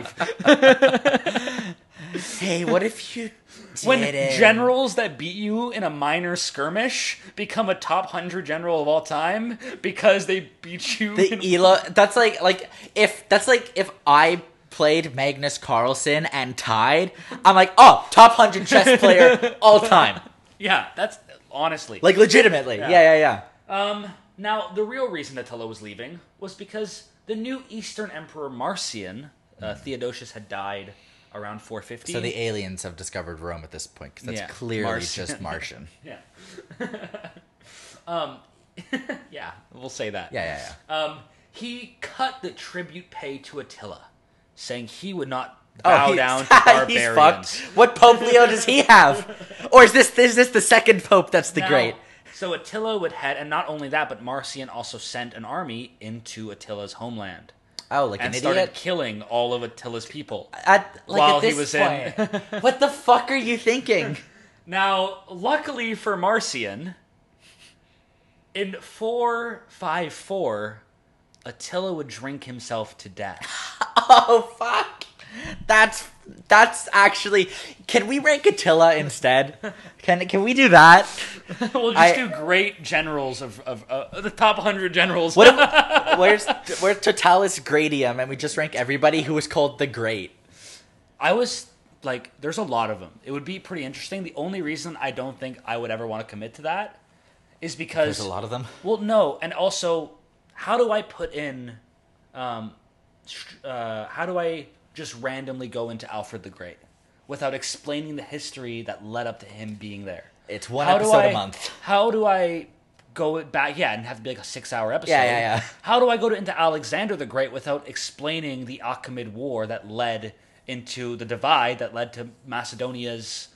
[SPEAKER 3] leave.
[SPEAKER 2] Hey, what if you did
[SPEAKER 3] when
[SPEAKER 2] it?
[SPEAKER 3] generals that beat you in a minor skirmish become a top 100 general of all time because they beat you in
[SPEAKER 2] the Elo? That's like like if that's like if I played Magnus Carlsen and tied, I'm like, oh, top hundred chess player all time.
[SPEAKER 3] yeah that's honestly
[SPEAKER 2] Like legitimately, yeah, yeah, yeah.
[SPEAKER 3] um now the real reason attila was leaving was because the new eastern emperor marcian uh, theodosius had died around 450
[SPEAKER 2] Hmm. So the aliens have discovered Rome at this point 'cause that's
[SPEAKER 3] Yeah.
[SPEAKER 2] clearly
[SPEAKER 3] Martian.
[SPEAKER 2] just Martian.
[SPEAKER 3] yeah um yeah we'll say that
[SPEAKER 2] Yeah, yeah, yeah.
[SPEAKER 3] Um, he cut the tribute paid to Attila, saying he would not
[SPEAKER 2] Oh,
[SPEAKER 3] bow
[SPEAKER 2] he's-
[SPEAKER 3] down to
[SPEAKER 2] he's
[SPEAKER 3] barbarians.
[SPEAKER 2] fucked. What Pope Leo does he have? Or is this is this the second Pope that's the
[SPEAKER 3] Now,
[SPEAKER 2] great?
[SPEAKER 3] So Attila would head, and not only that, but Marcian also sent an army into Attila's homeland
[SPEAKER 2] Oh, like
[SPEAKER 3] and
[SPEAKER 2] an
[SPEAKER 3] started
[SPEAKER 2] idiot.
[SPEAKER 3] killing all of Attila's people.
[SPEAKER 2] At, like
[SPEAKER 3] while
[SPEAKER 2] at
[SPEAKER 3] he
[SPEAKER 2] this
[SPEAKER 3] was in.
[SPEAKER 2] point, what the fuck are you thinking?
[SPEAKER 3] Now, luckily for Marcian, in 454, Attila would drink himself to death.
[SPEAKER 2] Oh fuck. That's that's actually. Can we rank Attila instead? Can can we do that?
[SPEAKER 3] we'll just
[SPEAKER 2] I-
[SPEAKER 3] do great generals of, of uh, the top 100 generals.
[SPEAKER 2] What if, where's where's Totalis Gradium, and we just rank everybody who was called the Great?
[SPEAKER 3] I was like, there's a lot of them. It would be pretty interesting. The only reason I don't think I would ever want to commit to that is because
[SPEAKER 2] There's a lot of them.
[SPEAKER 3] Well, no, and also, how do I put in? Um, str- uh, how do I just randomly go into Alfred the Great without explaining the history that led up to him being there?
[SPEAKER 2] It's one
[SPEAKER 3] How do
[SPEAKER 2] episode
[SPEAKER 3] I-
[SPEAKER 2] a month.
[SPEAKER 3] How do I go it back? Yeah, and have to be like a six-hour episode.
[SPEAKER 2] Yeah, yeah, yeah.
[SPEAKER 3] How do I go to, into Alexander the Great without explaining the Achaemenid War that led into the divide that led to Macedonia's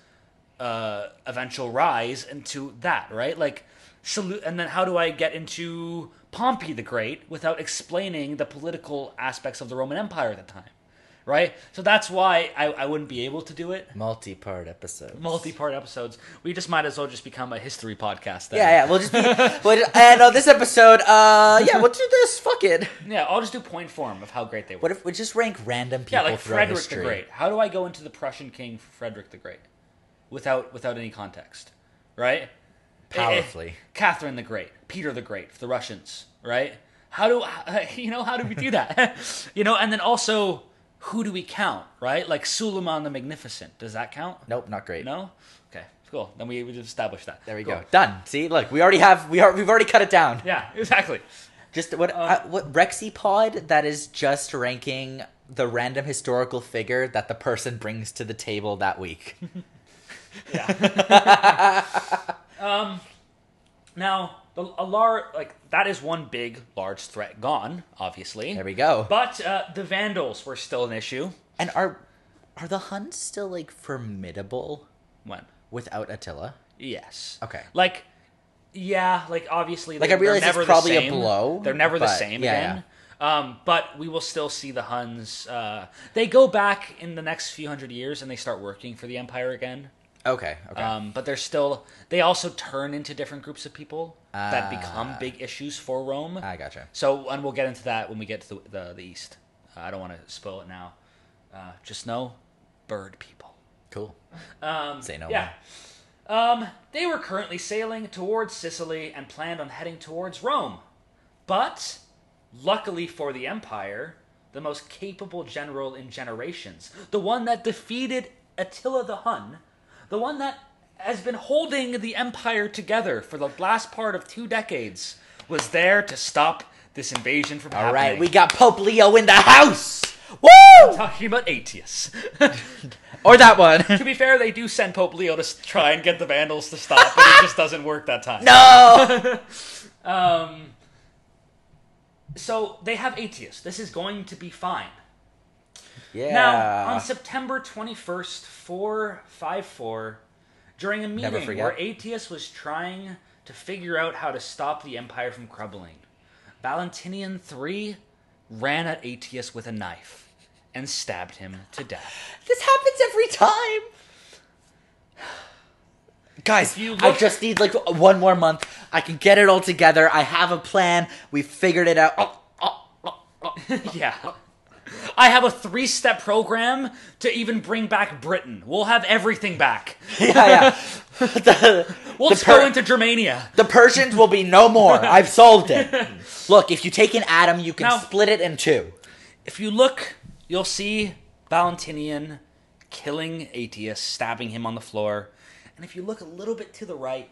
[SPEAKER 3] uh, eventual rise into that? Right, like salute, and then how do I get into Pompey the Great without explaining the political aspects of the Roman Empire at the time? Right, so that's why I, I wouldn't be able to do it
[SPEAKER 2] Multi-part episode.
[SPEAKER 3] multi-part episodes. We just might as well just become a history podcast. Then.
[SPEAKER 2] yeah, yeah. We'll just be. we'll just, and on this episode, uh, yeah, we'll do this. Fuck it.
[SPEAKER 3] Yeah, I'll just do point form of how great they were.
[SPEAKER 2] What if we just rank random people
[SPEAKER 3] yeah, like
[SPEAKER 2] throughout
[SPEAKER 3] Frederick
[SPEAKER 2] history?
[SPEAKER 3] the Great. How do I go into the Prussian king for Frederick the Great without without any context, right? Eh, eh,
[SPEAKER 2] Powerfully.
[SPEAKER 3] Catherine the Great, Peter the Great, the Russians, right? How do you know? How do we do that? you know, and then also, who do we count, right? Like Suleiman the Magnificent. Does that count?
[SPEAKER 2] Nope, not great.
[SPEAKER 3] No. Okay. Cool. Then we we just established that.
[SPEAKER 2] There we
[SPEAKER 3] Cool.
[SPEAKER 2] go. Done. See, look, we already have. We are. We've already cut it down.
[SPEAKER 3] Yeah. Um, Exactly.
[SPEAKER 2] Just what uh, what Rexipod that is just ranking the random historical figure that the person brings to the table that week.
[SPEAKER 3] Now, the, a lar- like that is one big, large threat gone, obviously.
[SPEAKER 2] There we go.
[SPEAKER 3] But uh, the Vandals were still an issue.
[SPEAKER 2] and are are the Huns still like formidable
[SPEAKER 3] When?
[SPEAKER 2] without Attila?
[SPEAKER 3] Yes.
[SPEAKER 2] Okay.
[SPEAKER 3] Like, yeah, like obviously,
[SPEAKER 2] Like,
[SPEAKER 3] they-
[SPEAKER 2] I realize
[SPEAKER 3] they're never
[SPEAKER 2] it's probably
[SPEAKER 3] the
[SPEAKER 2] a
[SPEAKER 3] same.
[SPEAKER 2] blow,
[SPEAKER 3] They're never the
[SPEAKER 2] but-
[SPEAKER 3] same
[SPEAKER 2] yeah,
[SPEAKER 3] again. Um, but we will still see the Huns. Uh, they go back in the next few hundred years and they start working for the Empire again.
[SPEAKER 2] Okay. Okay.
[SPEAKER 3] Um, but they're still. They also turn into different groups of people that become
[SPEAKER 2] Ah.
[SPEAKER 3] big issues for Rome.
[SPEAKER 2] I gotcha.
[SPEAKER 3] So, and we'll get into that when we get to the the, the east. Uh, I don't want to spoil it now. Uh, just know, bird people.
[SPEAKER 2] Cool.
[SPEAKER 3] Um,
[SPEAKER 2] Say no
[SPEAKER 3] Yeah. Um, they were currently sailing towards Sicily and planned on heading towards Rome, but luckily for the empire, the most capable general in generations, the one that defeated Attila the Hun, the one that has been holding the empire together for the last part of two decades, was there to stop this invasion from
[SPEAKER 2] All
[SPEAKER 3] happening.
[SPEAKER 2] right, we got Pope Leo in the house. Woo!
[SPEAKER 3] talking about Aetius.
[SPEAKER 2] Or that one.
[SPEAKER 3] to be fair, they do send Pope Leo to s- try and get the Vandals to stop, but it just doesn't work that time.
[SPEAKER 2] no.
[SPEAKER 3] So they have Aetius. This is going to be fine.
[SPEAKER 2] Yeah.
[SPEAKER 3] Now, on
[SPEAKER 2] um,
[SPEAKER 3] September 21st, 454, during a meeting
[SPEAKER 2] forget.
[SPEAKER 3] where Aetius was trying to figure out how to stop the empire from crumbling, Valentinian III ran at Aetius with a knife and stabbed him to death.
[SPEAKER 2] This happens every time. Guys,
[SPEAKER 3] you
[SPEAKER 2] I
[SPEAKER 3] look-
[SPEAKER 2] just need like one more month. I can get it all together. I have a plan. We figured it out. Oh, oh,
[SPEAKER 3] yeah. I have a three step program to even bring back Britain. We'll have everything back.
[SPEAKER 2] yeah, yeah. The,
[SPEAKER 3] We'll
[SPEAKER 2] the
[SPEAKER 3] just
[SPEAKER 2] per-
[SPEAKER 3] go into Germania.
[SPEAKER 2] the Persians will be no more. I've solved it. Look, if you take an atom, you can
[SPEAKER 3] Now-
[SPEAKER 2] split it in two.
[SPEAKER 3] If you look, you'll see Valentinian killing Aetius, stabbing him on the floor. And if you look a little bit to the right,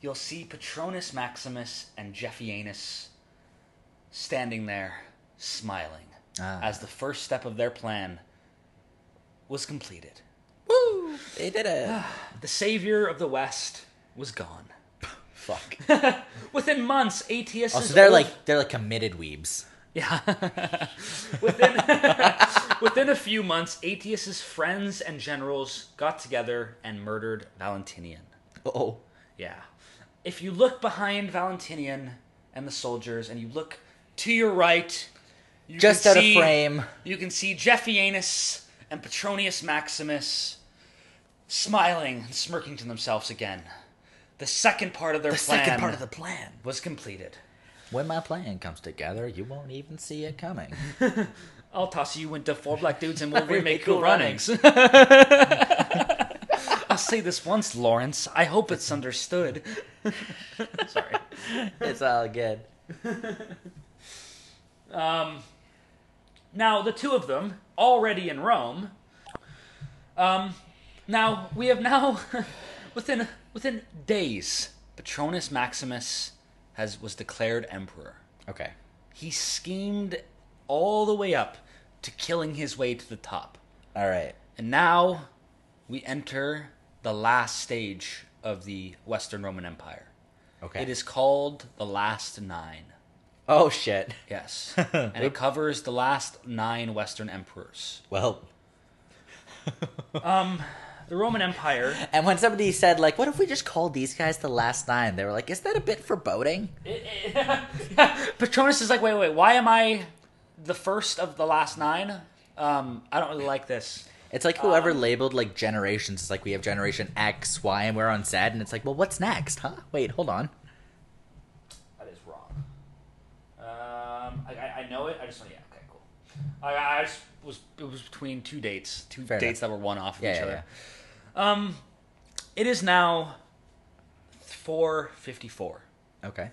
[SPEAKER 3] you'll see Patronus Maximus and Jeffianus standing there, smiling,
[SPEAKER 2] Ah.
[SPEAKER 3] as the first step of their plan was completed.
[SPEAKER 2] Woo! They did it.
[SPEAKER 3] The savior of the West was gone.
[SPEAKER 2] Fuck.
[SPEAKER 3] Within months, Aetius.
[SPEAKER 2] Also, they're like they're like committed weebs.
[SPEAKER 3] Yeah. within within a few months, Aetius's friends and generals got together and murdered Valentinian.
[SPEAKER 2] Oh,
[SPEAKER 3] Yeah. If you look behind Valentinian and the soldiers, and you look to your right, you
[SPEAKER 2] just
[SPEAKER 3] can
[SPEAKER 2] out of
[SPEAKER 3] see-
[SPEAKER 2] frame.
[SPEAKER 3] You can see Jeffianus and Petronius Maximus smiling and smirking to themselves again. The second part of their
[SPEAKER 2] The
[SPEAKER 3] plan
[SPEAKER 2] second part of the plan.
[SPEAKER 3] was completed.
[SPEAKER 2] When my plan comes together, you won't even see it coming.
[SPEAKER 3] I'll toss you into four black dudes and we'll
[SPEAKER 2] Remake
[SPEAKER 3] remake Cool
[SPEAKER 2] Cool
[SPEAKER 3] Runnings. I'll say this once, Lawrence. I hope it's understood. Sorry.
[SPEAKER 2] it's all good.
[SPEAKER 3] Now, the two of them, already in Rome, um, now we have now, within, within days, Patronus Maximus has, was declared emperor.
[SPEAKER 2] Okay.
[SPEAKER 3] He schemed all the way up to killing his way to the top.
[SPEAKER 2] All right.
[SPEAKER 3] And now we enter the last stage of the Western Roman Empire.
[SPEAKER 2] Okay.
[SPEAKER 3] It is called the Last Nine.
[SPEAKER 2] Oh shit.
[SPEAKER 3] Yes. and it covers the last nine Western emperors.
[SPEAKER 2] Well,
[SPEAKER 3] The Roman Empire,
[SPEAKER 2] and when somebody said like, "What if we just called these guys the last nine? They were like, "Is that a bit foreboding?"
[SPEAKER 3] Patronus is like, wait, wait, why am I the first of the last nine? Um, I don't really like this.
[SPEAKER 2] It's like whoever
[SPEAKER 3] Um,
[SPEAKER 2] labeled like generations. It's like we have generation X, Y, and we're on Z, and it's like, well, what's next? Huh? Wait, hold on.
[SPEAKER 3] That is wrong. Um, I, I- I know it. I just want to. Yeah. Okay. Cool. I, I just was. It was between two dates. Two
[SPEAKER 2] Fair
[SPEAKER 3] dates that were one off of
[SPEAKER 2] Yeah,
[SPEAKER 3] each
[SPEAKER 2] yeah,
[SPEAKER 3] other. Um, it is now four fifty-four.
[SPEAKER 2] Okay.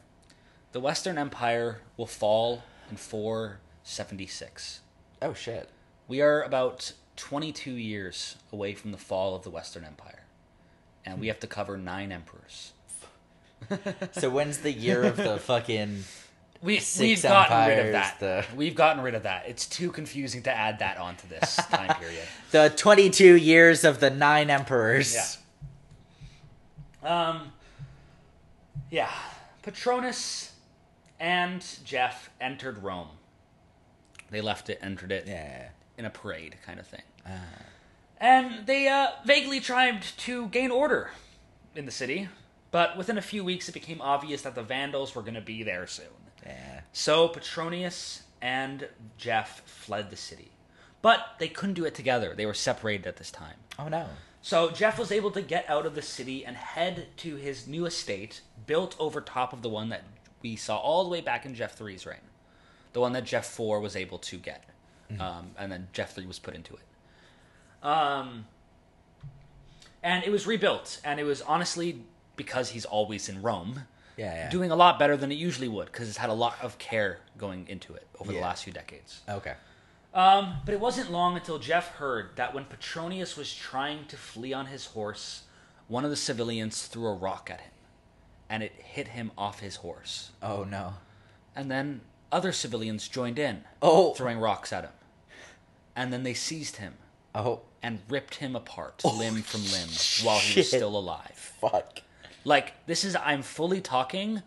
[SPEAKER 3] The Western Empire will fall in four seventy-six.
[SPEAKER 2] Oh shit.
[SPEAKER 3] We are about twenty-two years away from the fall of the Western Empire, and
[SPEAKER 2] Hmm.
[SPEAKER 3] we have to cover nine emperors.
[SPEAKER 2] So when's the year of the fucking?
[SPEAKER 3] We,
[SPEAKER 2] Six
[SPEAKER 3] we've gotten rid of
[SPEAKER 2] empires,
[SPEAKER 3] that.
[SPEAKER 2] the-
[SPEAKER 3] We've gotten rid of that. It's too confusing to add that onto this time period.
[SPEAKER 2] The 22 years of the nine emperors.
[SPEAKER 3] Yeah. Um, yeah. Patronus and Jeff entered Rome. They left it, entered it
[SPEAKER 2] Yeah. Ah.
[SPEAKER 3] in a parade kind of thing. And they uh, vaguely tried to gain order in the city, but within a few weeks it became obvious that the Vandals were going to be there soon.
[SPEAKER 2] Yeah.
[SPEAKER 3] So Petronius and Jeff fled the city. But they couldn't do it together. They were separated at this time.
[SPEAKER 2] Oh no.
[SPEAKER 3] So Jeff was able to get out of the city and head to his new estate, built over top of the one that we saw all the way back in Jeff 3's reign. The one that Jeff 4 was able to get. Um, and then Jeff 3 was put into it. Um, and it was rebuilt. And it was honestly because he's always in Rome
[SPEAKER 2] Yeah. yeah.
[SPEAKER 3] doing a lot better than it usually would because it's had a lot of care going into it over the
[SPEAKER 2] Yeah.
[SPEAKER 3] last few decades.
[SPEAKER 2] Okay.
[SPEAKER 3] Um, but it wasn't long until Jeff heard that when Petronius was trying to flee on his horse, one of the civilians threw a rock at him and it hit him off his horse.
[SPEAKER 2] Oh no.
[SPEAKER 3] And then other civilians joined in,
[SPEAKER 2] Oh.
[SPEAKER 3] throwing rocks at him. And then they seized him
[SPEAKER 2] Oh
[SPEAKER 3] and ripped him apart limb from limb while he
[SPEAKER 2] shit.
[SPEAKER 3] was still alive.
[SPEAKER 2] fuck.
[SPEAKER 3] Like this is I'm fully talking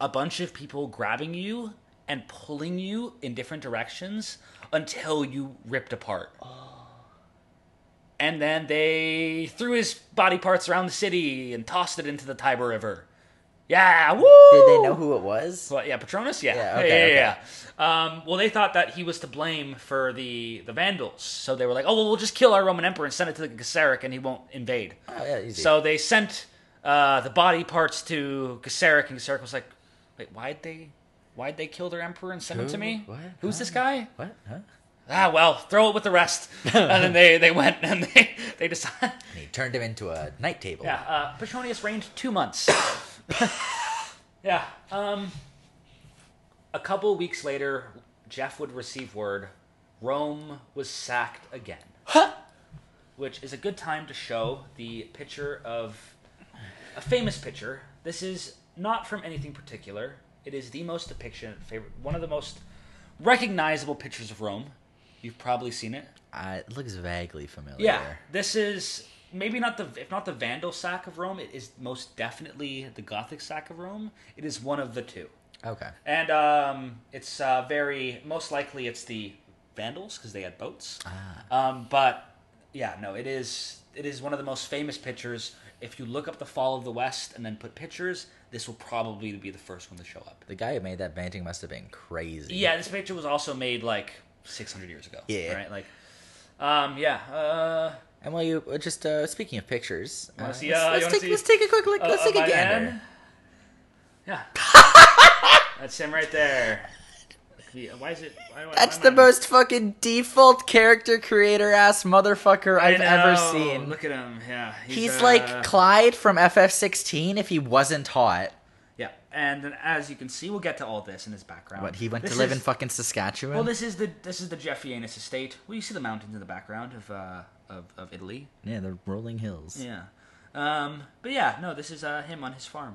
[SPEAKER 3] a bunch of people grabbing you and pulling you in different directions until you ripped apart.
[SPEAKER 2] Oh.
[SPEAKER 3] And then they threw his body parts around the city and tossed it into the Tiber River. Yeah, woo!
[SPEAKER 2] Did they know who it was?
[SPEAKER 3] Well, yeah, Patronus. Yeah,
[SPEAKER 2] Yeah,
[SPEAKER 3] yeah,
[SPEAKER 2] okay,
[SPEAKER 3] yeah. yeah. Um, well, they thought that he was to blame for the the Vandals, so they were like, "Oh, well, we'll just kill our Roman emperor and send it to the Gesseric, and he won't invade."
[SPEAKER 2] Oh, yeah, easy.
[SPEAKER 3] So they sent uh, the body parts to Gesseric, and Gesseric was like, "Wait, why'd they, why'd they kill their emperor and send him
[SPEAKER 2] Who?
[SPEAKER 3] to me?
[SPEAKER 2] What?
[SPEAKER 3] Who's this guy?
[SPEAKER 2] What? Huh?
[SPEAKER 3] ah, well, throw it with the rest. and then they, they went and they, they decided.
[SPEAKER 2] And he turned him into a night table.
[SPEAKER 3] Yeah, uh, Petronius reigned two months. yeah. Um, a couple weeks later, Jeff would receive word Rome was sacked again. Which is a good time to show the picture of a famous picture. This is not from anything particular. It is the most depiction, favorite, one of the most recognizable pictures of Rome. You've probably seen it.
[SPEAKER 2] Uh, it looks vaguely familiar.
[SPEAKER 3] Yeah, this is maybe not the if not the Vandal sack of Rome. It is most definitely the Gothic sack of Rome. It is one of the two,
[SPEAKER 2] Okay.
[SPEAKER 3] and um, it's uh, very most likely it's the Vandals because they had boats. Um, but yeah, no, it is it is one of the most famous pictures. If you look up the fall of the West and then put pictures, this will probably be the first one to show up.
[SPEAKER 2] The guy who made that painting must have been crazy.
[SPEAKER 3] Yeah, this picture was also made like 600 years ago.
[SPEAKER 2] Yeah.
[SPEAKER 3] right. Like, um, yeah. Uh,
[SPEAKER 2] And while you uh, just uh, speaking of pictures,
[SPEAKER 3] Wanna
[SPEAKER 2] uh,
[SPEAKER 3] see,
[SPEAKER 2] let's,
[SPEAKER 3] uh, you
[SPEAKER 2] let's
[SPEAKER 3] wanna
[SPEAKER 2] take
[SPEAKER 3] see-
[SPEAKER 2] let's take a quick look. let's
[SPEAKER 3] Uh,
[SPEAKER 2] take
[SPEAKER 3] my
[SPEAKER 2] a gander.
[SPEAKER 3] man? Yeah. That's him right there. Yeah, Why is it? Why, why,
[SPEAKER 2] That's
[SPEAKER 3] why am
[SPEAKER 2] the
[SPEAKER 3] I-
[SPEAKER 2] most fucking default character creator ass motherfucker
[SPEAKER 3] I
[SPEAKER 2] I've ever
[SPEAKER 3] know,
[SPEAKER 2] seen.
[SPEAKER 3] Look at him. Yeah.
[SPEAKER 2] He's
[SPEAKER 3] uh,
[SPEAKER 2] like Clyde from FF16 if he wasn't hot.
[SPEAKER 3] yeah. And then, as you can see, we'll get to all this in his background.
[SPEAKER 2] But he went
[SPEAKER 3] This
[SPEAKER 2] to live
[SPEAKER 3] is-
[SPEAKER 2] in fucking Saskatchewan.
[SPEAKER 3] Well, this is the this is the Jeffianus estate. Well, you see the mountains in the background of uh of, of Italy.
[SPEAKER 2] yeah, the rolling hills.
[SPEAKER 3] Yeah. Um. But yeah, no, this is uh him on his farm,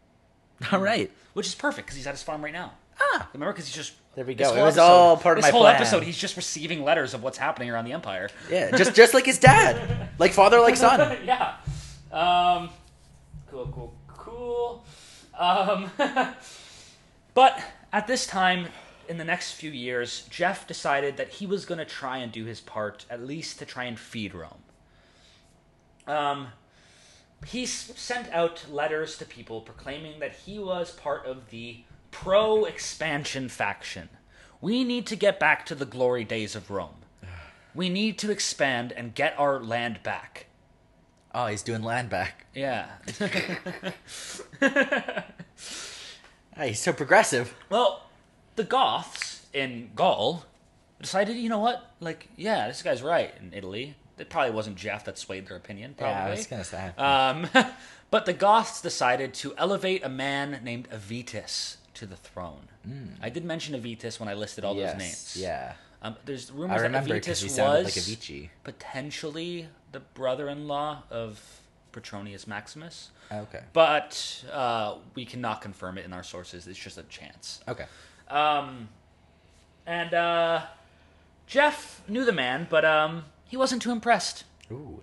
[SPEAKER 2] All right.
[SPEAKER 3] which is perfect because he's at his farm right now.
[SPEAKER 2] Ah.
[SPEAKER 3] Remember, because he's just
[SPEAKER 2] There we
[SPEAKER 3] this
[SPEAKER 2] go. It
[SPEAKER 3] whole
[SPEAKER 2] was all part of
[SPEAKER 3] this
[SPEAKER 2] my
[SPEAKER 3] whole
[SPEAKER 2] plan.
[SPEAKER 3] episode. He's just receiving letters of what's happening around the empire.
[SPEAKER 2] Yeah, just just like his dad. Like father like son.
[SPEAKER 3] yeah. Um, cool, cool, cool. Um, but at this time, in the next few years, Jeff decided that he was going to try and do his part, at least to try and feed Rome. Um, he s- sent out letters to people proclaiming that he was part of the pro expansion faction. We need to get back to the glory days of Rome. We need to expand and get our land back.
[SPEAKER 2] Oh, he's doing land back.
[SPEAKER 3] Yeah.
[SPEAKER 2] Ah, he's so progressive.
[SPEAKER 3] well, the Goths in Gaul decided, you know what? Like, yeah, this guy's right in Italy. It probably wasn't Jeff that swayed their opinion, probably.
[SPEAKER 2] Yeah, I was gonna say.
[SPEAKER 3] Um, but the Goths decided to elevate a man named Avitus to the throne. I did mention Avitus when I listed all
[SPEAKER 2] Hmm. Yes,
[SPEAKER 3] those names.
[SPEAKER 2] Yeah.
[SPEAKER 3] Um, there's
[SPEAKER 2] I
[SPEAKER 3] rumors that
[SPEAKER 2] remember because
[SPEAKER 3] Avitus
[SPEAKER 2] he
[SPEAKER 3] was
[SPEAKER 2] sounded like Avicii.
[SPEAKER 3] potentially the brother-in-law of Petronius Maximus,
[SPEAKER 2] Ah, Okay.
[SPEAKER 3] but uh, we cannot confirm it in our sources. It's just a chance.
[SPEAKER 2] Okay.
[SPEAKER 3] Um, and uh, Jeff knew the man, but um, he wasn't too impressed.
[SPEAKER 2] Ooh.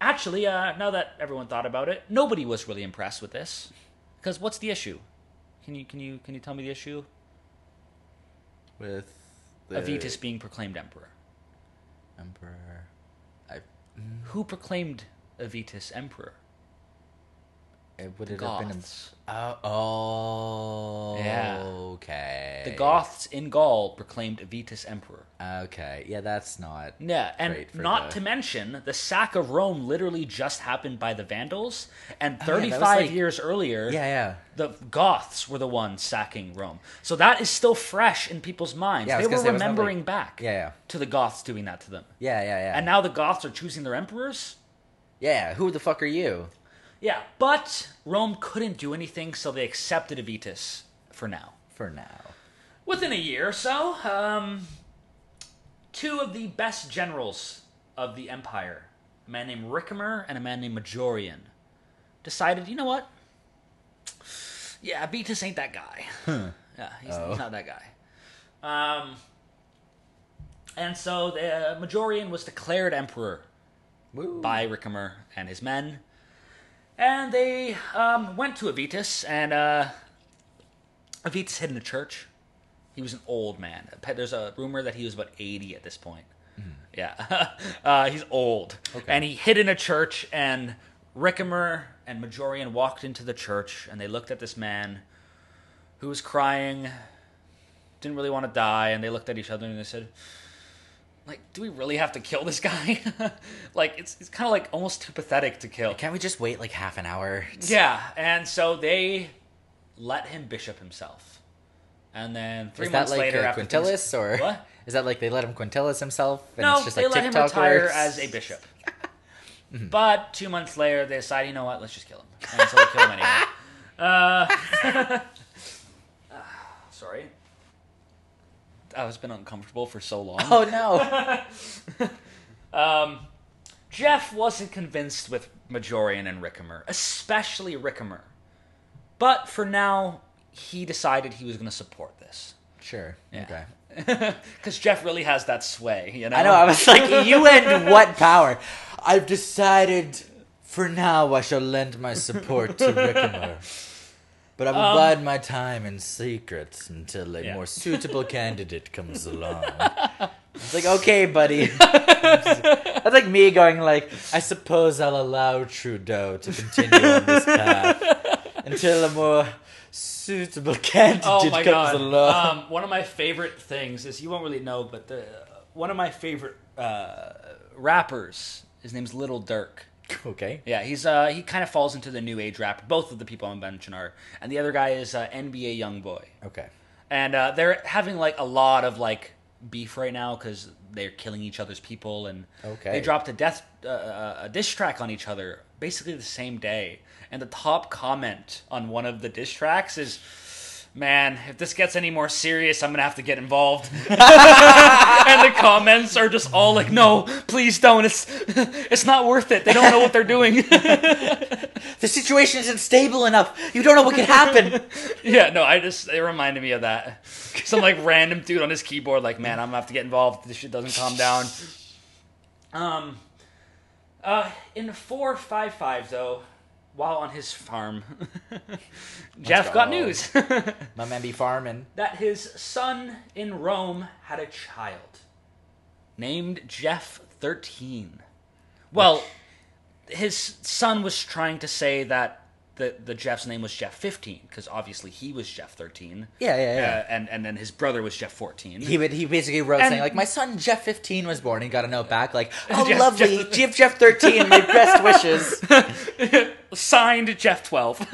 [SPEAKER 3] Actually, uh, now that everyone thought about it, nobody was really impressed with this. Because what's the issue? Can you can you can you tell me the issue?
[SPEAKER 2] With the
[SPEAKER 3] Avitus being proclaimed emperor.
[SPEAKER 2] Emperor. I
[SPEAKER 3] Who proclaimed Avitus emperor?
[SPEAKER 2] it would it have been a
[SPEAKER 3] Goths.
[SPEAKER 2] Oh, oh
[SPEAKER 3] Uh, Yeah.
[SPEAKER 2] okay.
[SPEAKER 3] The Goths in Gaul proclaimed Avitus emperor.
[SPEAKER 2] ah, Okay. Yeah, that's not
[SPEAKER 3] Yeah, and
[SPEAKER 2] Great for
[SPEAKER 3] not
[SPEAKER 2] the-
[SPEAKER 3] to mention the sack of Rome literally just happened by the Vandals, and
[SPEAKER 2] Oh, that was
[SPEAKER 3] 35
[SPEAKER 2] like-
[SPEAKER 3] years earlier,
[SPEAKER 2] Yeah, yeah.
[SPEAKER 3] the Goths were the ones sacking Rome. So that is still fresh in people's minds.
[SPEAKER 2] Yeah, I
[SPEAKER 3] they
[SPEAKER 2] was
[SPEAKER 3] were
[SPEAKER 2] gonna say, wasn't that like-
[SPEAKER 3] remembering back
[SPEAKER 2] Yeah, yeah.
[SPEAKER 3] to the Goths doing that to them.
[SPEAKER 2] Yeah, yeah, yeah.
[SPEAKER 3] And now the Goths are choosing their emperors?
[SPEAKER 2] yeah, who the fuck are you?
[SPEAKER 3] Yeah, but Rome couldn't do anything, so they accepted Avitus for now.
[SPEAKER 2] For now.
[SPEAKER 3] Within a year or so, um, two of the best generals of the empire, a man named Ricimer and a man named Majorian, decided, you know what? Yeah, Avitus ain't that guy. yeah, he's,
[SPEAKER 2] Oh.
[SPEAKER 3] he's not that guy. Um, and so the uh, Majorian was declared emperor
[SPEAKER 2] Woo.
[SPEAKER 3] by Ricimer and his men. And they um, went to Avitus, and uh, Avitus hid in a church. He was an old man. Pe- There's a rumor that he was about 80 at this point. Yeah. uh, he's old. And he hid in a church, and Ricimer and Majorian walked into the church, and they looked at this man who was crying, didn't really want to die, and they looked at each other and they said, like, do we really have to kill this guy? like, it's, it's kind of like almost too pathetic to kill.
[SPEAKER 2] Can't we just wait like half an hour?
[SPEAKER 3] Yeah, and so they let him bishop himself, and then three
[SPEAKER 2] Is that
[SPEAKER 3] months
[SPEAKER 2] like
[SPEAKER 3] later,
[SPEAKER 2] uh,
[SPEAKER 3] after things-
[SPEAKER 2] Quintilis or
[SPEAKER 3] what?
[SPEAKER 2] Is that like they let him Quintilis himself? And
[SPEAKER 3] no,
[SPEAKER 2] it's just
[SPEAKER 3] they
[SPEAKER 2] like
[SPEAKER 3] let him
[SPEAKER 2] TikTokers? Mm-hmm.
[SPEAKER 3] retire as a bishop. Mm-hmm. But two months later, they decide, you know what? Let's just kill him, and so they kill him anyway. Uh, sorry, I was been uncomfortable for so long.
[SPEAKER 2] Oh no!
[SPEAKER 3] Um, Jeff wasn't convinced with Majorian and Rickimer, especially Rickimer. But for now, he decided he was going to support this.
[SPEAKER 2] sure. Okay.
[SPEAKER 3] Because Jeff really has that sway, you know?
[SPEAKER 2] I know. I was like, you and what power? Um, I've decided. For now, I shall lend my support to Rickimer. But I will bide my time in secret until a
[SPEAKER 3] Yeah.
[SPEAKER 2] more suitable candidate comes along. It's like, okay, buddy. That's like me going like, I suppose I'll allow Trudeau to continue on this path until a more suitable candidate
[SPEAKER 3] Oh my
[SPEAKER 2] comes along.
[SPEAKER 3] god! Um, one of my favorite things is you won't really know, but the one of my favorite uh, rappers, his name's Little Dirk.
[SPEAKER 2] okay.
[SPEAKER 3] Yeah, he's uh, he kind of falls into the new age rap. Both of the people I'm mentioning are, and the other guy is uh, NBA YoungBoy.
[SPEAKER 2] Okay.
[SPEAKER 3] and uh, they're having like a lot of like beef right now because they're killing each other's people and
[SPEAKER 2] Okay.
[SPEAKER 3] they dropped a death uh, uh, a diss track on each other basically the same day and the top comment on one of the diss tracks is man if this gets any more serious i'm gonna have to get involved and the comments are just all like no please don't it's it's not worth it they don't know what they're doing
[SPEAKER 2] The situation isn't stable enough. You don't know what could happen.
[SPEAKER 3] Yeah, no, I just it reminded me of that. Some like random dude on his keyboard, like, man, I'm gonna have to get involved. if This shit doesn't calm down. Um, uh, in four five five though, while on his farm, Jeff got
[SPEAKER 2] go.
[SPEAKER 3] news
[SPEAKER 2] My man be farming.
[SPEAKER 3] that his son in Rome had a child named Jeff thirteen. Well, his son was trying to say that. The, the Jeff's name was Jeff 15 because obviously he was Jeff 13
[SPEAKER 2] Yeah, yeah, yeah.
[SPEAKER 3] uh, and and then his brother was Jeff 14.
[SPEAKER 2] he would, he basically wrote
[SPEAKER 3] And-
[SPEAKER 2] saying like, "My son Jeff 15 was born." He got a note back like, "Oh,
[SPEAKER 3] Jeff-
[SPEAKER 2] lovely,
[SPEAKER 3] Jeff-
[SPEAKER 2] give Jeff 13 my best wishes."
[SPEAKER 3] Signed Jeff 12.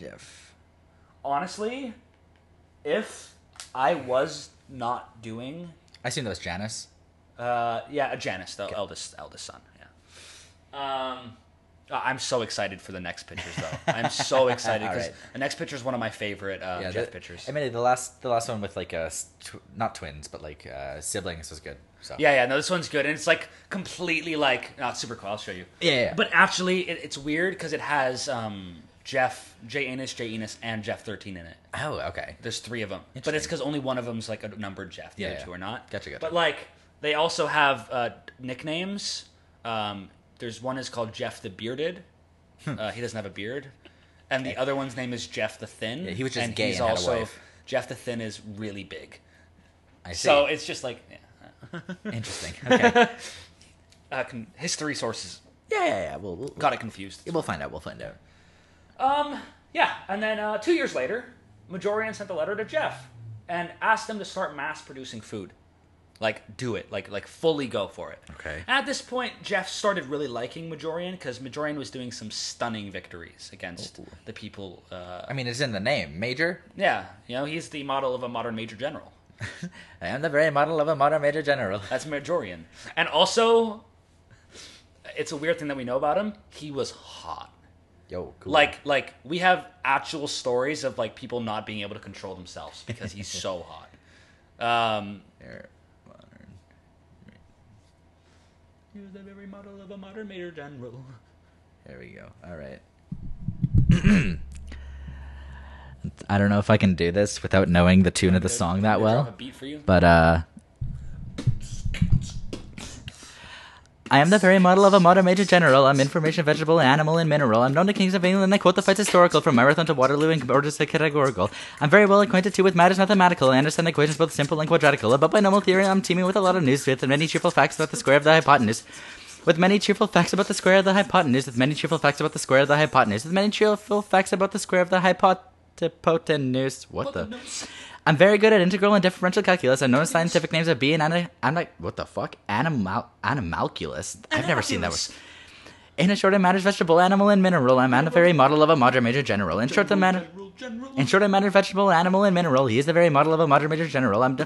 [SPEAKER 2] Jeff.
[SPEAKER 3] Honestly, if I was not doing,
[SPEAKER 2] I assume that was Janice.
[SPEAKER 3] uh, yeah, Janice, the eldest eldest son, yeah. Um, uh, I'm so excited for the next pictures though. I'm so excited because
[SPEAKER 2] Alright.
[SPEAKER 3] the next picture is one of my favorite uh, Jeff
[SPEAKER 2] the-
[SPEAKER 3] pictures.
[SPEAKER 2] I mean, the last the last one with like uh s- tw- not twins but like uh siblings was good. So
[SPEAKER 3] yeah, yeah, no, this one's good, and it's like completely like not super cool. I'll show you.
[SPEAKER 2] Yeah, yeah.
[SPEAKER 3] But actually, it, it's weird because it has um, Jeff, J. Ennis, J. Enos, and Jeff 13 in it.
[SPEAKER 2] Oh, okay.
[SPEAKER 3] There's three of them, but it's
[SPEAKER 2] Interesting.
[SPEAKER 3] because only one of them's like a numbered Jeff. The
[SPEAKER 2] Yeah,
[SPEAKER 3] other
[SPEAKER 2] yeah.
[SPEAKER 3] two are not.
[SPEAKER 2] Gotcha, gotcha.
[SPEAKER 3] But like they also have uh, nicknames. Um, there's one is called Jeff the Bearded.
[SPEAKER 2] Hmm.
[SPEAKER 3] uh, he doesn't have a beard, and the other one's name is Jeff the Thin.
[SPEAKER 2] Yeah, he was just
[SPEAKER 3] and
[SPEAKER 2] gay
[SPEAKER 3] he's
[SPEAKER 2] and had a
[SPEAKER 3] also
[SPEAKER 2] wife.
[SPEAKER 3] Jeff the Thin is really big,
[SPEAKER 2] I see.
[SPEAKER 3] so it's just like yeah.
[SPEAKER 2] interesting. Okay.
[SPEAKER 3] uh, con- history sources
[SPEAKER 2] yeah, yeah, yeah. We'll, we'll
[SPEAKER 3] got it confused.
[SPEAKER 2] We'll find out. We'll find out.
[SPEAKER 3] Um, yeah, and then uh, two years later, Majorian sent a letter to Jeff and asked him to start mass producing food. Like, do it. Like, like fully go for it.
[SPEAKER 2] Okay.
[SPEAKER 3] At this point, Jeff started really liking Majorian because Majorian was doing some stunning victories against the people. Uh,
[SPEAKER 2] I mean, it's in the name, Major.
[SPEAKER 3] yeah, you know, he's the model of a modern major general.
[SPEAKER 2] I am the very model of a modern Major General.
[SPEAKER 3] That's Majorian. And also, it's a weird thing that we know about him. He was hot.
[SPEAKER 2] Yo, cool.
[SPEAKER 3] like like we have actual stories of like people not being able to control themselves because he's so hot um
[SPEAKER 2] There. modern.
[SPEAKER 3] he was the very model of a modern major general
[SPEAKER 2] There we go. All right. I don't know if I can do this without knowing the tune of the song that
[SPEAKER 3] a
[SPEAKER 2] well,
[SPEAKER 3] beat for you
[SPEAKER 2] but uh I am the very model of a modern major general. I'm information, vegetable, animal, and mineral. I'm known to kings of England. I quote the fights historical from Marathon to Waterloo and Gorges to Categorical. I'm very well acquainted too with matters mathematical. I understand equations both simple and quadratical. About binomial theory, I'm teeming with a lot of news with many cheerful facts about the square of the hypotenuse. With many cheerful facts about the square of the hypotenuse. With many cheerful facts about the square of the hypotenuse. With many cheerful facts about the square of the hypotenuse. What the? I'm very good at integral and differential calculus. I know the scientific names of B and ana- I'm like, what the fuck? Animal animalculus. I've never seen that. Word. In a short, it matters vegetable, animal, and mineral. I'm not a very model of a modern major general. In short, the matter.
[SPEAKER 3] General, general.
[SPEAKER 2] In short, it matters vegetable, animal, and mineral. He is the very model of a modern major general. I'm. D-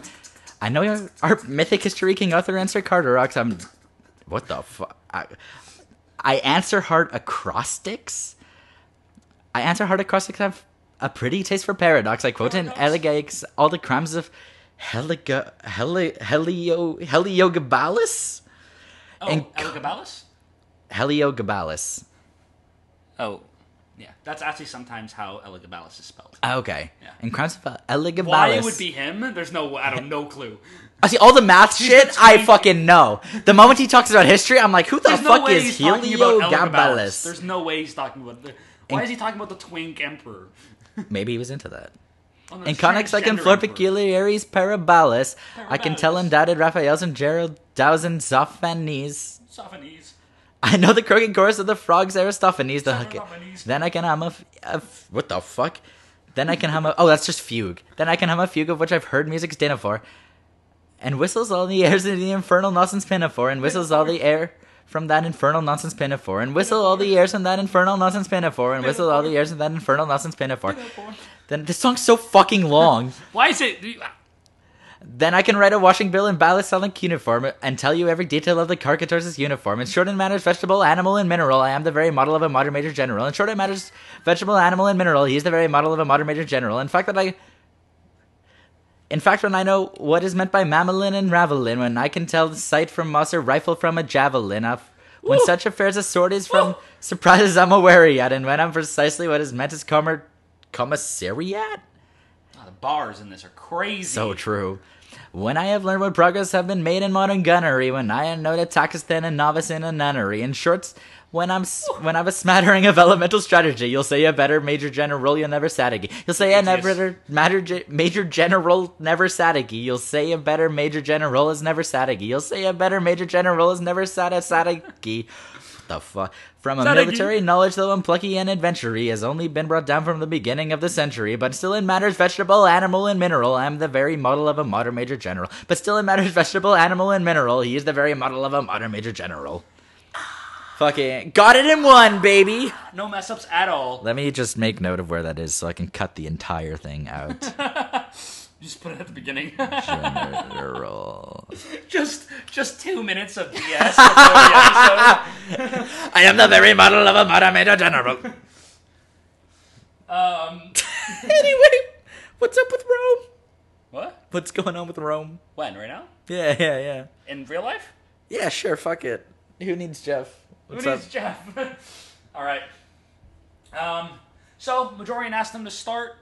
[SPEAKER 2] I know your, our mythic history king Arthur and Sir Carterox. I'm. What the fuck? I, I answer hard acrostics. I answer hard acrostics. Have a pretty taste for paradox. I quote in Elegiacs all the crimes of Heliga, Heli, Helio, Heliogabalus.
[SPEAKER 3] Oh,
[SPEAKER 2] and-
[SPEAKER 3] Elagabalus?
[SPEAKER 2] Heliogabalus.
[SPEAKER 3] Oh, yeah. That's actually sometimes how Elagabalus is spelled.
[SPEAKER 2] Ah, Okay.
[SPEAKER 3] Yeah.
[SPEAKER 2] And crimes of Eliogabalus.
[SPEAKER 3] Why it would be him? There's no. I don't. No clue.
[SPEAKER 2] I see all the math shit. I fucking know. The moment he talks about history, I'm like, who the
[SPEAKER 3] There's no
[SPEAKER 2] fuck
[SPEAKER 3] way
[SPEAKER 2] is
[SPEAKER 3] he's talking about Elagabalus.
[SPEAKER 2] Heliogabalus?
[SPEAKER 3] There's no way he's talking about. The, why is he talking about the twink emperor?
[SPEAKER 2] Maybe he was into that.
[SPEAKER 3] Oh, no,
[SPEAKER 2] In
[SPEAKER 3] it's
[SPEAKER 2] Connex, I can
[SPEAKER 3] transgender
[SPEAKER 2] floor
[SPEAKER 3] emperor.
[SPEAKER 2] peculiaries parabolus. I can tell
[SPEAKER 3] Parabolus.
[SPEAKER 2] undoubted Raphael's and Gerald and Zophanes.
[SPEAKER 3] Sophanes.
[SPEAKER 2] I know the croaking chorus of the frogs Aristophanes. The
[SPEAKER 3] Sophanes.
[SPEAKER 2] then I can hum a, f- a f- what the fuck? Then I can hum a oh that's just fugue. Then I can hum a fugue of which I've heard music's dinner for, and whistles all the airs in the infernal nonsense pinafore, and whistles all the air from that infernal nonsense pinafore, and whistle all the airs from that infernal nonsense pinafore, and whistle all the airs from that infernal nonsense pinafore. Then this song's so fucking long.
[SPEAKER 3] Why is it?
[SPEAKER 2] Then I can write a washing bill in Balisalink uniform and tell you every detail of the Carcatorsis uniform. In short, it matters vegetable, animal, and mineral. I am the very model of a modern major general. In short, it matters vegetable, animal, and mineral. He is the very model of a modern major general. In fact, that I. In fact, when I know what is meant by mamelin and ravelin, when I can tell the sight from moss or rifle from a javelin, uh, when
[SPEAKER 3] Woo!
[SPEAKER 2] such affairs as sword is from
[SPEAKER 3] Woo!
[SPEAKER 2] surprises I'm aware yet, and when I'm precisely what is meant is commer- commissariat?
[SPEAKER 3] Ah, the bars in this are crazy.
[SPEAKER 2] So true. When I have learned what progress have been made in modern gunnery, when I am no Takistan and novice in a nunnery, in shorts, when I'm s- when I've a smattering of elemental strategy, you'll say a better major general you'll never satigi. You'll say a
[SPEAKER 3] Yes.
[SPEAKER 2] never matter ge- major general never satigi. You'll say a better major general is never satigi. You'll say a better major general is never sata satigi. The fuck? From a
[SPEAKER 3] Satigi.
[SPEAKER 2] military knowledge, though unplucky and adventury, has only been brought down from the beginning of the century. But still, in matters vegetable, animal, and mineral, I am the very model of a modern major general. But still, in matters vegetable, animal, and mineral, he is the very model of a modern major general. Fucking got it in one, baby.
[SPEAKER 3] No mess ups at all.
[SPEAKER 2] Let me just make note of where that is so I can cut the entire thing out.
[SPEAKER 3] Just put it at the beginning.
[SPEAKER 2] general.
[SPEAKER 3] just just two minutes of BS before the episode.
[SPEAKER 2] I am the very model of a modern major general.
[SPEAKER 3] Um,
[SPEAKER 2] anyway, what's up with Rome?
[SPEAKER 3] what?
[SPEAKER 2] What's going on with Rome?
[SPEAKER 3] When? Right now?
[SPEAKER 2] Yeah, yeah, yeah.
[SPEAKER 3] In real life?
[SPEAKER 2] Yeah, sure, fuck it. Who needs Jeff? What's
[SPEAKER 3] Who
[SPEAKER 2] up?
[SPEAKER 3] needs Jeff? All right. Um, so Majorian asked them to start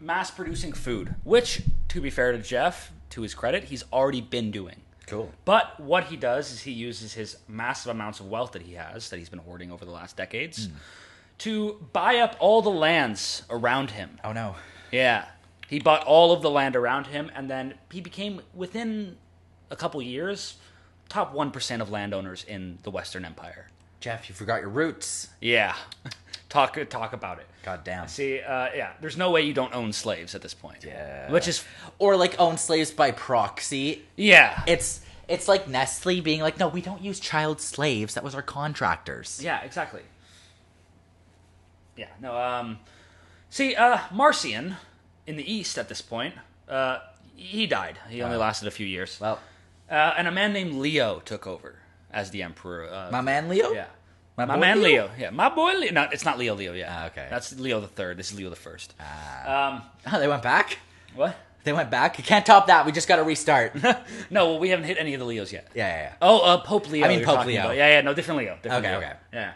[SPEAKER 3] mass producing food, which, to be fair to Jeff, to his credit, he's already been doing.
[SPEAKER 2] Cool.
[SPEAKER 3] But what he does is he uses his massive amounts of wealth that he has, that he's been hoarding over the last decades, to buy up all the lands around him.
[SPEAKER 2] Oh no.
[SPEAKER 3] Yeah. He bought all of the land around him, and then he became, within a couple years, top 1% of landowners in the Western Empire.
[SPEAKER 2] Jeff, you forgot your roots.
[SPEAKER 3] Yeah. Talk talk about it.
[SPEAKER 2] God damn.
[SPEAKER 3] See, uh, yeah, there's no way you don't own slaves at this point.
[SPEAKER 2] Yeah.
[SPEAKER 3] Which is,
[SPEAKER 2] Or like own slaves by proxy.
[SPEAKER 3] yeah.
[SPEAKER 2] It's it's like Nestle being like, no, we don't use child slaves. That was our contractors.
[SPEAKER 3] yeah, exactly. Yeah, no, um, see, uh, Marcion in the East at this point, uh, he died. He only
[SPEAKER 2] Oh.
[SPEAKER 3] lasted a few years.
[SPEAKER 2] Well,
[SPEAKER 3] uh, and a man named Leo took over as the emperor. Uh,
[SPEAKER 2] my man Leo.
[SPEAKER 3] Yeah.
[SPEAKER 2] My
[SPEAKER 3] My,
[SPEAKER 2] boy
[SPEAKER 3] man
[SPEAKER 2] Leo?
[SPEAKER 3] Leo? Yeah. My boy Leo. No, it's not Leo Leo, yeah.
[SPEAKER 2] Ah, okay. Ah.
[SPEAKER 3] That's Leo the third. This is Leo the first.
[SPEAKER 2] Oh, they went back.
[SPEAKER 3] Um, what?
[SPEAKER 2] They went back. You can't top that. We just got to restart. yeah,
[SPEAKER 3] No, well, we haven't hit any of the Leos yet.
[SPEAKER 2] yeah, yeah.
[SPEAKER 3] Oh, uh, Pope Leo.
[SPEAKER 2] I mean
[SPEAKER 3] you're
[SPEAKER 2] Pope
[SPEAKER 3] talking
[SPEAKER 2] Leo.
[SPEAKER 3] about. Yeah, yeah, no, different Leo. Different
[SPEAKER 2] Okay,
[SPEAKER 3] Leo.
[SPEAKER 2] okay.
[SPEAKER 3] Yeah.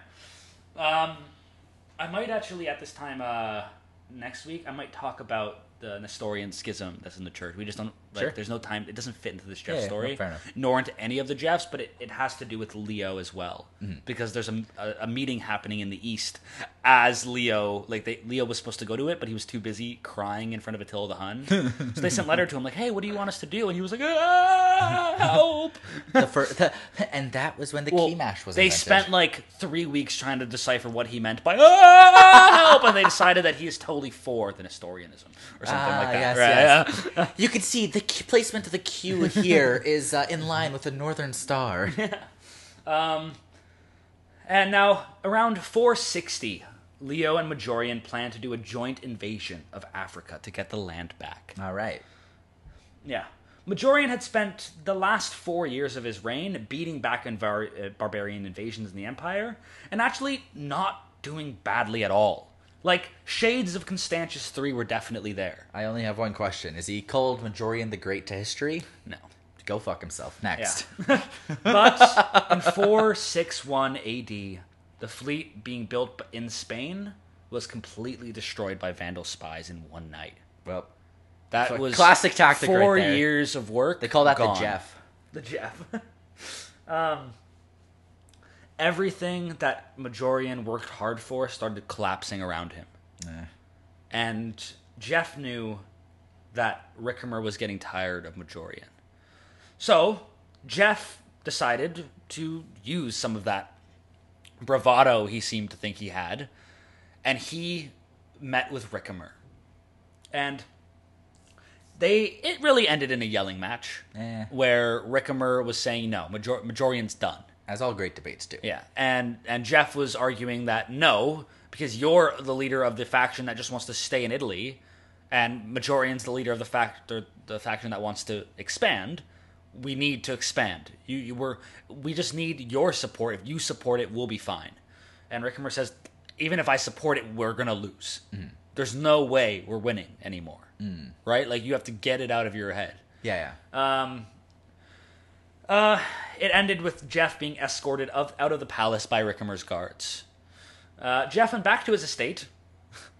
[SPEAKER 3] Um, I might actually at this time uh, next week I might talk about the Nestorian schism that's in the church. We just don't like.
[SPEAKER 2] Sure.
[SPEAKER 3] There's no time. It doesn't fit into this Jeff
[SPEAKER 2] Yeah, yeah,
[SPEAKER 3] story,
[SPEAKER 2] no, fair enough.
[SPEAKER 3] nor into any of the Jeffs, but it, it has to do with Leo as well
[SPEAKER 2] Mm-hmm.
[SPEAKER 3] because there's a, a, a meeting happening in the East as Leo like they, Leo was supposed to go to it, but he was too busy crying in front of Attila the Hun. so they sent a letter to him like, "Hey, what do you want us to do?" And he was like, "Ah, help."
[SPEAKER 2] The fir- the, and that was when the key mash was.
[SPEAKER 3] They
[SPEAKER 2] invented.
[SPEAKER 3] spent like three weeks trying to decipher what he meant by "Ah, help, and they decided that he is totally for the Nestorianism or something
[SPEAKER 2] Ah,
[SPEAKER 3] like
[SPEAKER 2] yes,
[SPEAKER 3] that.
[SPEAKER 2] yes.
[SPEAKER 3] right? Yeah.
[SPEAKER 2] You can see the key- placement of the Q here is uh, in line with the Northern Star.
[SPEAKER 3] And now, around 460, Leo and Majorian plan to do a joint invasion of Africa to get the land back.
[SPEAKER 2] All right.
[SPEAKER 3] Yeah. Majorian had spent the last four years of his reign beating back in var- uh, barbarian invasions in the Empire, and actually not doing badly at all. Like, shades of Constantius III were definitely there.
[SPEAKER 2] I only have one question. Is he called Majorian the Great to history?
[SPEAKER 3] No.
[SPEAKER 2] Go fuck himself. Next.
[SPEAKER 3] But in 461 AD, the fleet being built in Spain was completely destroyed by Vandal spies in one night.
[SPEAKER 2] Well,
[SPEAKER 3] That
[SPEAKER 2] Fuck.
[SPEAKER 3] was
[SPEAKER 2] Classic tactic right
[SPEAKER 3] Four
[SPEAKER 2] there.
[SPEAKER 3] years of work.
[SPEAKER 2] they call that
[SPEAKER 3] gone.
[SPEAKER 2] the Jeff.
[SPEAKER 3] The Jeff. um, everything that Majorian worked hard for started collapsing around him, and Jeff knew that Rickimer was getting tired of Majorian. So Jeff decided to use some of that bravado he seemed to think he had, and he met with Rickimer, and they it really ended in a yelling match
[SPEAKER 2] Eh.
[SPEAKER 3] where Rickimer was saying no, Major- Majorian's done.
[SPEAKER 2] As all great debates do.
[SPEAKER 3] Yeah, and and Jeff was arguing that no, because you're the leader of the faction that just wants to stay in Italy, and Majorian's the leader of the fact or the faction that wants to expand. We need to expand. You you were we just need your support. If you support it, we'll be fine. And Rickimer says, even if I support it, we're gonna lose. There's no way we're winning anymore. Right? Like you have to get it out of your head.
[SPEAKER 2] Yeah, yeah.
[SPEAKER 3] Um, uh, it ended with Jeff being escorted of, out of the palace by Rickimer's guards. Uh, Jeff went back to his estate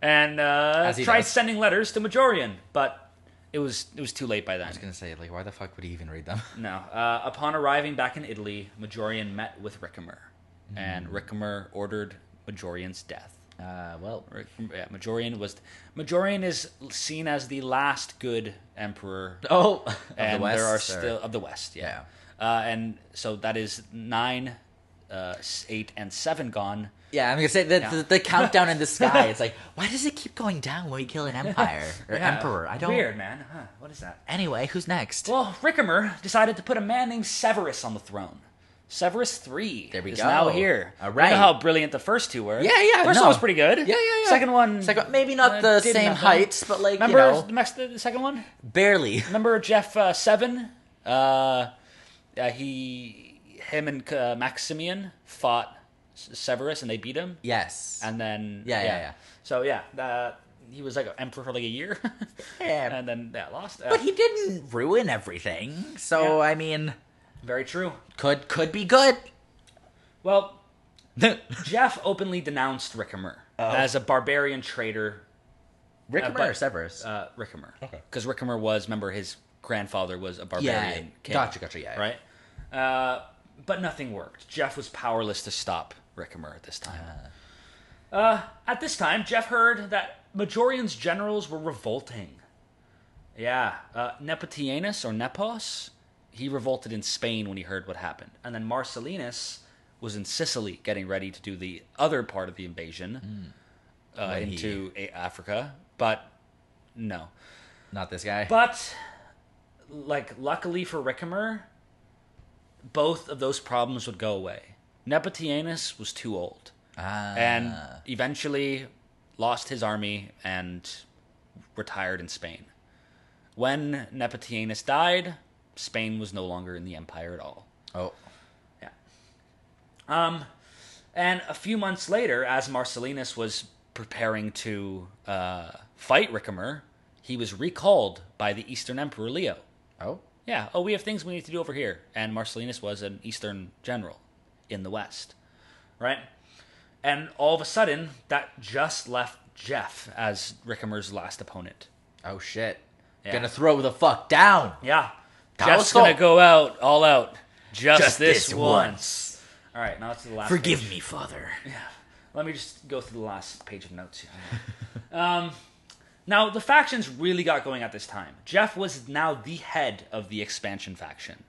[SPEAKER 3] and uh,
[SPEAKER 2] As he
[SPEAKER 3] tried
[SPEAKER 2] does.
[SPEAKER 3] sending letters to Majorian, but it was it was too late by then.
[SPEAKER 2] I was gonna say, like, why the fuck would he even read them?
[SPEAKER 3] No. Uh, upon arriving back in Italy, Majorian met with Rickimer, and
[SPEAKER 2] Mm.
[SPEAKER 3] Rickimer ordered Majorian's death.
[SPEAKER 2] Uh, well,
[SPEAKER 3] Rick- Yeah, Majorian was Majorian is seen as the last good emperor
[SPEAKER 2] oh, of
[SPEAKER 3] and
[SPEAKER 2] the West,
[SPEAKER 3] there are
[SPEAKER 2] or-
[SPEAKER 3] still of the West, yeah. Uh, and so that is nine, uh, s- eight, and seven gone.
[SPEAKER 2] Yeah, I'm gonna say the,
[SPEAKER 3] Yeah.
[SPEAKER 2] the, the countdown in the sky. It's like, why does it keep going down when we kill an empire or emperor? I don't.
[SPEAKER 3] Uh, Weird man. Huh, what is that?
[SPEAKER 2] Anyway, who's next?
[SPEAKER 3] Well, Rickimer decided to put a man named Severus on the throne. Severus three
[SPEAKER 2] There we
[SPEAKER 3] is
[SPEAKER 2] go.
[SPEAKER 3] now here.
[SPEAKER 2] All
[SPEAKER 3] You
[SPEAKER 2] right.
[SPEAKER 3] know how brilliant the first two were.
[SPEAKER 2] yeah, yeah.
[SPEAKER 3] First
[SPEAKER 2] no.
[SPEAKER 3] one was pretty good.
[SPEAKER 2] Yeah, yeah, yeah.
[SPEAKER 3] Second one,
[SPEAKER 2] Second, maybe not
[SPEAKER 3] uh,
[SPEAKER 2] the
[SPEAKER 3] did
[SPEAKER 2] same
[SPEAKER 3] nothing.
[SPEAKER 2] heights, but like
[SPEAKER 3] Remember
[SPEAKER 2] you know,
[SPEAKER 3] the, next- the second one?
[SPEAKER 2] barely.
[SPEAKER 3] Remember Jeff uh, Seven? Uh, uh, he, him, and uh, Maximian fought S- Severus, and they beat him.
[SPEAKER 2] Yes.
[SPEAKER 3] And then
[SPEAKER 2] Yeah, yeah, yeah.
[SPEAKER 3] So yeah, uh, he was like emperor for like a year,
[SPEAKER 2] yeah.
[SPEAKER 3] and then yeah, lost. Uh,
[SPEAKER 2] but he didn't ruin everything, so
[SPEAKER 3] Yeah.
[SPEAKER 2] I mean,
[SPEAKER 3] very true.
[SPEAKER 2] could could be good.
[SPEAKER 3] Well, Jeff openly denounced Rickimer as a barbarian traitor.
[SPEAKER 2] Rick
[SPEAKER 3] Uh,
[SPEAKER 2] Moore
[SPEAKER 3] but-
[SPEAKER 2] Oh. or Severus?
[SPEAKER 3] Uh, Rickimer, because Rickimer was remember his grandfather was a
[SPEAKER 2] yeah.
[SPEAKER 3] barbarian. king.
[SPEAKER 2] Gotcha, gotcha. Yeah.
[SPEAKER 3] right? Uh, but nothing worked. Jeff was powerless to stop Rickimer at this time. Uh, at this time, Jeff heard that Majorian's generals were revolting. Yeah, uh, Nepotianus or Nepos, he revolted in Spain when he heard what happened. And then Marcellinus was in Sicily getting ready to do the other part of the invasion uh,
[SPEAKER 2] Hmm. When he-
[SPEAKER 3] into A- Africa, but no.
[SPEAKER 2] Not this guy.
[SPEAKER 3] But like luckily for Rickimer, both of those problems would go away. Nepotianus was too old
[SPEAKER 2] Ah.
[SPEAKER 3] and eventually lost his army and retired in Spain. When Nepotianus died, Spain was no longer in the empire at all.
[SPEAKER 2] oh.
[SPEAKER 3] Yeah. Um, and a few months later, as Marcellinus was preparing to uh, fight Ricimer, he was recalled by the Eastern Emperor Leo.
[SPEAKER 2] Oh.
[SPEAKER 3] Yeah, oh, we have things we need to do over here. And Marcellinus was an Eastern general in the West, right? And all of a sudden, that just left Jeff as Ricimer's last opponent.
[SPEAKER 2] Oh shit.
[SPEAKER 3] Yeah.
[SPEAKER 2] Gonna throw the fuck down.
[SPEAKER 3] Yeah.
[SPEAKER 2] That
[SPEAKER 3] Jeff's
[SPEAKER 2] was
[SPEAKER 3] going
[SPEAKER 2] cool.
[SPEAKER 3] to go out, all out, just, this, once.
[SPEAKER 2] once.
[SPEAKER 3] All right, now it's the last page.
[SPEAKER 2] Forgive me, Father.
[SPEAKER 3] Let me just go through the last page of notes here. um, now, the factions really got going at this time. Jeff was now the head of the expansion faction,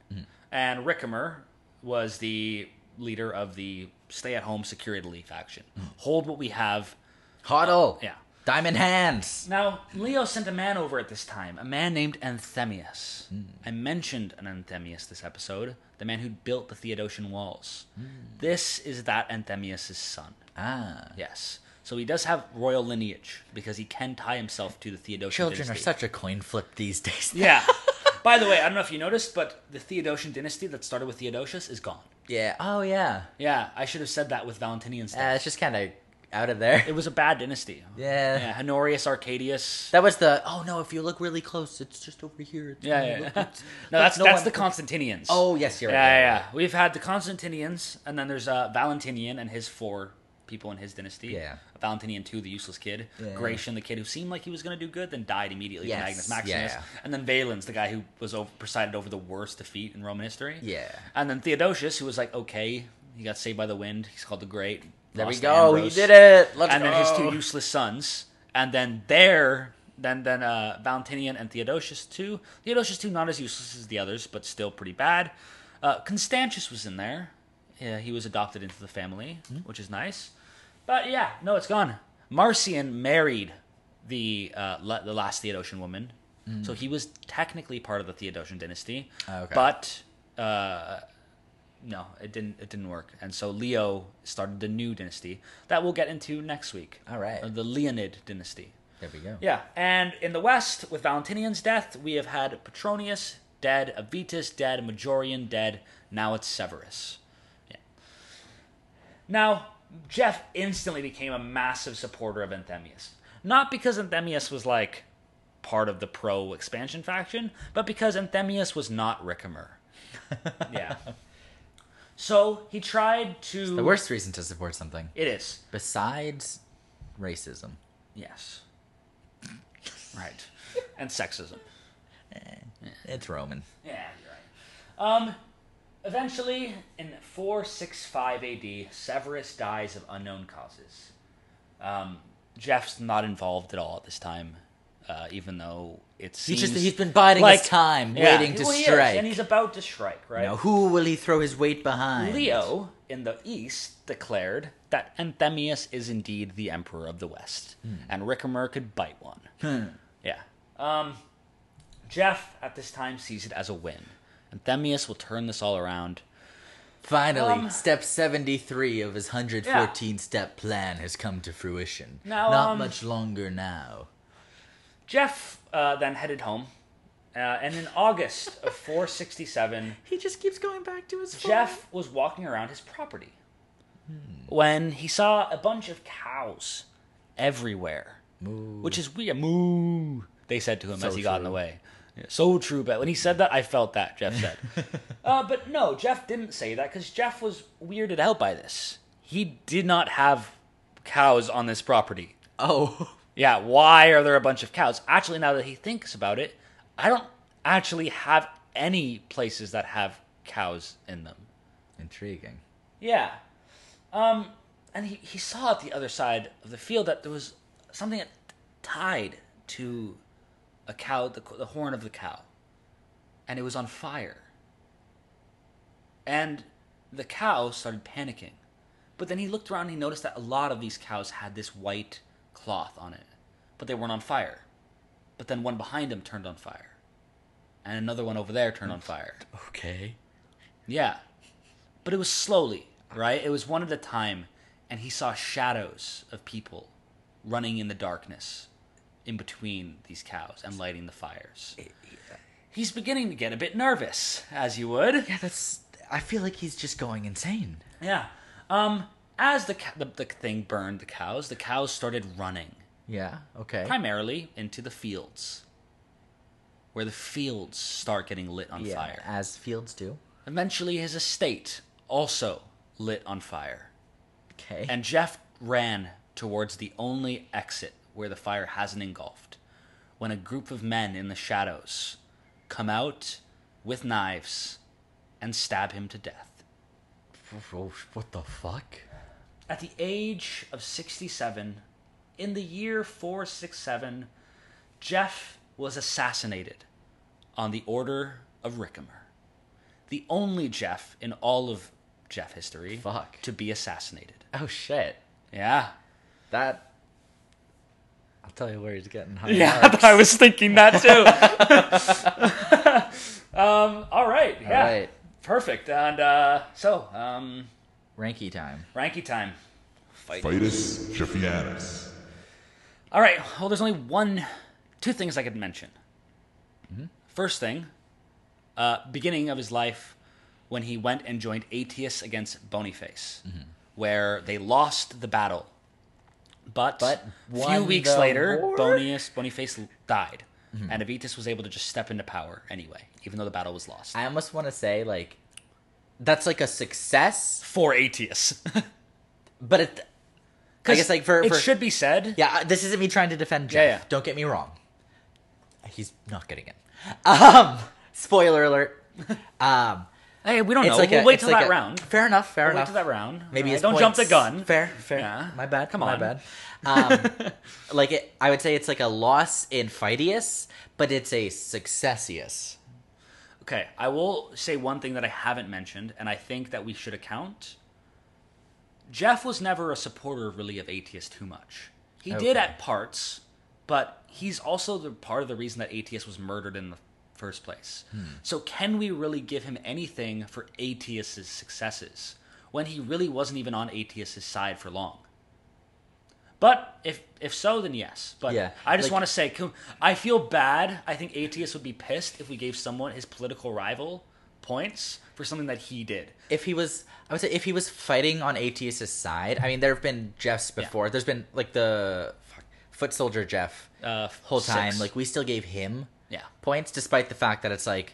[SPEAKER 3] and Rickimer was the leader of the stay at home security faction. Hold what we have.
[SPEAKER 2] Huddle.
[SPEAKER 3] Yeah.
[SPEAKER 2] Diamond hands.
[SPEAKER 3] Now, Leo sent a man over at this time, a man named Anthemius. I mentioned an Anthemius this episode, the man who built the Theodosian walls. This is that Anthemius' son.
[SPEAKER 2] Ah.
[SPEAKER 3] Yes. So he does have royal lineage because he can tie himself to the Theodosian
[SPEAKER 2] Children are
[SPEAKER 3] dynasty.
[SPEAKER 2] such a coin flip these days.
[SPEAKER 3] Yeah. By the way, I don't know if you noticed, but the Theodosian dynasty that started with Theodosius is gone.
[SPEAKER 2] Yeah. Oh yeah.
[SPEAKER 3] Yeah, I should have said that with Valentinian stuff.
[SPEAKER 2] Uh, it's just kind of out of there.
[SPEAKER 3] it was a bad dynasty.
[SPEAKER 2] Yeah.
[SPEAKER 3] Yeah, Honorius Arcadius.
[SPEAKER 2] That was the. Oh no! If you look really close, it's just over here. It's
[SPEAKER 3] Yeah,
[SPEAKER 2] only
[SPEAKER 3] yeah.
[SPEAKER 2] look-
[SPEAKER 3] no,
[SPEAKER 2] it's-
[SPEAKER 3] that's
[SPEAKER 2] no
[SPEAKER 3] that's
[SPEAKER 2] one-
[SPEAKER 3] the Constantinians.
[SPEAKER 2] Oh yes, you're
[SPEAKER 3] yeah,
[SPEAKER 2] right.
[SPEAKER 3] yeah,
[SPEAKER 2] you're
[SPEAKER 3] yeah.
[SPEAKER 2] right.
[SPEAKER 3] We've had the Constantinians, and then there's uh, Valentinian and his four people in his dynasty.
[SPEAKER 2] Yeah.
[SPEAKER 3] Valentinian II, the useless kid.
[SPEAKER 2] Yeah.
[SPEAKER 3] Gratian, the kid who seemed like he was going to do good, then died immediately to
[SPEAKER 2] Yes,
[SPEAKER 3] Magnus Maximus.
[SPEAKER 2] yeah.
[SPEAKER 3] And then Valens, the guy who was over, presided over the worst defeat in Roman history.
[SPEAKER 2] Yeah.
[SPEAKER 3] And then Theodosius, who was like, okay, he got saved by the wind. He's called the Great.
[SPEAKER 2] There we
[SPEAKER 3] lost to
[SPEAKER 2] go. He
[SPEAKER 3] Ambrose
[SPEAKER 2] did it. Let's
[SPEAKER 3] and
[SPEAKER 2] go.
[SPEAKER 3] then his two useless sons, and then their then then uh, Valentinian and Theodosius two. Theodosius two not as useless as the others, but still pretty bad. Uh, Constantius was in there. Yeah, he was adopted into the family,
[SPEAKER 2] Hmm?
[SPEAKER 3] which is nice. But yeah, no, it's gone. Marcian married the uh, la- the last Theodosian woman, so he was technically part of the Theodosian dynasty.
[SPEAKER 2] Hmm. Ah, Okay.
[SPEAKER 3] But uh, no, it didn't. It didn't work, and so Leo started the new dynasty that we'll get into next week.
[SPEAKER 2] All right.
[SPEAKER 3] Uh, the Leonid dynasty.
[SPEAKER 2] There we go.
[SPEAKER 3] Yeah, and in the West, with Valentinian's death, we have had Petronius dead, Avitus dead, Majorian dead. Now it's Severus. Yeah. Now Jeff instantly became a massive supporter of Anthemius, not because Anthemius was like part of the pro expansion faction, but because Anthemius was not Ricimer. yeah. So he tried to.
[SPEAKER 2] The worst reason to support something
[SPEAKER 3] It is.
[SPEAKER 2] besides racism.
[SPEAKER 3] Yes. Right. and sexism.
[SPEAKER 2] eh, It's Roman.
[SPEAKER 3] Yeah, you're right. Um, eventually, in 465 AD, Severus dies of unknown causes. Um, Jeff's not involved at all at this time, uh, even though it
[SPEAKER 2] He
[SPEAKER 3] seems
[SPEAKER 2] just he's been biding
[SPEAKER 3] like-
[SPEAKER 2] his time,
[SPEAKER 3] Yeah.
[SPEAKER 2] waiting to
[SPEAKER 3] Well, he is,
[SPEAKER 2] strike.
[SPEAKER 3] and he's about to strike, right?
[SPEAKER 2] Now, who will he throw his weight behind?
[SPEAKER 3] Leo in the East declared that Anthemius is indeed the emperor of the West, and Ricimer could bite one. Yeah. Um, Jeff at this time sees it as a win. Anthemius will turn this all around.
[SPEAKER 2] Finally,
[SPEAKER 3] Um,
[SPEAKER 2] step 73 of his 114 step plan has come to fruition.
[SPEAKER 3] Now,
[SPEAKER 2] Not
[SPEAKER 3] um,
[SPEAKER 2] much longer now.
[SPEAKER 3] Jeff uh, then headed home, uh, and in August of 467,
[SPEAKER 2] He just keeps going back to his
[SPEAKER 3] Jeff was walking around his property when he saw a bunch of cows everywhere, which is weird. Moo, they said to him as he got in the way. Yeah, so true, but when he said that, I felt that Jeff said. uh, but no, Jeff didn't say that because Jeff was weirded out by this. He did not have cows on this property.
[SPEAKER 2] Oh.
[SPEAKER 3] Yeah, why are there a bunch of cows? Actually, now that he thinks about it, I don't actually have any places that have cows in them.
[SPEAKER 2] Intriguing.
[SPEAKER 3] Yeah. Um, and he, he saw at the other side of the field that there was something that tied to a cow, the, the horn of the cow. And it was on fire. And the cow started panicking. But then he looked around and he noticed that a lot of these cows had this white cloth on it. But they weren't on fire. But then one behind him turned on fire. And another one over there turned on fire.
[SPEAKER 2] Okay.
[SPEAKER 3] Yeah. But it was slowly, right? It was one at a time, and he saw shadows of people running in the darkness in between these cows and lighting the fires. He's beginning to get a bit nervous, as you would.
[SPEAKER 2] Yeah, that's. I feel like he's just going insane.
[SPEAKER 3] Yeah. Um, as the, ca- the, the thing burned the cows, the cows started running,
[SPEAKER 2] Yeah, okay.
[SPEAKER 3] primarily into the fields, where the fields start getting lit on
[SPEAKER 2] yeah,
[SPEAKER 3] fire.
[SPEAKER 2] As fields do.
[SPEAKER 3] Eventually, his estate also lit on fire.
[SPEAKER 2] Okay.
[SPEAKER 3] And Jeff ran towards the only exit where the fire hasn't engulfed when a group of men in the shadows come out with knives and stab him to death.
[SPEAKER 2] what the fuck?
[SPEAKER 3] At the age of 67, in the year 467, Jeff was assassinated on the order of Ricimer. The only Jeff in all of Jeff history
[SPEAKER 2] Fuck.
[SPEAKER 3] Oh, to be assassinated.
[SPEAKER 2] Oh shit.
[SPEAKER 3] Yeah.
[SPEAKER 2] That. I'll tell you where he's getting high.
[SPEAKER 3] Yeah,
[SPEAKER 2] marks.
[SPEAKER 3] I was thinking that too. um, all right.
[SPEAKER 2] All
[SPEAKER 3] Yeah.
[SPEAKER 2] right,
[SPEAKER 3] Perfect. And uh, so, um,
[SPEAKER 2] Ranky time.
[SPEAKER 3] Ranky time.
[SPEAKER 1] Vitus Jeffianus.
[SPEAKER 3] All right. Well, there's only one, two things I could mention.
[SPEAKER 2] Mm-hmm.
[SPEAKER 3] First thing, uh, beginning of his life, when he went and joined Aetius against Boniface,
[SPEAKER 2] Mm-hmm.
[SPEAKER 3] where they lost the battle. But,
[SPEAKER 2] But
[SPEAKER 3] a few
[SPEAKER 2] won
[SPEAKER 3] weeks
[SPEAKER 2] the
[SPEAKER 3] later,
[SPEAKER 2] war? Mm-hmm.
[SPEAKER 3] Bonius, Boniface died. And Avitus was able to just step into power anyway, even though the battle was lost.
[SPEAKER 2] I almost want to say like that's like a success,
[SPEAKER 3] For Aetius.
[SPEAKER 2] but it. I guess like for,
[SPEAKER 3] it
[SPEAKER 2] for
[SPEAKER 3] should be said.
[SPEAKER 2] yeah, I- this isn't me trying to defend Jeff.
[SPEAKER 3] Yeah, yeah.
[SPEAKER 2] Don't get me wrong. He's not getting it. Um, spoiler alert. Um,
[SPEAKER 3] Hey, we don't
[SPEAKER 2] it's
[SPEAKER 3] know.
[SPEAKER 2] like
[SPEAKER 3] we'll
[SPEAKER 2] a,
[SPEAKER 3] wait
[SPEAKER 2] it's
[SPEAKER 3] till
[SPEAKER 2] like
[SPEAKER 3] that
[SPEAKER 2] a-
[SPEAKER 3] round.
[SPEAKER 2] Fair enough. Fair
[SPEAKER 3] We'll wait
[SPEAKER 2] enough.
[SPEAKER 3] till that round.
[SPEAKER 2] Maybe
[SPEAKER 3] Alright,
[SPEAKER 2] it's
[SPEAKER 3] don't jump the
[SPEAKER 2] points.
[SPEAKER 3] gun.
[SPEAKER 2] Fair, fair.
[SPEAKER 3] Yeah.
[SPEAKER 2] My bad.
[SPEAKER 3] Come
[SPEAKER 2] My
[SPEAKER 3] on.
[SPEAKER 2] bad. Um, like it, I would say it's like a loss in Phidias, but it's a successius.
[SPEAKER 3] Okay, I will say one thing that I haven't mentioned, and I think that we should account. Jeff was never a supporter, really, of Aetius too much. He did
[SPEAKER 2] Okay.
[SPEAKER 3] at parts, but he's also the part of the reason that Aetius was murdered in the first place. So, can we really give him anything for Aetius's successes when he really wasn't even on Aetius's side for long? But if if so, then yes. But
[SPEAKER 2] Yeah,
[SPEAKER 3] I just
[SPEAKER 2] like-
[SPEAKER 3] want to say, com- I feel bad. I think Aetius would be pissed if we gave someone his political rival points for something that he did.
[SPEAKER 2] If he was, I would say if he was fighting on Aetius' side. I mean, there have been Jeffs before. There's been like the fuck, foot soldier Jeff
[SPEAKER 3] Uh,
[SPEAKER 2] whole
[SPEAKER 3] six.
[SPEAKER 2] time. Like we still gave him
[SPEAKER 3] yeah,
[SPEAKER 2] points, despite the fact that it's like,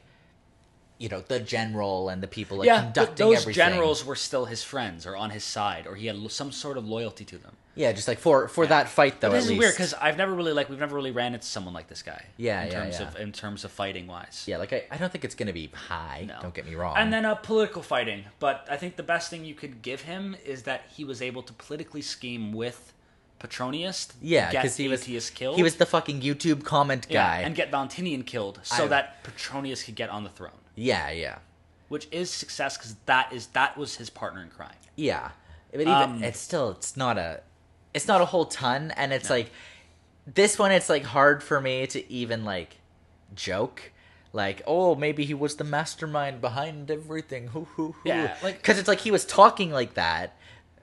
[SPEAKER 2] you know, the general and the people like
[SPEAKER 3] yeah. But
[SPEAKER 2] conducting
[SPEAKER 3] those
[SPEAKER 2] everything.
[SPEAKER 3] generals were still his friends or on his side, or he had lo- some sort of loyalty to them.
[SPEAKER 2] Yeah, just like for for that fight though.
[SPEAKER 3] But this
[SPEAKER 2] at
[SPEAKER 3] is weird
[SPEAKER 2] least.
[SPEAKER 3] because I've never really like we've never really ran into someone like this guy.
[SPEAKER 2] Yeah,
[SPEAKER 3] in
[SPEAKER 2] yeah,
[SPEAKER 3] terms
[SPEAKER 2] yeah.
[SPEAKER 3] of in terms of fighting wise.
[SPEAKER 2] Yeah, like I, I don't think it's gonna be high.
[SPEAKER 3] No.
[SPEAKER 2] Don't get me wrong.
[SPEAKER 3] And then uh, political fighting. But I think the best thing you could give him is that he was able to politically scheme with Petronius. To
[SPEAKER 2] yeah,
[SPEAKER 3] because
[SPEAKER 2] because he was
[SPEAKER 3] E killed.
[SPEAKER 2] He was the fucking YouTube comment
[SPEAKER 3] yeah,
[SPEAKER 2] guy.
[SPEAKER 3] and get Valentinian killed so
[SPEAKER 2] I-
[SPEAKER 3] that Petronius could get on the throne,
[SPEAKER 2] yeah, yeah,
[SPEAKER 3] which is success because that is that was his partner in crime.
[SPEAKER 2] yeah. But even
[SPEAKER 3] Um,
[SPEAKER 2] it's still it's not a it's not a whole ton, and it's like this one. It's like hard for me to even like joke. Like, oh, maybe he was the mastermind behind everything. Hoo hoo hoo.
[SPEAKER 3] Yeah, like-
[SPEAKER 2] because it's like he was talking like that,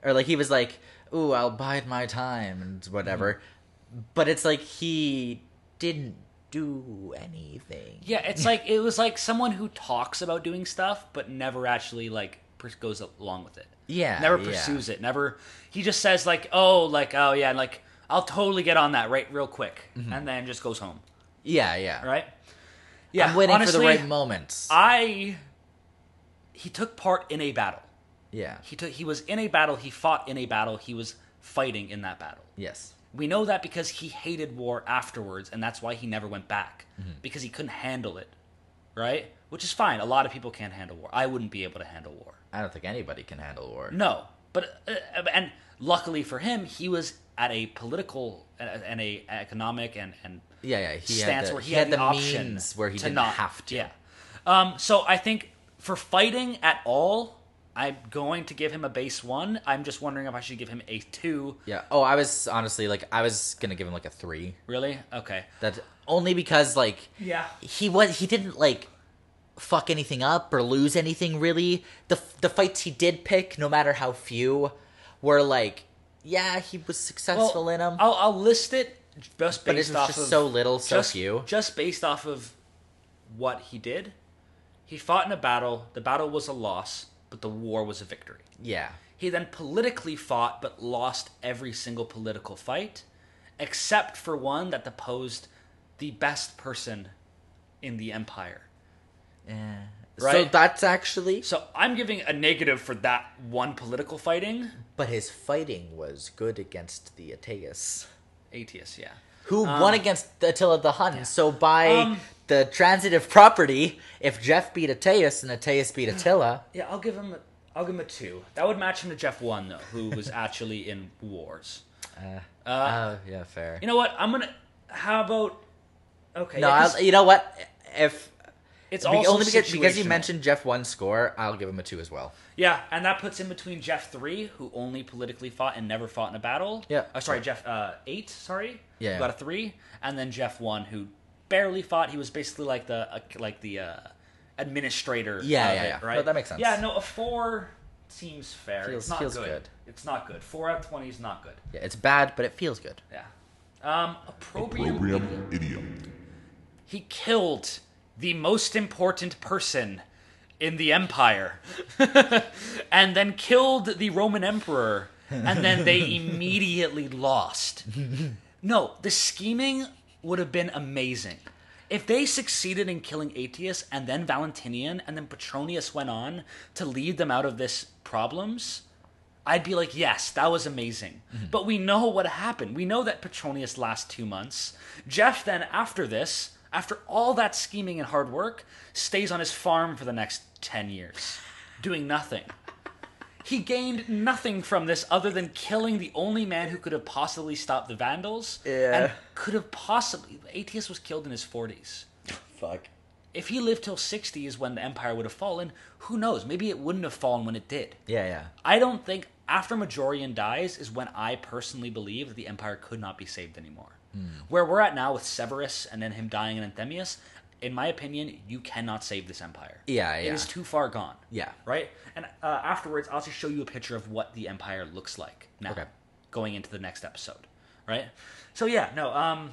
[SPEAKER 2] or like he was like, "Ooh, I'll bide my time" and whatever.
[SPEAKER 3] Mm-hmm.
[SPEAKER 2] But it's like he didn't do anything.
[SPEAKER 3] Yeah, it's like it was like someone who talks about doing stuff but never actually like pers- goes along with it.
[SPEAKER 2] Yeah,
[SPEAKER 3] never
[SPEAKER 2] yeah.
[SPEAKER 3] pursues it. Never. He just says like, "Oh, like oh yeah, like I'll totally get on that right real quick," and then just goes home.
[SPEAKER 2] Yeah, yeah.
[SPEAKER 3] All right. Yeah,
[SPEAKER 2] I'm waiting for
[SPEAKER 3] honestly,
[SPEAKER 2] the right moments.
[SPEAKER 3] I. He took part in a battle.
[SPEAKER 2] yeah.
[SPEAKER 3] He took. He was in a battle. He fought in a battle. He was fighting in that battle.
[SPEAKER 2] Yes.
[SPEAKER 3] We know that because he hated war afterwards, and that's why he never went back
[SPEAKER 2] Mm-hmm.
[SPEAKER 3] because he couldn't handle it, right? Which is fine. A lot of people can't handle war. I wouldn't be able to handle war.
[SPEAKER 2] I don't think anybody can handle war.
[SPEAKER 3] No, but uh, and luckily for him, he was at a political and and a economic and and
[SPEAKER 2] Yeah, yeah. He had
[SPEAKER 3] stance
[SPEAKER 2] the,
[SPEAKER 3] where he,
[SPEAKER 2] he
[SPEAKER 3] had,
[SPEAKER 2] had the
[SPEAKER 3] option
[SPEAKER 2] means where he
[SPEAKER 3] to
[SPEAKER 2] didn't
[SPEAKER 3] not
[SPEAKER 2] have to.
[SPEAKER 3] Yeah. Um, so I think for fighting at all, I'm going to give him a base one. I'm just wondering if I should give him a two.
[SPEAKER 2] Yeah. Oh, I was honestly like I was gonna give him like a three.
[SPEAKER 3] Really? Okay.
[SPEAKER 2] That only because like
[SPEAKER 3] Yeah.
[SPEAKER 2] he was he didn't like fuck anything up or lose anything really. The the fights he did pick, no matter how few, were like yeah he was successful in them.
[SPEAKER 3] I'll, I'll list it just based
[SPEAKER 2] But it's
[SPEAKER 3] off
[SPEAKER 2] just
[SPEAKER 3] of
[SPEAKER 2] so little, so
[SPEAKER 3] just,
[SPEAKER 2] few.
[SPEAKER 3] Just based off of what he did, he fought in a battle. The battle was a loss, but the war was a victory.
[SPEAKER 2] Yeah.
[SPEAKER 3] He then politically fought, but lost every single political fight, except for one that deposed the best person in the empire.
[SPEAKER 2] Yeah. So
[SPEAKER 3] Right.
[SPEAKER 2] that's actually.
[SPEAKER 3] So I'm giving a negative for that one political fighting.
[SPEAKER 2] But his fighting was good against the Ateus.
[SPEAKER 3] Aetius, yeah.
[SPEAKER 2] who won against Attila the Hun. So by
[SPEAKER 3] Ah. Um,
[SPEAKER 2] the transitive property, if Jeff beat Ateus and Ateus beat Attila,
[SPEAKER 3] Yeah, I'll give him. A, I'll give him a two. That would match him to Jeff one though, who was actually in wars.
[SPEAKER 2] uh, yeah, fair.
[SPEAKER 3] You know what? I'm gonna. How about? Okay.
[SPEAKER 2] no,
[SPEAKER 3] yeah, 'cause-
[SPEAKER 2] I'll, you know what? If
[SPEAKER 3] It's
[SPEAKER 2] Be-
[SPEAKER 3] also
[SPEAKER 2] only because, because you
[SPEAKER 3] situational.
[SPEAKER 2] mentioned Jeff one score, I'll give him a two as well.
[SPEAKER 3] Yeah, and that puts in between Jeff three, who only politically fought and never fought in a battle.
[SPEAKER 2] Yeah.
[SPEAKER 3] Uh, sorry, Jeff uh, eight. Sorry.
[SPEAKER 2] Yeah.
[SPEAKER 3] Who got a three, and then Jeff one, who barely fought. He was basically like the uh, like the uh, administrator.
[SPEAKER 2] Yeah,
[SPEAKER 3] of
[SPEAKER 2] yeah,
[SPEAKER 3] it,
[SPEAKER 2] yeah. No,
[SPEAKER 3] Right.
[SPEAKER 2] that makes sense.
[SPEAKER 3] Yeah. No, a four seems fair.
[SPEAKER 2] Feels-
[SPEAKER 3] it's not
[SPEAKER 2] feels
[SPEAKER 3] good.
[SPEAKER 2] good.
[SPEAKER 3] It's not good. Four out of twenty is not good.
[SPEAKER 2] Yeah, it's bad, but it feels good.
[SPEAKER 3] Yeah. Um, appropriate.
[SPEAKER 1] Proprium idiom.
[SPEAKER 3] He killed the most important person in the empire and then killed the Roman emperor and then they immediately lost. No, the scheming would have been amazing. If they succeeded in killing Aetius and then Valentinian and then Petronius went on to lead them out of this problems, I'd be like, yes, that was amazing.
[SPEAKER 2] Mm-hmm.
[SPEAKER 3] But we know what happened. We know that Petronius lasts two months. Jeff then, after this, after all that scheming and hard work, stays on his farm for the next 10 years, doing nothing. He gained nothing from this other than killing the only man who could have possibly stopped the Vandals and
[SPEAKER 2] Yeah.
[SPEAKER 3] could have possibly. Aetius was killed in his 40s
[SPEAKER 2] Fuck.
[SPEAKER 3] if he lived till 60 is when the empire would have fallen who knows maybe it wouldn't have fallen when it did
[SPEAKER 2] Yeah, yeah.
[SPEAKER 3] i don't think after majorian dies is when i personally believe that the empire could not be saved anymore
[SPEAKER 2] Hmm.
[SPEAKER 3] where we're at now with severus and then him dying in anthemius in my opinion you cannot save this empire
[SPEAKER 2] Yeah,
[SPEAKER 3] it
[SPEAKER 2] yeah.
[SPEAKER 3] is too far gone
[SPEAKER 2] Yeah.
[SPEAKER 3] right and uh, afterwards i'll just show you a picture of what the empire looks like now
[SPEAKER 2] Okay.
[SPEAKER 3] going into the next episode right so yeah no um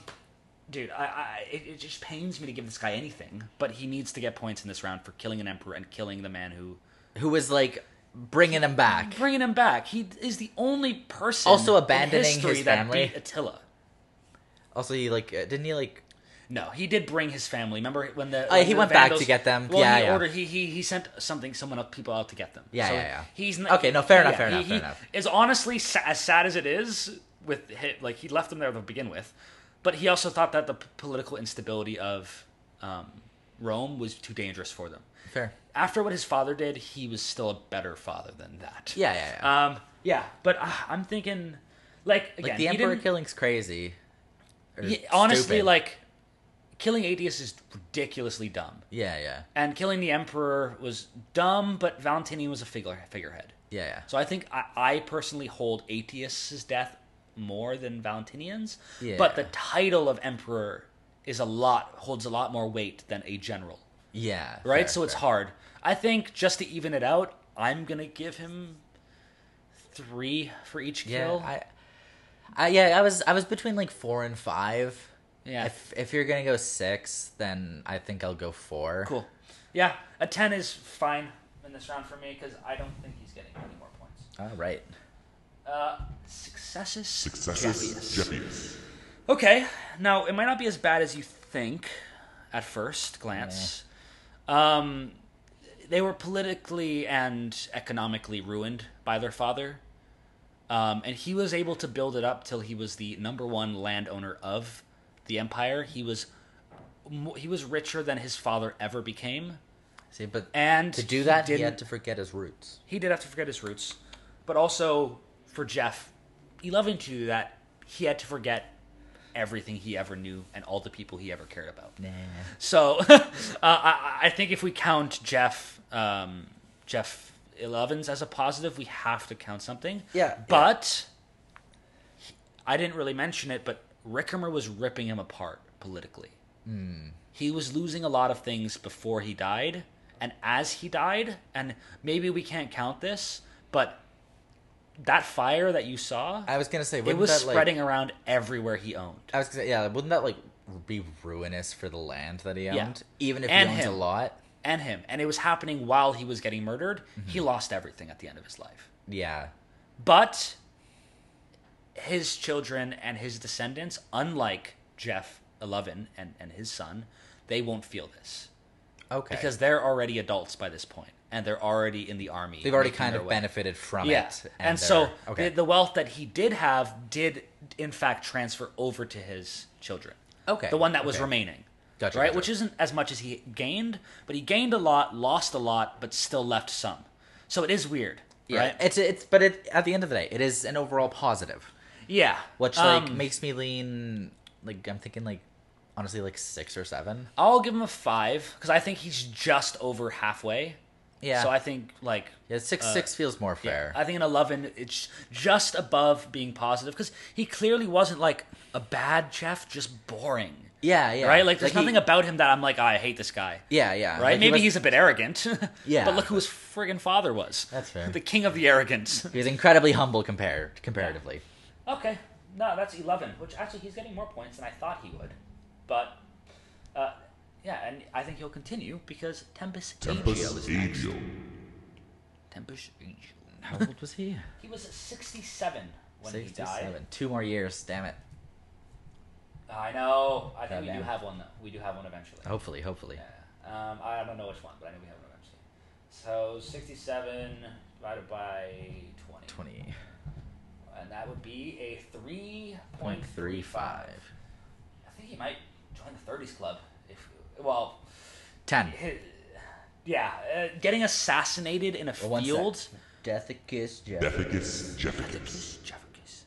[SPEAKER 3] Dude, I, I it, it just pains me to give this guy anything, but he needs to get points in this round for killing an emperor and killing the man who
[SPEAKER 2] Who was like bringing him back?
[SPEAKER 3] bringing him back. He is the only person
[SPEAKER 2] Also
[SPEAKER 3] in
[SPEAKER 2] abandoning
[SPEAKER 3] history
[SPEAKER 2] his
[SPEAKER 3] that
[SPEAKER 2] family.
[SPEAKER 3] beat Attila.
[SPEAKER 2] Also, he like uh, didn't he like?
[SPEAKER 3] No, he did bring his family. Remember when the
[SPEAKER 2] Oh,
[SPEAKER 3] when
[SPEAKER 2] he
[SPEAKER 3] the
[SPEAKER 2] went back to get them.
[SPEAKER 3] Well,
[SPEAKER 2] Yeah,
[SPEAKER 3] he
[SPEAKER 2] yeah.
[SPEAKER 3] ordered he he he sent something someone else people out to get them.
[SPEAKER 2] Yeah, yeah, yeah.
[SPEAKER 3] He's
[SPEAKER 2] Okay, no, fair enough, fair
[SPEAKER 3] he-
[SPEAKER 2] enough, fair
[SPEAKER 3] he
[SPEAKER 2] enough.
[SPEAKER 3] Is honestly sa- as sad as it is with hi- like he left them there to begin with, but he also thought that the p- political instability of um, Rome was too dangerous for them.
[SPEAKER 2] Fair.
[SPEAKER 3] After what his father did, he was still a better father than that.
[SPEAKER 2] Yeah, yeah, yeah.
[SPEAKER 3] Um, yeah, but uh, I'm thinking, like again,
[SPEAKER 2] like the
[SPEAKER 3] he
[SPEAKER 2] emperor
[SPEAKER 3] didn't-
[SPEAKER 2] killing's crazy. Or
[SPEAKER 3] he- honestly,
[SPEAKER 2] stupid.
[SPEAKER 3] like killing Aetius is ridiculously dumb,
[SPEAKER 2] yeah, yeah,
[SPEAKER 3] and killing the emperor was dumb. But Valentinian was a figure, figurehead,
[SPEAKER 2] yeah, yeah.
[SPEAKER 3] so I think I, I personally hold Aetius's death more than Valentinian's.
[SPEAKER 2] Yeah.
[SPEAKER 3] But the title of emperor is a lot holds a lot more weight than a general,
[SPEAKER 2] yeah.
[SPEAKER 3] right?
[SPEAKER 2] fair,
[SPEAKER 3] so it's
[SPEAKER 2] fair.
[SPEAKER 3] hard. I think just to even it out, I'm gonna give him three for each
[SPEAKER 2] Yeah,
[SPEAKER 3] kill.
[SPEAKER 2] I, I, yeah, I was I was between like four and five.
[SPEAKER 3] Yeah.
[SPEAKER 2] If if you're gonna go six, then I think I'll go four.
[SPEAKER 3] Cool. Yeah, a 10 is fine in this round for me because I don't think he's getting any more points.
[SPEAKER 2] All right.
[SPEAKER 3] Uh, successes.
[SPEAKER 1] Successus
[SPEAKER 3] Jeffius.
[SPEAKER 1] Jeffius.
[SPEAKER 3] Okay, now it might not be as bad as you think at first glance. Um, they were politically and economically ruined by their father. Um, and he was able to build it up till he was the number one landowner of the empire. He was mo- he was richer than his father ever became.
[SPEAKER 2] See, but
[SPEAKER 3] And
[SPEAKER 2] to do that,
[SPEAKER 3] he
[SPEAKER 2] he,
[SPEAKER 3] didn't
[SPEAKER 2] had to forget his roots.
[SPEAKER 3] he did have to forget his roots, but also for Jeff, loving to do that, he had to forget everything he ever knew and all the people he ever cared about. So uh, I, I think if we count Jeff, um, Jeff Elevens as a positive, we have to count something.
[SPEAKER 2] Yeah,
[SPEAKER 3] but I didn't really mention it, but Rickamer was ripping him apart politically.
[SPEAKER 2] Hmm.
[SPEAKER 3] He was losing a lot of things before he died, and as he died, and maybe we can't count this, but that fire that you saw,
[SPEAKER 2] I was gonna say,
[SPEAKER 3] it
[SPEAKER 2] wouldn't
[SPEAKER 3] was
[SPEAKER 2] that,
[SPEAKER 3] spreading
[SPEAKER 2] Like,
[SPEAKER 3] around everywhere he owned.
[SPEAKER 2] I was gonna say, yeah, wouldn't that like be ruinous for the land that he owned?
[SPEAKER 3] Yeah.
[SPEAKER 2] Even if
[SPEAKER 3] And
[SPEAKER 2] he owns
[SPEAKER 3] him.
[SPEAKER 2] a lot.
[SPEAKER 3] and him, and it was happening while he was getting murdered. He
[SPEAKER 2] Mm-hmm.
[SPEAKER 3] lost everything at the end of his life.
[SPEAKER 2] Yeah.
[SPEAKER 3] But his children and his descendants, unlike Jeff Eleven and, and his son, they won't feel this
[SPEAKER 2] Okay.
[SPEAKER 3] because they're already adults by this point, and they're already in the army.
[SPEAKER 2] they've already
[SPEAKER 3] making
[SPEAKER 2] kind
[SPEAKER 3] their
[SPEAKER 2] of
[SPEAKER 3] way.
[SPEAKER 2] benefited from
[SPEAKER 3] Yeah.
[SPEAKER 2] it.
[SPEAKER 3] And, so
[SPEAKER 2] they're- okay.
[SPEAKER 3] the, the wealth that he did have did, in fact, transfer over to his children.
[SPEAKER 2] Okay,
[SPEAKER 3] The one that was
[SPEAKER 2] okay.
[SPEAKER 3] remaining.
[SPEAKER 2] Gotcha,
[SPEAKER 3] Right?
[SPEAKER 2] gotcha.
[SPEAKER 3] Which isn't as much as he gained, but he gained a lot, lost a lot, but still left some. So it is weird.
[SPEAKER 2] yeah,
[SPEAKER 3] Right?
[SPEAKER 2] it's it's but it at the end of the day, it is an overall positive.
[SPEAKER 3] yeah.
[SPEAKER 2] Which like
[SPEAKER 3] Um,
[SPEAKER 2] makes me lean like I'm thinking like honestly like six or seven.
[SPEAKER 3] I'll give him a five because I think he's just over halfway.
[SPEAKER 2] Yeah.
[SPEAKER 3] So I think like
[SPEAKER 2] yeah, six
[SPEAKER 3] uh,
[SPEAKER 2] six feels more fair.
[SPEAKER 3] I think an 11, it's just above being positive because he clearly wasn't like a bad chef, just boring.
[SPEAKER 2] yeah, yeah.
[SPEAKER 3] Right? Like, there's
[SPEAKER 2] he-
[SPEAKER 3] nothing about him that I'm like, "Ah, I hate this guy.
[SPEAKER 2] Yeah, yeah.
[SPEAKER 3] Right?
[SPEAKER 2] Like, he
[SPEAKER 3] Maybe
[SPEAKER 2] was-
[SPEAKER 3] he's a bit arrogant.
[SPEAKER 2] Yeah.
[SPEAKER 3] But look who his friggin' father was.
[SPEAKER 2] That's fair.
[SPEAKER 3] The king of the arrogance.
[SPEAKER 2] he was incredibly humble compared comparatively.
[SPEAKER 3] okay. No, that's 11, which actually he's getting more points than I thought he would. But, uh, yeah, and I think he'll continue because Tempest Agio
[SPEAKER 1] Tempus
[SPEAKER 3] is next.
[SPEAKER 1] Agio.
[SPEAKER 3] Tempest Agio.
[SPEAKER 2] How old was he?
[SPEAKER 3] He was 67 when he died.
[SPEAKER 2] Sixty-seven. Two more years. Damn it.
[SPEAKER 3] I know. I think we
[SPEAKER 2] Goddamn.
[SPEAKER 3] do have one though. We do have one eventually.
[SPEAKER 2] Hopefully, hopefully.
[SPEAKER 3] Yeah. Um, I don't know which one, but I know we have one eventually. So sixty-seven divided by twenty,
[SPEAKER 2] Twenty
[SPEAKER 3] and that would be a three
[SPEAKER 2] point three five.
[SPEAKER 3] I think he might join the thirties club. If well,
[SPEAKER 2] Ten.
[SPEAKER 3] hi- yeah, uh, getting assassinated in a
[SPEAKER 2] Well, one sec.
[SPEAKER 3] field.
[SPEAKER 2] Death a kiss, Jeff.
[SPEAKER 1] Deficus Jefficus.
[SPEAKER 3] Jeffricus.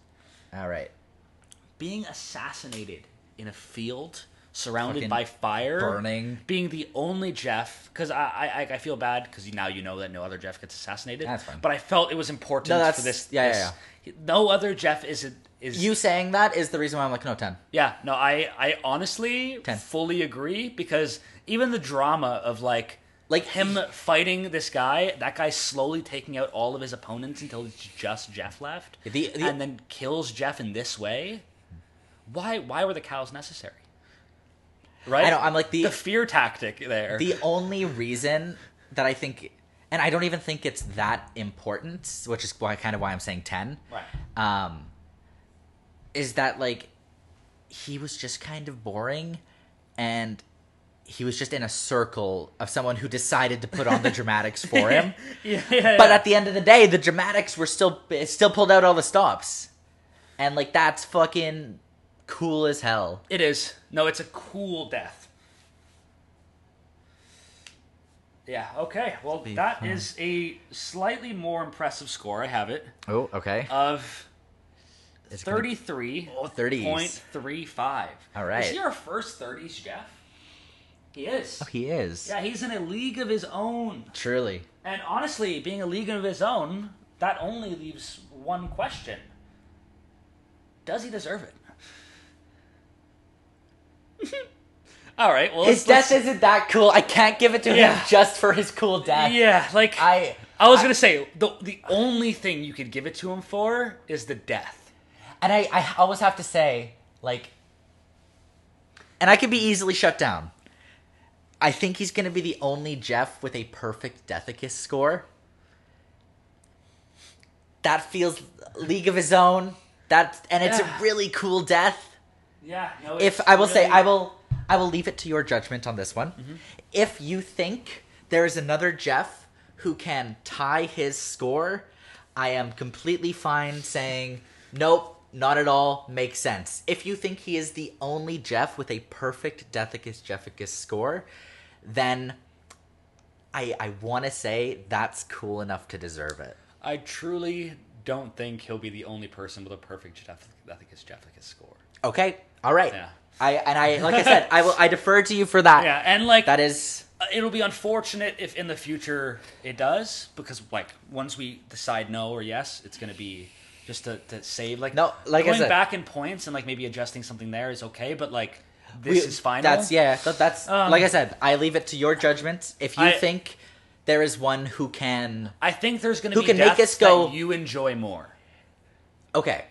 [SPEAKER 2] All right.
[SPEAKER 3] Being assassinated in a field surrounded
[SPEAKER 2] Fucking
[SPEAKER 3] by fire,
[SPEAKER 2] burning.
[SPEAKER 3] being the only Jeff. Because I, I I- I feel bad because now you know that no other Jeff gets assassinated.
[SPEAKER 2] That's fine.
[SPEAKER 3] But I felt it was important
[SPEAKER 2] No, that's-
[SPEAKER 3] for this.
[SPEAKER 2] yeah, yeah,
[SPEAKER 3] this- No other Jeff is a, is
[SPEAKER 2] You saying that is the reason why I'm like, no, ten.
[SPEAKER 3] yeah, no, I, I honestly
[SPEAKER 2] Ten.
[SPEAKER 3] fully agree because even the drama of like
[SPEAKER 2] Like,
[SPEAKER 3] him fighting this guy, that guy slowly taking out all of his opponents until it's just Jeff left,
[SPEAKER 2] The- the-
[SPEAKER 3] and then kills Jeff in this way. Why why were the cows necessary? Right,
[SPEAKER 2] I know, I'm like, the-
[SPEAKER 3] the fear tactic there.
[SPEAKER 2] The only reason that I think, and I don't even think it's that important, which is why kind of why I'm saying ten.
[SPEAKER 3] right,
[SPEAKER 2] um, is that like he was just kind of boring and he was just in a circle of someone who decided to put on the dramatics for him
[SPEAKER 3] yeah, yeah,
[SPEAKER 2] but
[SPEAKER 3] yeah.
[SPEAKER 2] at the end of the day the dramatics were still it still pulled out all the stops and like that's fucking cool as hell
[SPEAKER 3] it is no, it's a cool death. Yeah. Okay. Well,
[SPEAKER 2] Be
[SPEAKER 3] that
[SPEAKER 2] fun.
[SPEAKER 3] is a slightly more impressive score. I have it.
[SPEAKER 2] oh
[SPEAKER 3] Uh,
[SPEAKER 2] okay
[SPEAKER 3] of
[SPEAKER 2] It's gonna-
[SPEAKER 3] 33
[SPEAKER 2] Oh, 30s.
[SPEAKER 3] 0.35.
[SPEAKER 2] All right.
[SPEAKER 3] Is he our first 30s, Jeff? He is.
[SPEAKER 2] oh, he is
[SPEAKER 3] yeah, he's in a league of his own.
[SPEAKER 2] truly
[SPEAKER 3] And honestly, being a league of his own, that only leaves one question. Does he deserve it? All right, well,
[SPEAKER 2] his
[SPEAKER 3] let's- let's-
[SPEAKER 2] death isn't that cool i can't give it to him
[SPEAKER 3] Yeah.
[SPEAKER 2] just for his cool death
[SPEAKER 3] Yeah, like
[SPEAKER 2] I-
[SPEAKER 3] I was gonna say the the only thing you could give it to him for is the death.
[SPEAKER 2] And I, I always have to say, like, and I could be easily shut down. I think he's going to be the only Jeff with a perfect Deathicus score. That feels league of his own. That and it's
[SPEAKER 3] Yeah.
[SPEAKER 2] a really cool death.
[SPEAKER 3] Yeah. No,
[SPEAKER 2] If I will say, I will, I will leave it to your judgment on this one.
[SPEAKER 3] Mm-hmm.
[SPEAKER 2] If you think there is another Jeff who can tie his score, I am completely fine saying nope. Not at all makes sense. If you think he is the only Jeff with a perfect Deathicus Jefficus score, then I I want to say that's cool enough to deserve it.
[SPEAKER 3] I truly don't think he'll be the only person with a perfect Jeff- Jethicus Jethicus score.
[SPEAKER 2] Okay, all right.
[SPEAKER 3] Yeah.
[SPEAKER 2] I and I like I said I will I defer to you for that.
[SPEAKER 3] Yeah, and like
[SPEAKER 2] That is
[SPEAKER 3] uh, it'll be unfortunate if in the future it does because like once we decide no or yes, it's gonna be just to, to save like
[SPEAKER 2] No, like I
[SPEAKER 3] going
[SPEAKER 2] said-
[SPEAKER 3] back in points and like maybe adjusting something there is okay, but like this
[SPEAKER 2] We-
[SPEAKER 3] is final.
[SPEAKER 2] That's yeah. That, that's
[SPEAKER 3] Um,
[SPEAKER 2] like I said. I leave it to your judgment. If you
[SPEAKER 3] I-
[SPEAKER 2] think there is one who can,
[SPEAKER 3] I think there's gonna
[SPEAKER 2] Who
[SPEAKER 3] be
[SPEAKER 2] can make
[SPEAKER 3] deaths
[SPEAKER 2] us go-
[SPEAKER 3] that you enjoy more.
[SPEAKER 2] okay,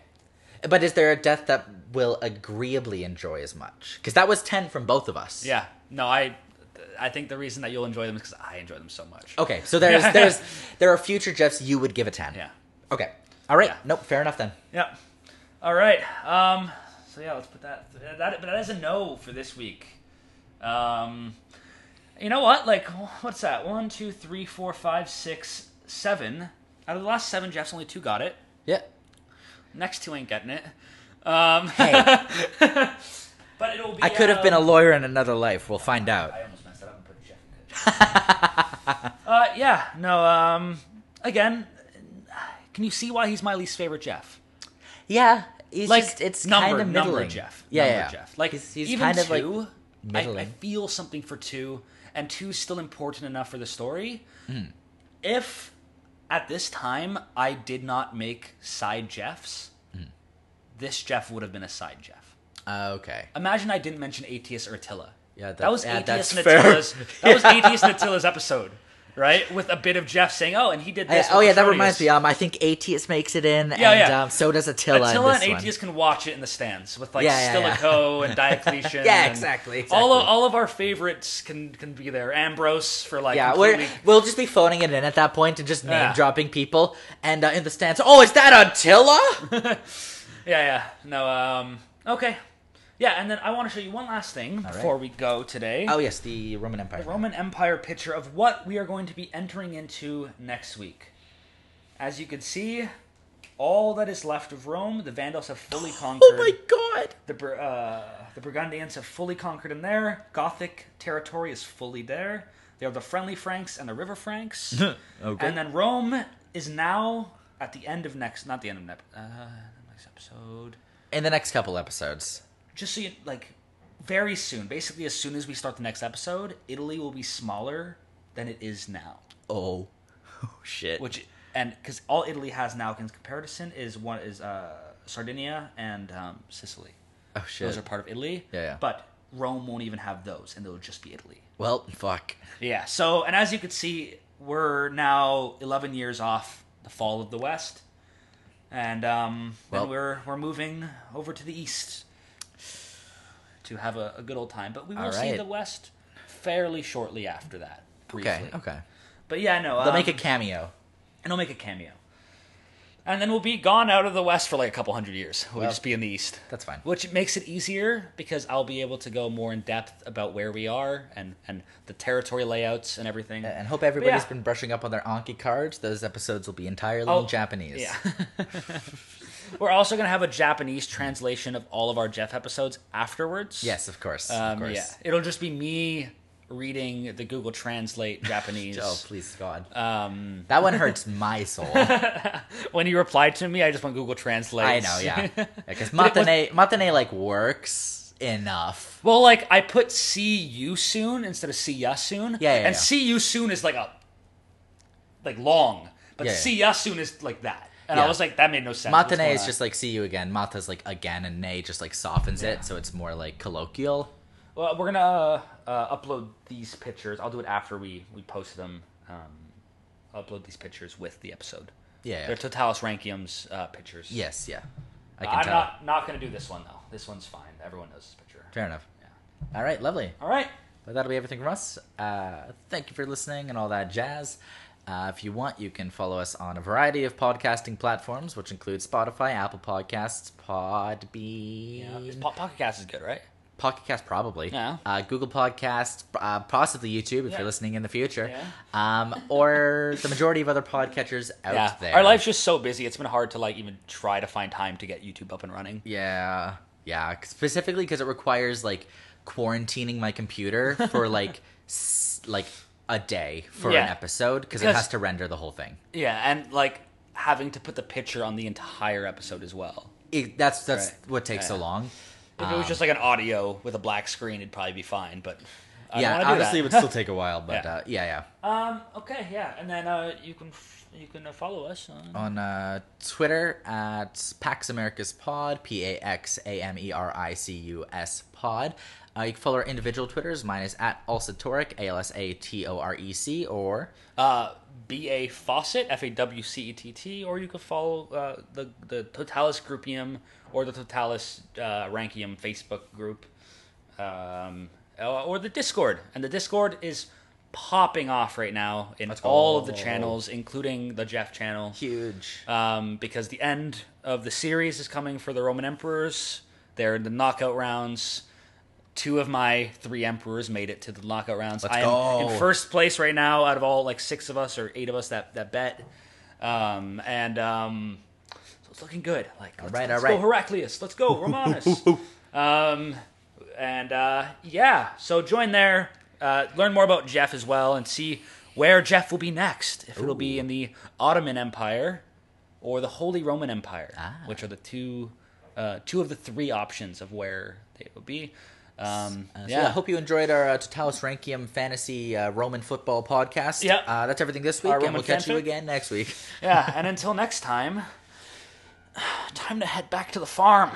[SPEAKER 2] but is there a death that will agreeably enjoy as much? Because that was ten from both of us.
[SPEAKER 3] Yeah. No, I I think the reason that you'll enjoy them is because I enjoy them so much.
[SPEAKER 2] Okay, so there's there's there are future Jeffs you would give a ten.
[SPEAKER 3] Yeah.
[SPEAKER 2] Okay. All right.
[SPEAKER 3] Yeah.
[SPEAKER 2] Nope. Fair enough then.
[SPEAKER 3] Yeah. All right. Um, so yeah, let's put that. That but that is a no for this week. Um, you know what? Like, what's that? One, two, three, four, five, six, seven. Out of the last seven, Jeff's only two got it.
[SPEAKER 2] Yeah.
[SPEAKER 3] Next two ain't getting it. Um,
[SPEAKER 2] Hey,
[SPEAKER 3] but it'll be.
[SPEAKER 2] I could have been a
[SPEAKER 3] um,
[SPEAKER 2] lawyer in another life. We'll find out.
[SPEAKER 3] I almost messed that up and put Jeff in good. uh, yeah. No. Um, again, can you see why he's my least favorite Jeff?
[SPEAKER 2] Yeah. he's
[SPEAKER 3] like
[SPEAKER 2] just, it's
[SPEAKER 3] number,
[SPEAKER 2] kind of middling.
[SPEAKER 3] Number Jeff.
[SPEAKER 2] Yeah,
[SPEAKER 3] number
[SPEAKER 2] yeah.
[SPEAKER 3] Jeff. Like
[SPEAKER 2] he's, he's
[SPEAKER 3] even
[SPEAKER 2] kind of
[SPEAKER 3] two,
[SPEAKER 2] like
[SPEAKER 3] I- I,
[SPEAKER 2] middling.
[SPEAKER 3] feel something for two, and two's still important enough for the story.
[SPEAKER 2] Hmm.
[SPEAKER 3] If at this time I did not make side Jeffs,
[SPEAKER 2] Hmm.
[SPEAKER 3] this Jeff would have been a side Jeff.
[SPEAKER 2] uh, okay.
[SPEAKER 3] Imagine I didn't mention Atius or Attila.
[SPEAKER 2] Yeah,
[SPEAKER 3] that,
[SPEAKER 2] that-
[SPEAKER 3] was
[SPEAKER 2] yeah,
[SPEAKER 3] Atius
[SPEAKER 2] that's
[SPEAKER 3] and
[SPEAKER 2] fair.
[SPEAKER 3] Attila's. That was Atius and Attila's episode, right? With a bit of Jeff saying, "Oh, and he did
[SPEAKER 2] I-
[SPEAKER 3] this."
[SPEAKER 2] oh
[SPEAKER 3] with
[SPEAKER 2] yeah, that
[SPEAKER 3] Petronius."
[SPEAKER 2] reminds me. Um, I think Atius makes it in,
[SPEAKER 3] Yeah,
[SPEAKER 2] and
[SPEAKER 3] yeah.
[SPEAKER 2] Um, so does Attila.
[SPEAKER 3] Attila
[SPEAKER 2] in
[SPEAKER 3] and
[SPEAKER 2] this one.
[SPEAKER 3] Aetius can watch it in the stands with like
[SPEAKER 2] Yeah, yeah, yeah.
[SPEAKER 3] Stilicho and Diocletian.
[SPEAKER 2] Yeah,
[SPEAKER 3] and
[SPEAKER 2] exactly,
[SPEAKER 3] All of,
[SPEAKER 2] exactly.
[SPEAKER 3] all of our favorites can can be there. Ambrose for like
[SPEAKER 2] Yeah, we're,
[SPEAKER 3] completely-
[SPEAKER 2] we'll just be phoning it in at that point and just name
[SPEAKER 3] Yeah.
[SPEAKER 2] dropping people. And uh, in the stands, oh, is that Attila?
[SPEAKER 3] yeah, yeah. No, um, okay, yeah. And then I want to show you one last thing before we go today.
[SPEAKER 2] oh yes, the Roman Empire.
[SPEAKER 3] Roman Empire picture of what we are going to be entering into next week. As you can see, all that is left of Rome, the Vandals have fully conquered.
[SPEAKER 2] Oh my god!
[SPEAKER 3] The, Bur- uh, the Burgundians have fully conquered in there. Gothic territory is fully there. They are the friendly Franks and the River Franks.
[SPEAKER 2] Okay.
[SPEAKER 3] And then Rome is now at the end of next, not the end of next, uh, next episode.
[SPEAKER 2] In the next couple episodes,
[SPEAKER 3] Just so you like, very soon, basically as soon as we start the next episode, Italy will be smaller than it is now.
[SPEAKER 2] oh, oh shit!
[SPEAKER 3] Which and because all Italy has now in comparison is one is uh, Sardinia and um, Sicily.
[SPEAKER 2] oh shit!
[SPEAKER 3] Those are part of Italy.
[SPEAKER 2] Yeah, yeah.
[SPEAKER 3] But Rome won't even have those, and it'll just be Italy.
[SPEAKER 2] well, fuck.
[SPEAKER 3] Yeah. So, and as you can see, we're now 11 years off the fall of the West, and um, then
[SPEAKER 2] Well-
[SPEAKER 3] we're we're moving over to the East to have a, a good old time. But we will
[SPEAKER 2] All
[SPEAKER 3] see
[SPEAKER 2] right.
[SPEAKER 3] the West fairly shortly after that. Briefly.
[SPEAKER 2] Okay, okay.
[SPEAKER 3] But yeah, no.
[SPEAKER 2] They'll
[SPEAKER 3] um,
[SPEAKER 2] make a cameo.
[SPEAKER 3] and I'll make a cameo. And then we'll be gone out of the West for like a couple hundred years. We'll
[SPEAKER 2] Well,
[SPEAKER 3] just be in the East.
[SPEAKER 2] that's fine.
[SPEAKER 3] Which makes it easier because I'll be able to go more in depth about where we are and, and the territory layouts and everything.
[SPEAKER 2] And hope everybody's
[SPEAKER 3] yeah.
[SPEAKER 2] been brushing up on their Anki cards. Those episodes will be entirely
[SPEAKER 3] Oh,
[SPEAKER 2] in Japanese.
[SPEAKER 3] Yeah. We're also going to have a Japanese translation of all of our Jeff episodes afterwards.
[SPEAKER 2] Yes, of course. of
[SPEAKER 3] Um,
[SPEAKER 2] course.
[SPEAKER 3] yeah. It'll just be me reading the Google Translate Japanese.
[SPEAKER 2] Oh please, God!
[SPEAKER 3] um,
[SPEAKER 2] that one hurts my soul.
[SPEAKER 3] when you replied to me, I just went Google Translate.
[SPEAKER 2] I know, yeah. Because
[SPEAKER 3] But it was-
[SPEAKER 2] Matane, Matane like works enough.
[SPEAKER 3] Well, like I put see you soon instead of see ya soon.
[SPEAKER 2] Yeah, yeah,
[SPEAKER 3] And
[SPEAKER 2] yeah.
[SPEAKER 3] see you soon is like a like long, but
[SPEAKER 2] Yeah, yeah.
[SPEAKER 3] see ya soon is like that. And I
[SPEAKER 2] Yeah.
[SPEAKER 3] was like, that made no sense. What's
[SPEAKER 2] Matane
[SPEAKER 3] going
[SPEAKER 2] is
[SPEAKER 3] on?
[SPEAKER 2] just like see you again. Mata's like again, and Nay just like softens it, so it's more like colloquial.
[SPEAKER 3] Well, we're gonna uh, uh, upload these pictures. I'll do it after we we post them. Um, I'll upload these pictures with the episode.
[SPEAKER 2] Yeah.
[SPEAKER 3] They're Totalis Rankium's uh, pictures.
[SPEAKER 2] Yes, yeah. I can
[SPEAKER 3] I'm
[SPEAKER 2] tell.
[SPEAKER 3] not not gonna do this one though. This one's fine. Everyone knows this picture.
[SPEAKER 2] Fair enough. All right, lovely.
[SPEAKER 3] All right.
[SPEAKER 2] But that'll be everything from us. Uh, thank you for listening and all that jazz. Uh, if you want, you can follow us on a variety of podcasting platforms, which include Spotify, Apple Podcasts,
[SPEAKER 3] Yeah.
[SPEAKER 2] Podbean,
[SPEAKER 3] Po- Pocket Cast is good, right?
[SPEAKER 2] Pocket Cast, probably.
[SPEAKER 3] Yeah.
[SPEAKER 2] Uh, Google Podcast, uh, possibly YouTube if
[SPEAKER 3] Yeah.
[SPEAKER 2] you're listening in the future.
[SPEAKER 3] Yeah.
[SPEAKER 2] Um, or the majority of other podcatchers out
[SPEAKER 3] yeah.
[SPEAKER 2] there.
[SPEAKER 3] Our life's just so busy. It's been hard to like even try to find time to get YouTube up and running.
[SPEAKER 2] Yeah, yeah. c- Specifically because it requires like quarantining my computer for like s- like a day for
[SPEAKER 3] Yeah.
[SPEAKER 2] an episode because it
[SPEAKER 3] Because-
[SPEAKER 2] has to render the whole thing.
[SPEAKER 3] Yeah, and like having to put the picture on the entire episode as well.
[SPEAKER 2] It, that's that's
[SPEAKER 3] Right.
[SPEAKER 2] what takes so
[SPEAKER 3] Yeah.
[SPEAKER 2] long.
[SPEAKER 3] If it was just like an audio with a black screen, it'd probably be fine. But I
[SPEAKER 2] yeah,
[SPEAKER 3] don't wanna do
[SPEAKER 2] honestly, it
[SPEAKER 3] that.
[SPEAKER 2] would still take a while. But
[SPEAKER 3] Yeah.
[SPEAKER 2] yeah, uh, yeah, yeah.
[SPEAKER 3] Um. Okay. Yeah. And then uh, you can you can uh, follow us on.
[SPEAKER 2] on uh, Twitter at Pax Americas Pod, P A X A M E R I C U S Pod. Uh, you can follow our individual Twitters. Mine is at Alsatoric, A L S A T O R E C, or
[SPEAKER 3] Uh, B A Fawcett, F A W C E T T, or you could follow uh, the the Totalis Groupium or the Totalis uh, Rankium Facebook group, um, uh, or the Discord. And the Discord is popping off right now in all of the
[SPEAKER 2] go.
[SPEAKER 3] channels, including the Jeff channel,
[SPEAKER 2] huge.
[SPEAKER 3] um, because the end of the series is coming for the Roman emperors. They're in the knockout rounds. Two of my three emperors made it to the knockout rounds.
[SPEAKER 2] Let's
[SPEAKER 3] I am
[SPEAKER 2] go.
[SPEAKER 3] in first place right now out of all like six of us or eight of us that that bet, um, and um, so it's looking good. Like let's,
[SPEAKER 2] right,
[SPEAKER 3] let's
[SPEAKER 2] all
[SPEAKER 3] go
[SPEAKER 2] right.
[SPEAKER 3] Heraclius, let's go Romanus, um, and uh, yeah. So join there, uh, learn more about Jeff as well, and see where Jeff will be next. If it'll be in the Ottoman Empire or the Holy Roman Empire, which are the two uh, two of the three options of where they would be. Um,
[SPEAKER 2] Uh, so yeah.
[SPEAKER 3] yeah.
[SPEAKER 2] I hope you enjoyed our uh, Totalis Rankium Fantasy uh, Roman Football podcast.
[SPEAKER 3] Yeah.
[SPEAKER 2] Uh, that's everything this week,
[SPEAKER 3] Our
[SPEAKER 2] and
[SPEAKER 3] Roman
[SPEAKER 2] we'll catch you
[SPEAKER 3] fanfic.
[SPEAKER 2] again next week.
[SPEAKER 3] yeah, and until next time, time to head back to the farm.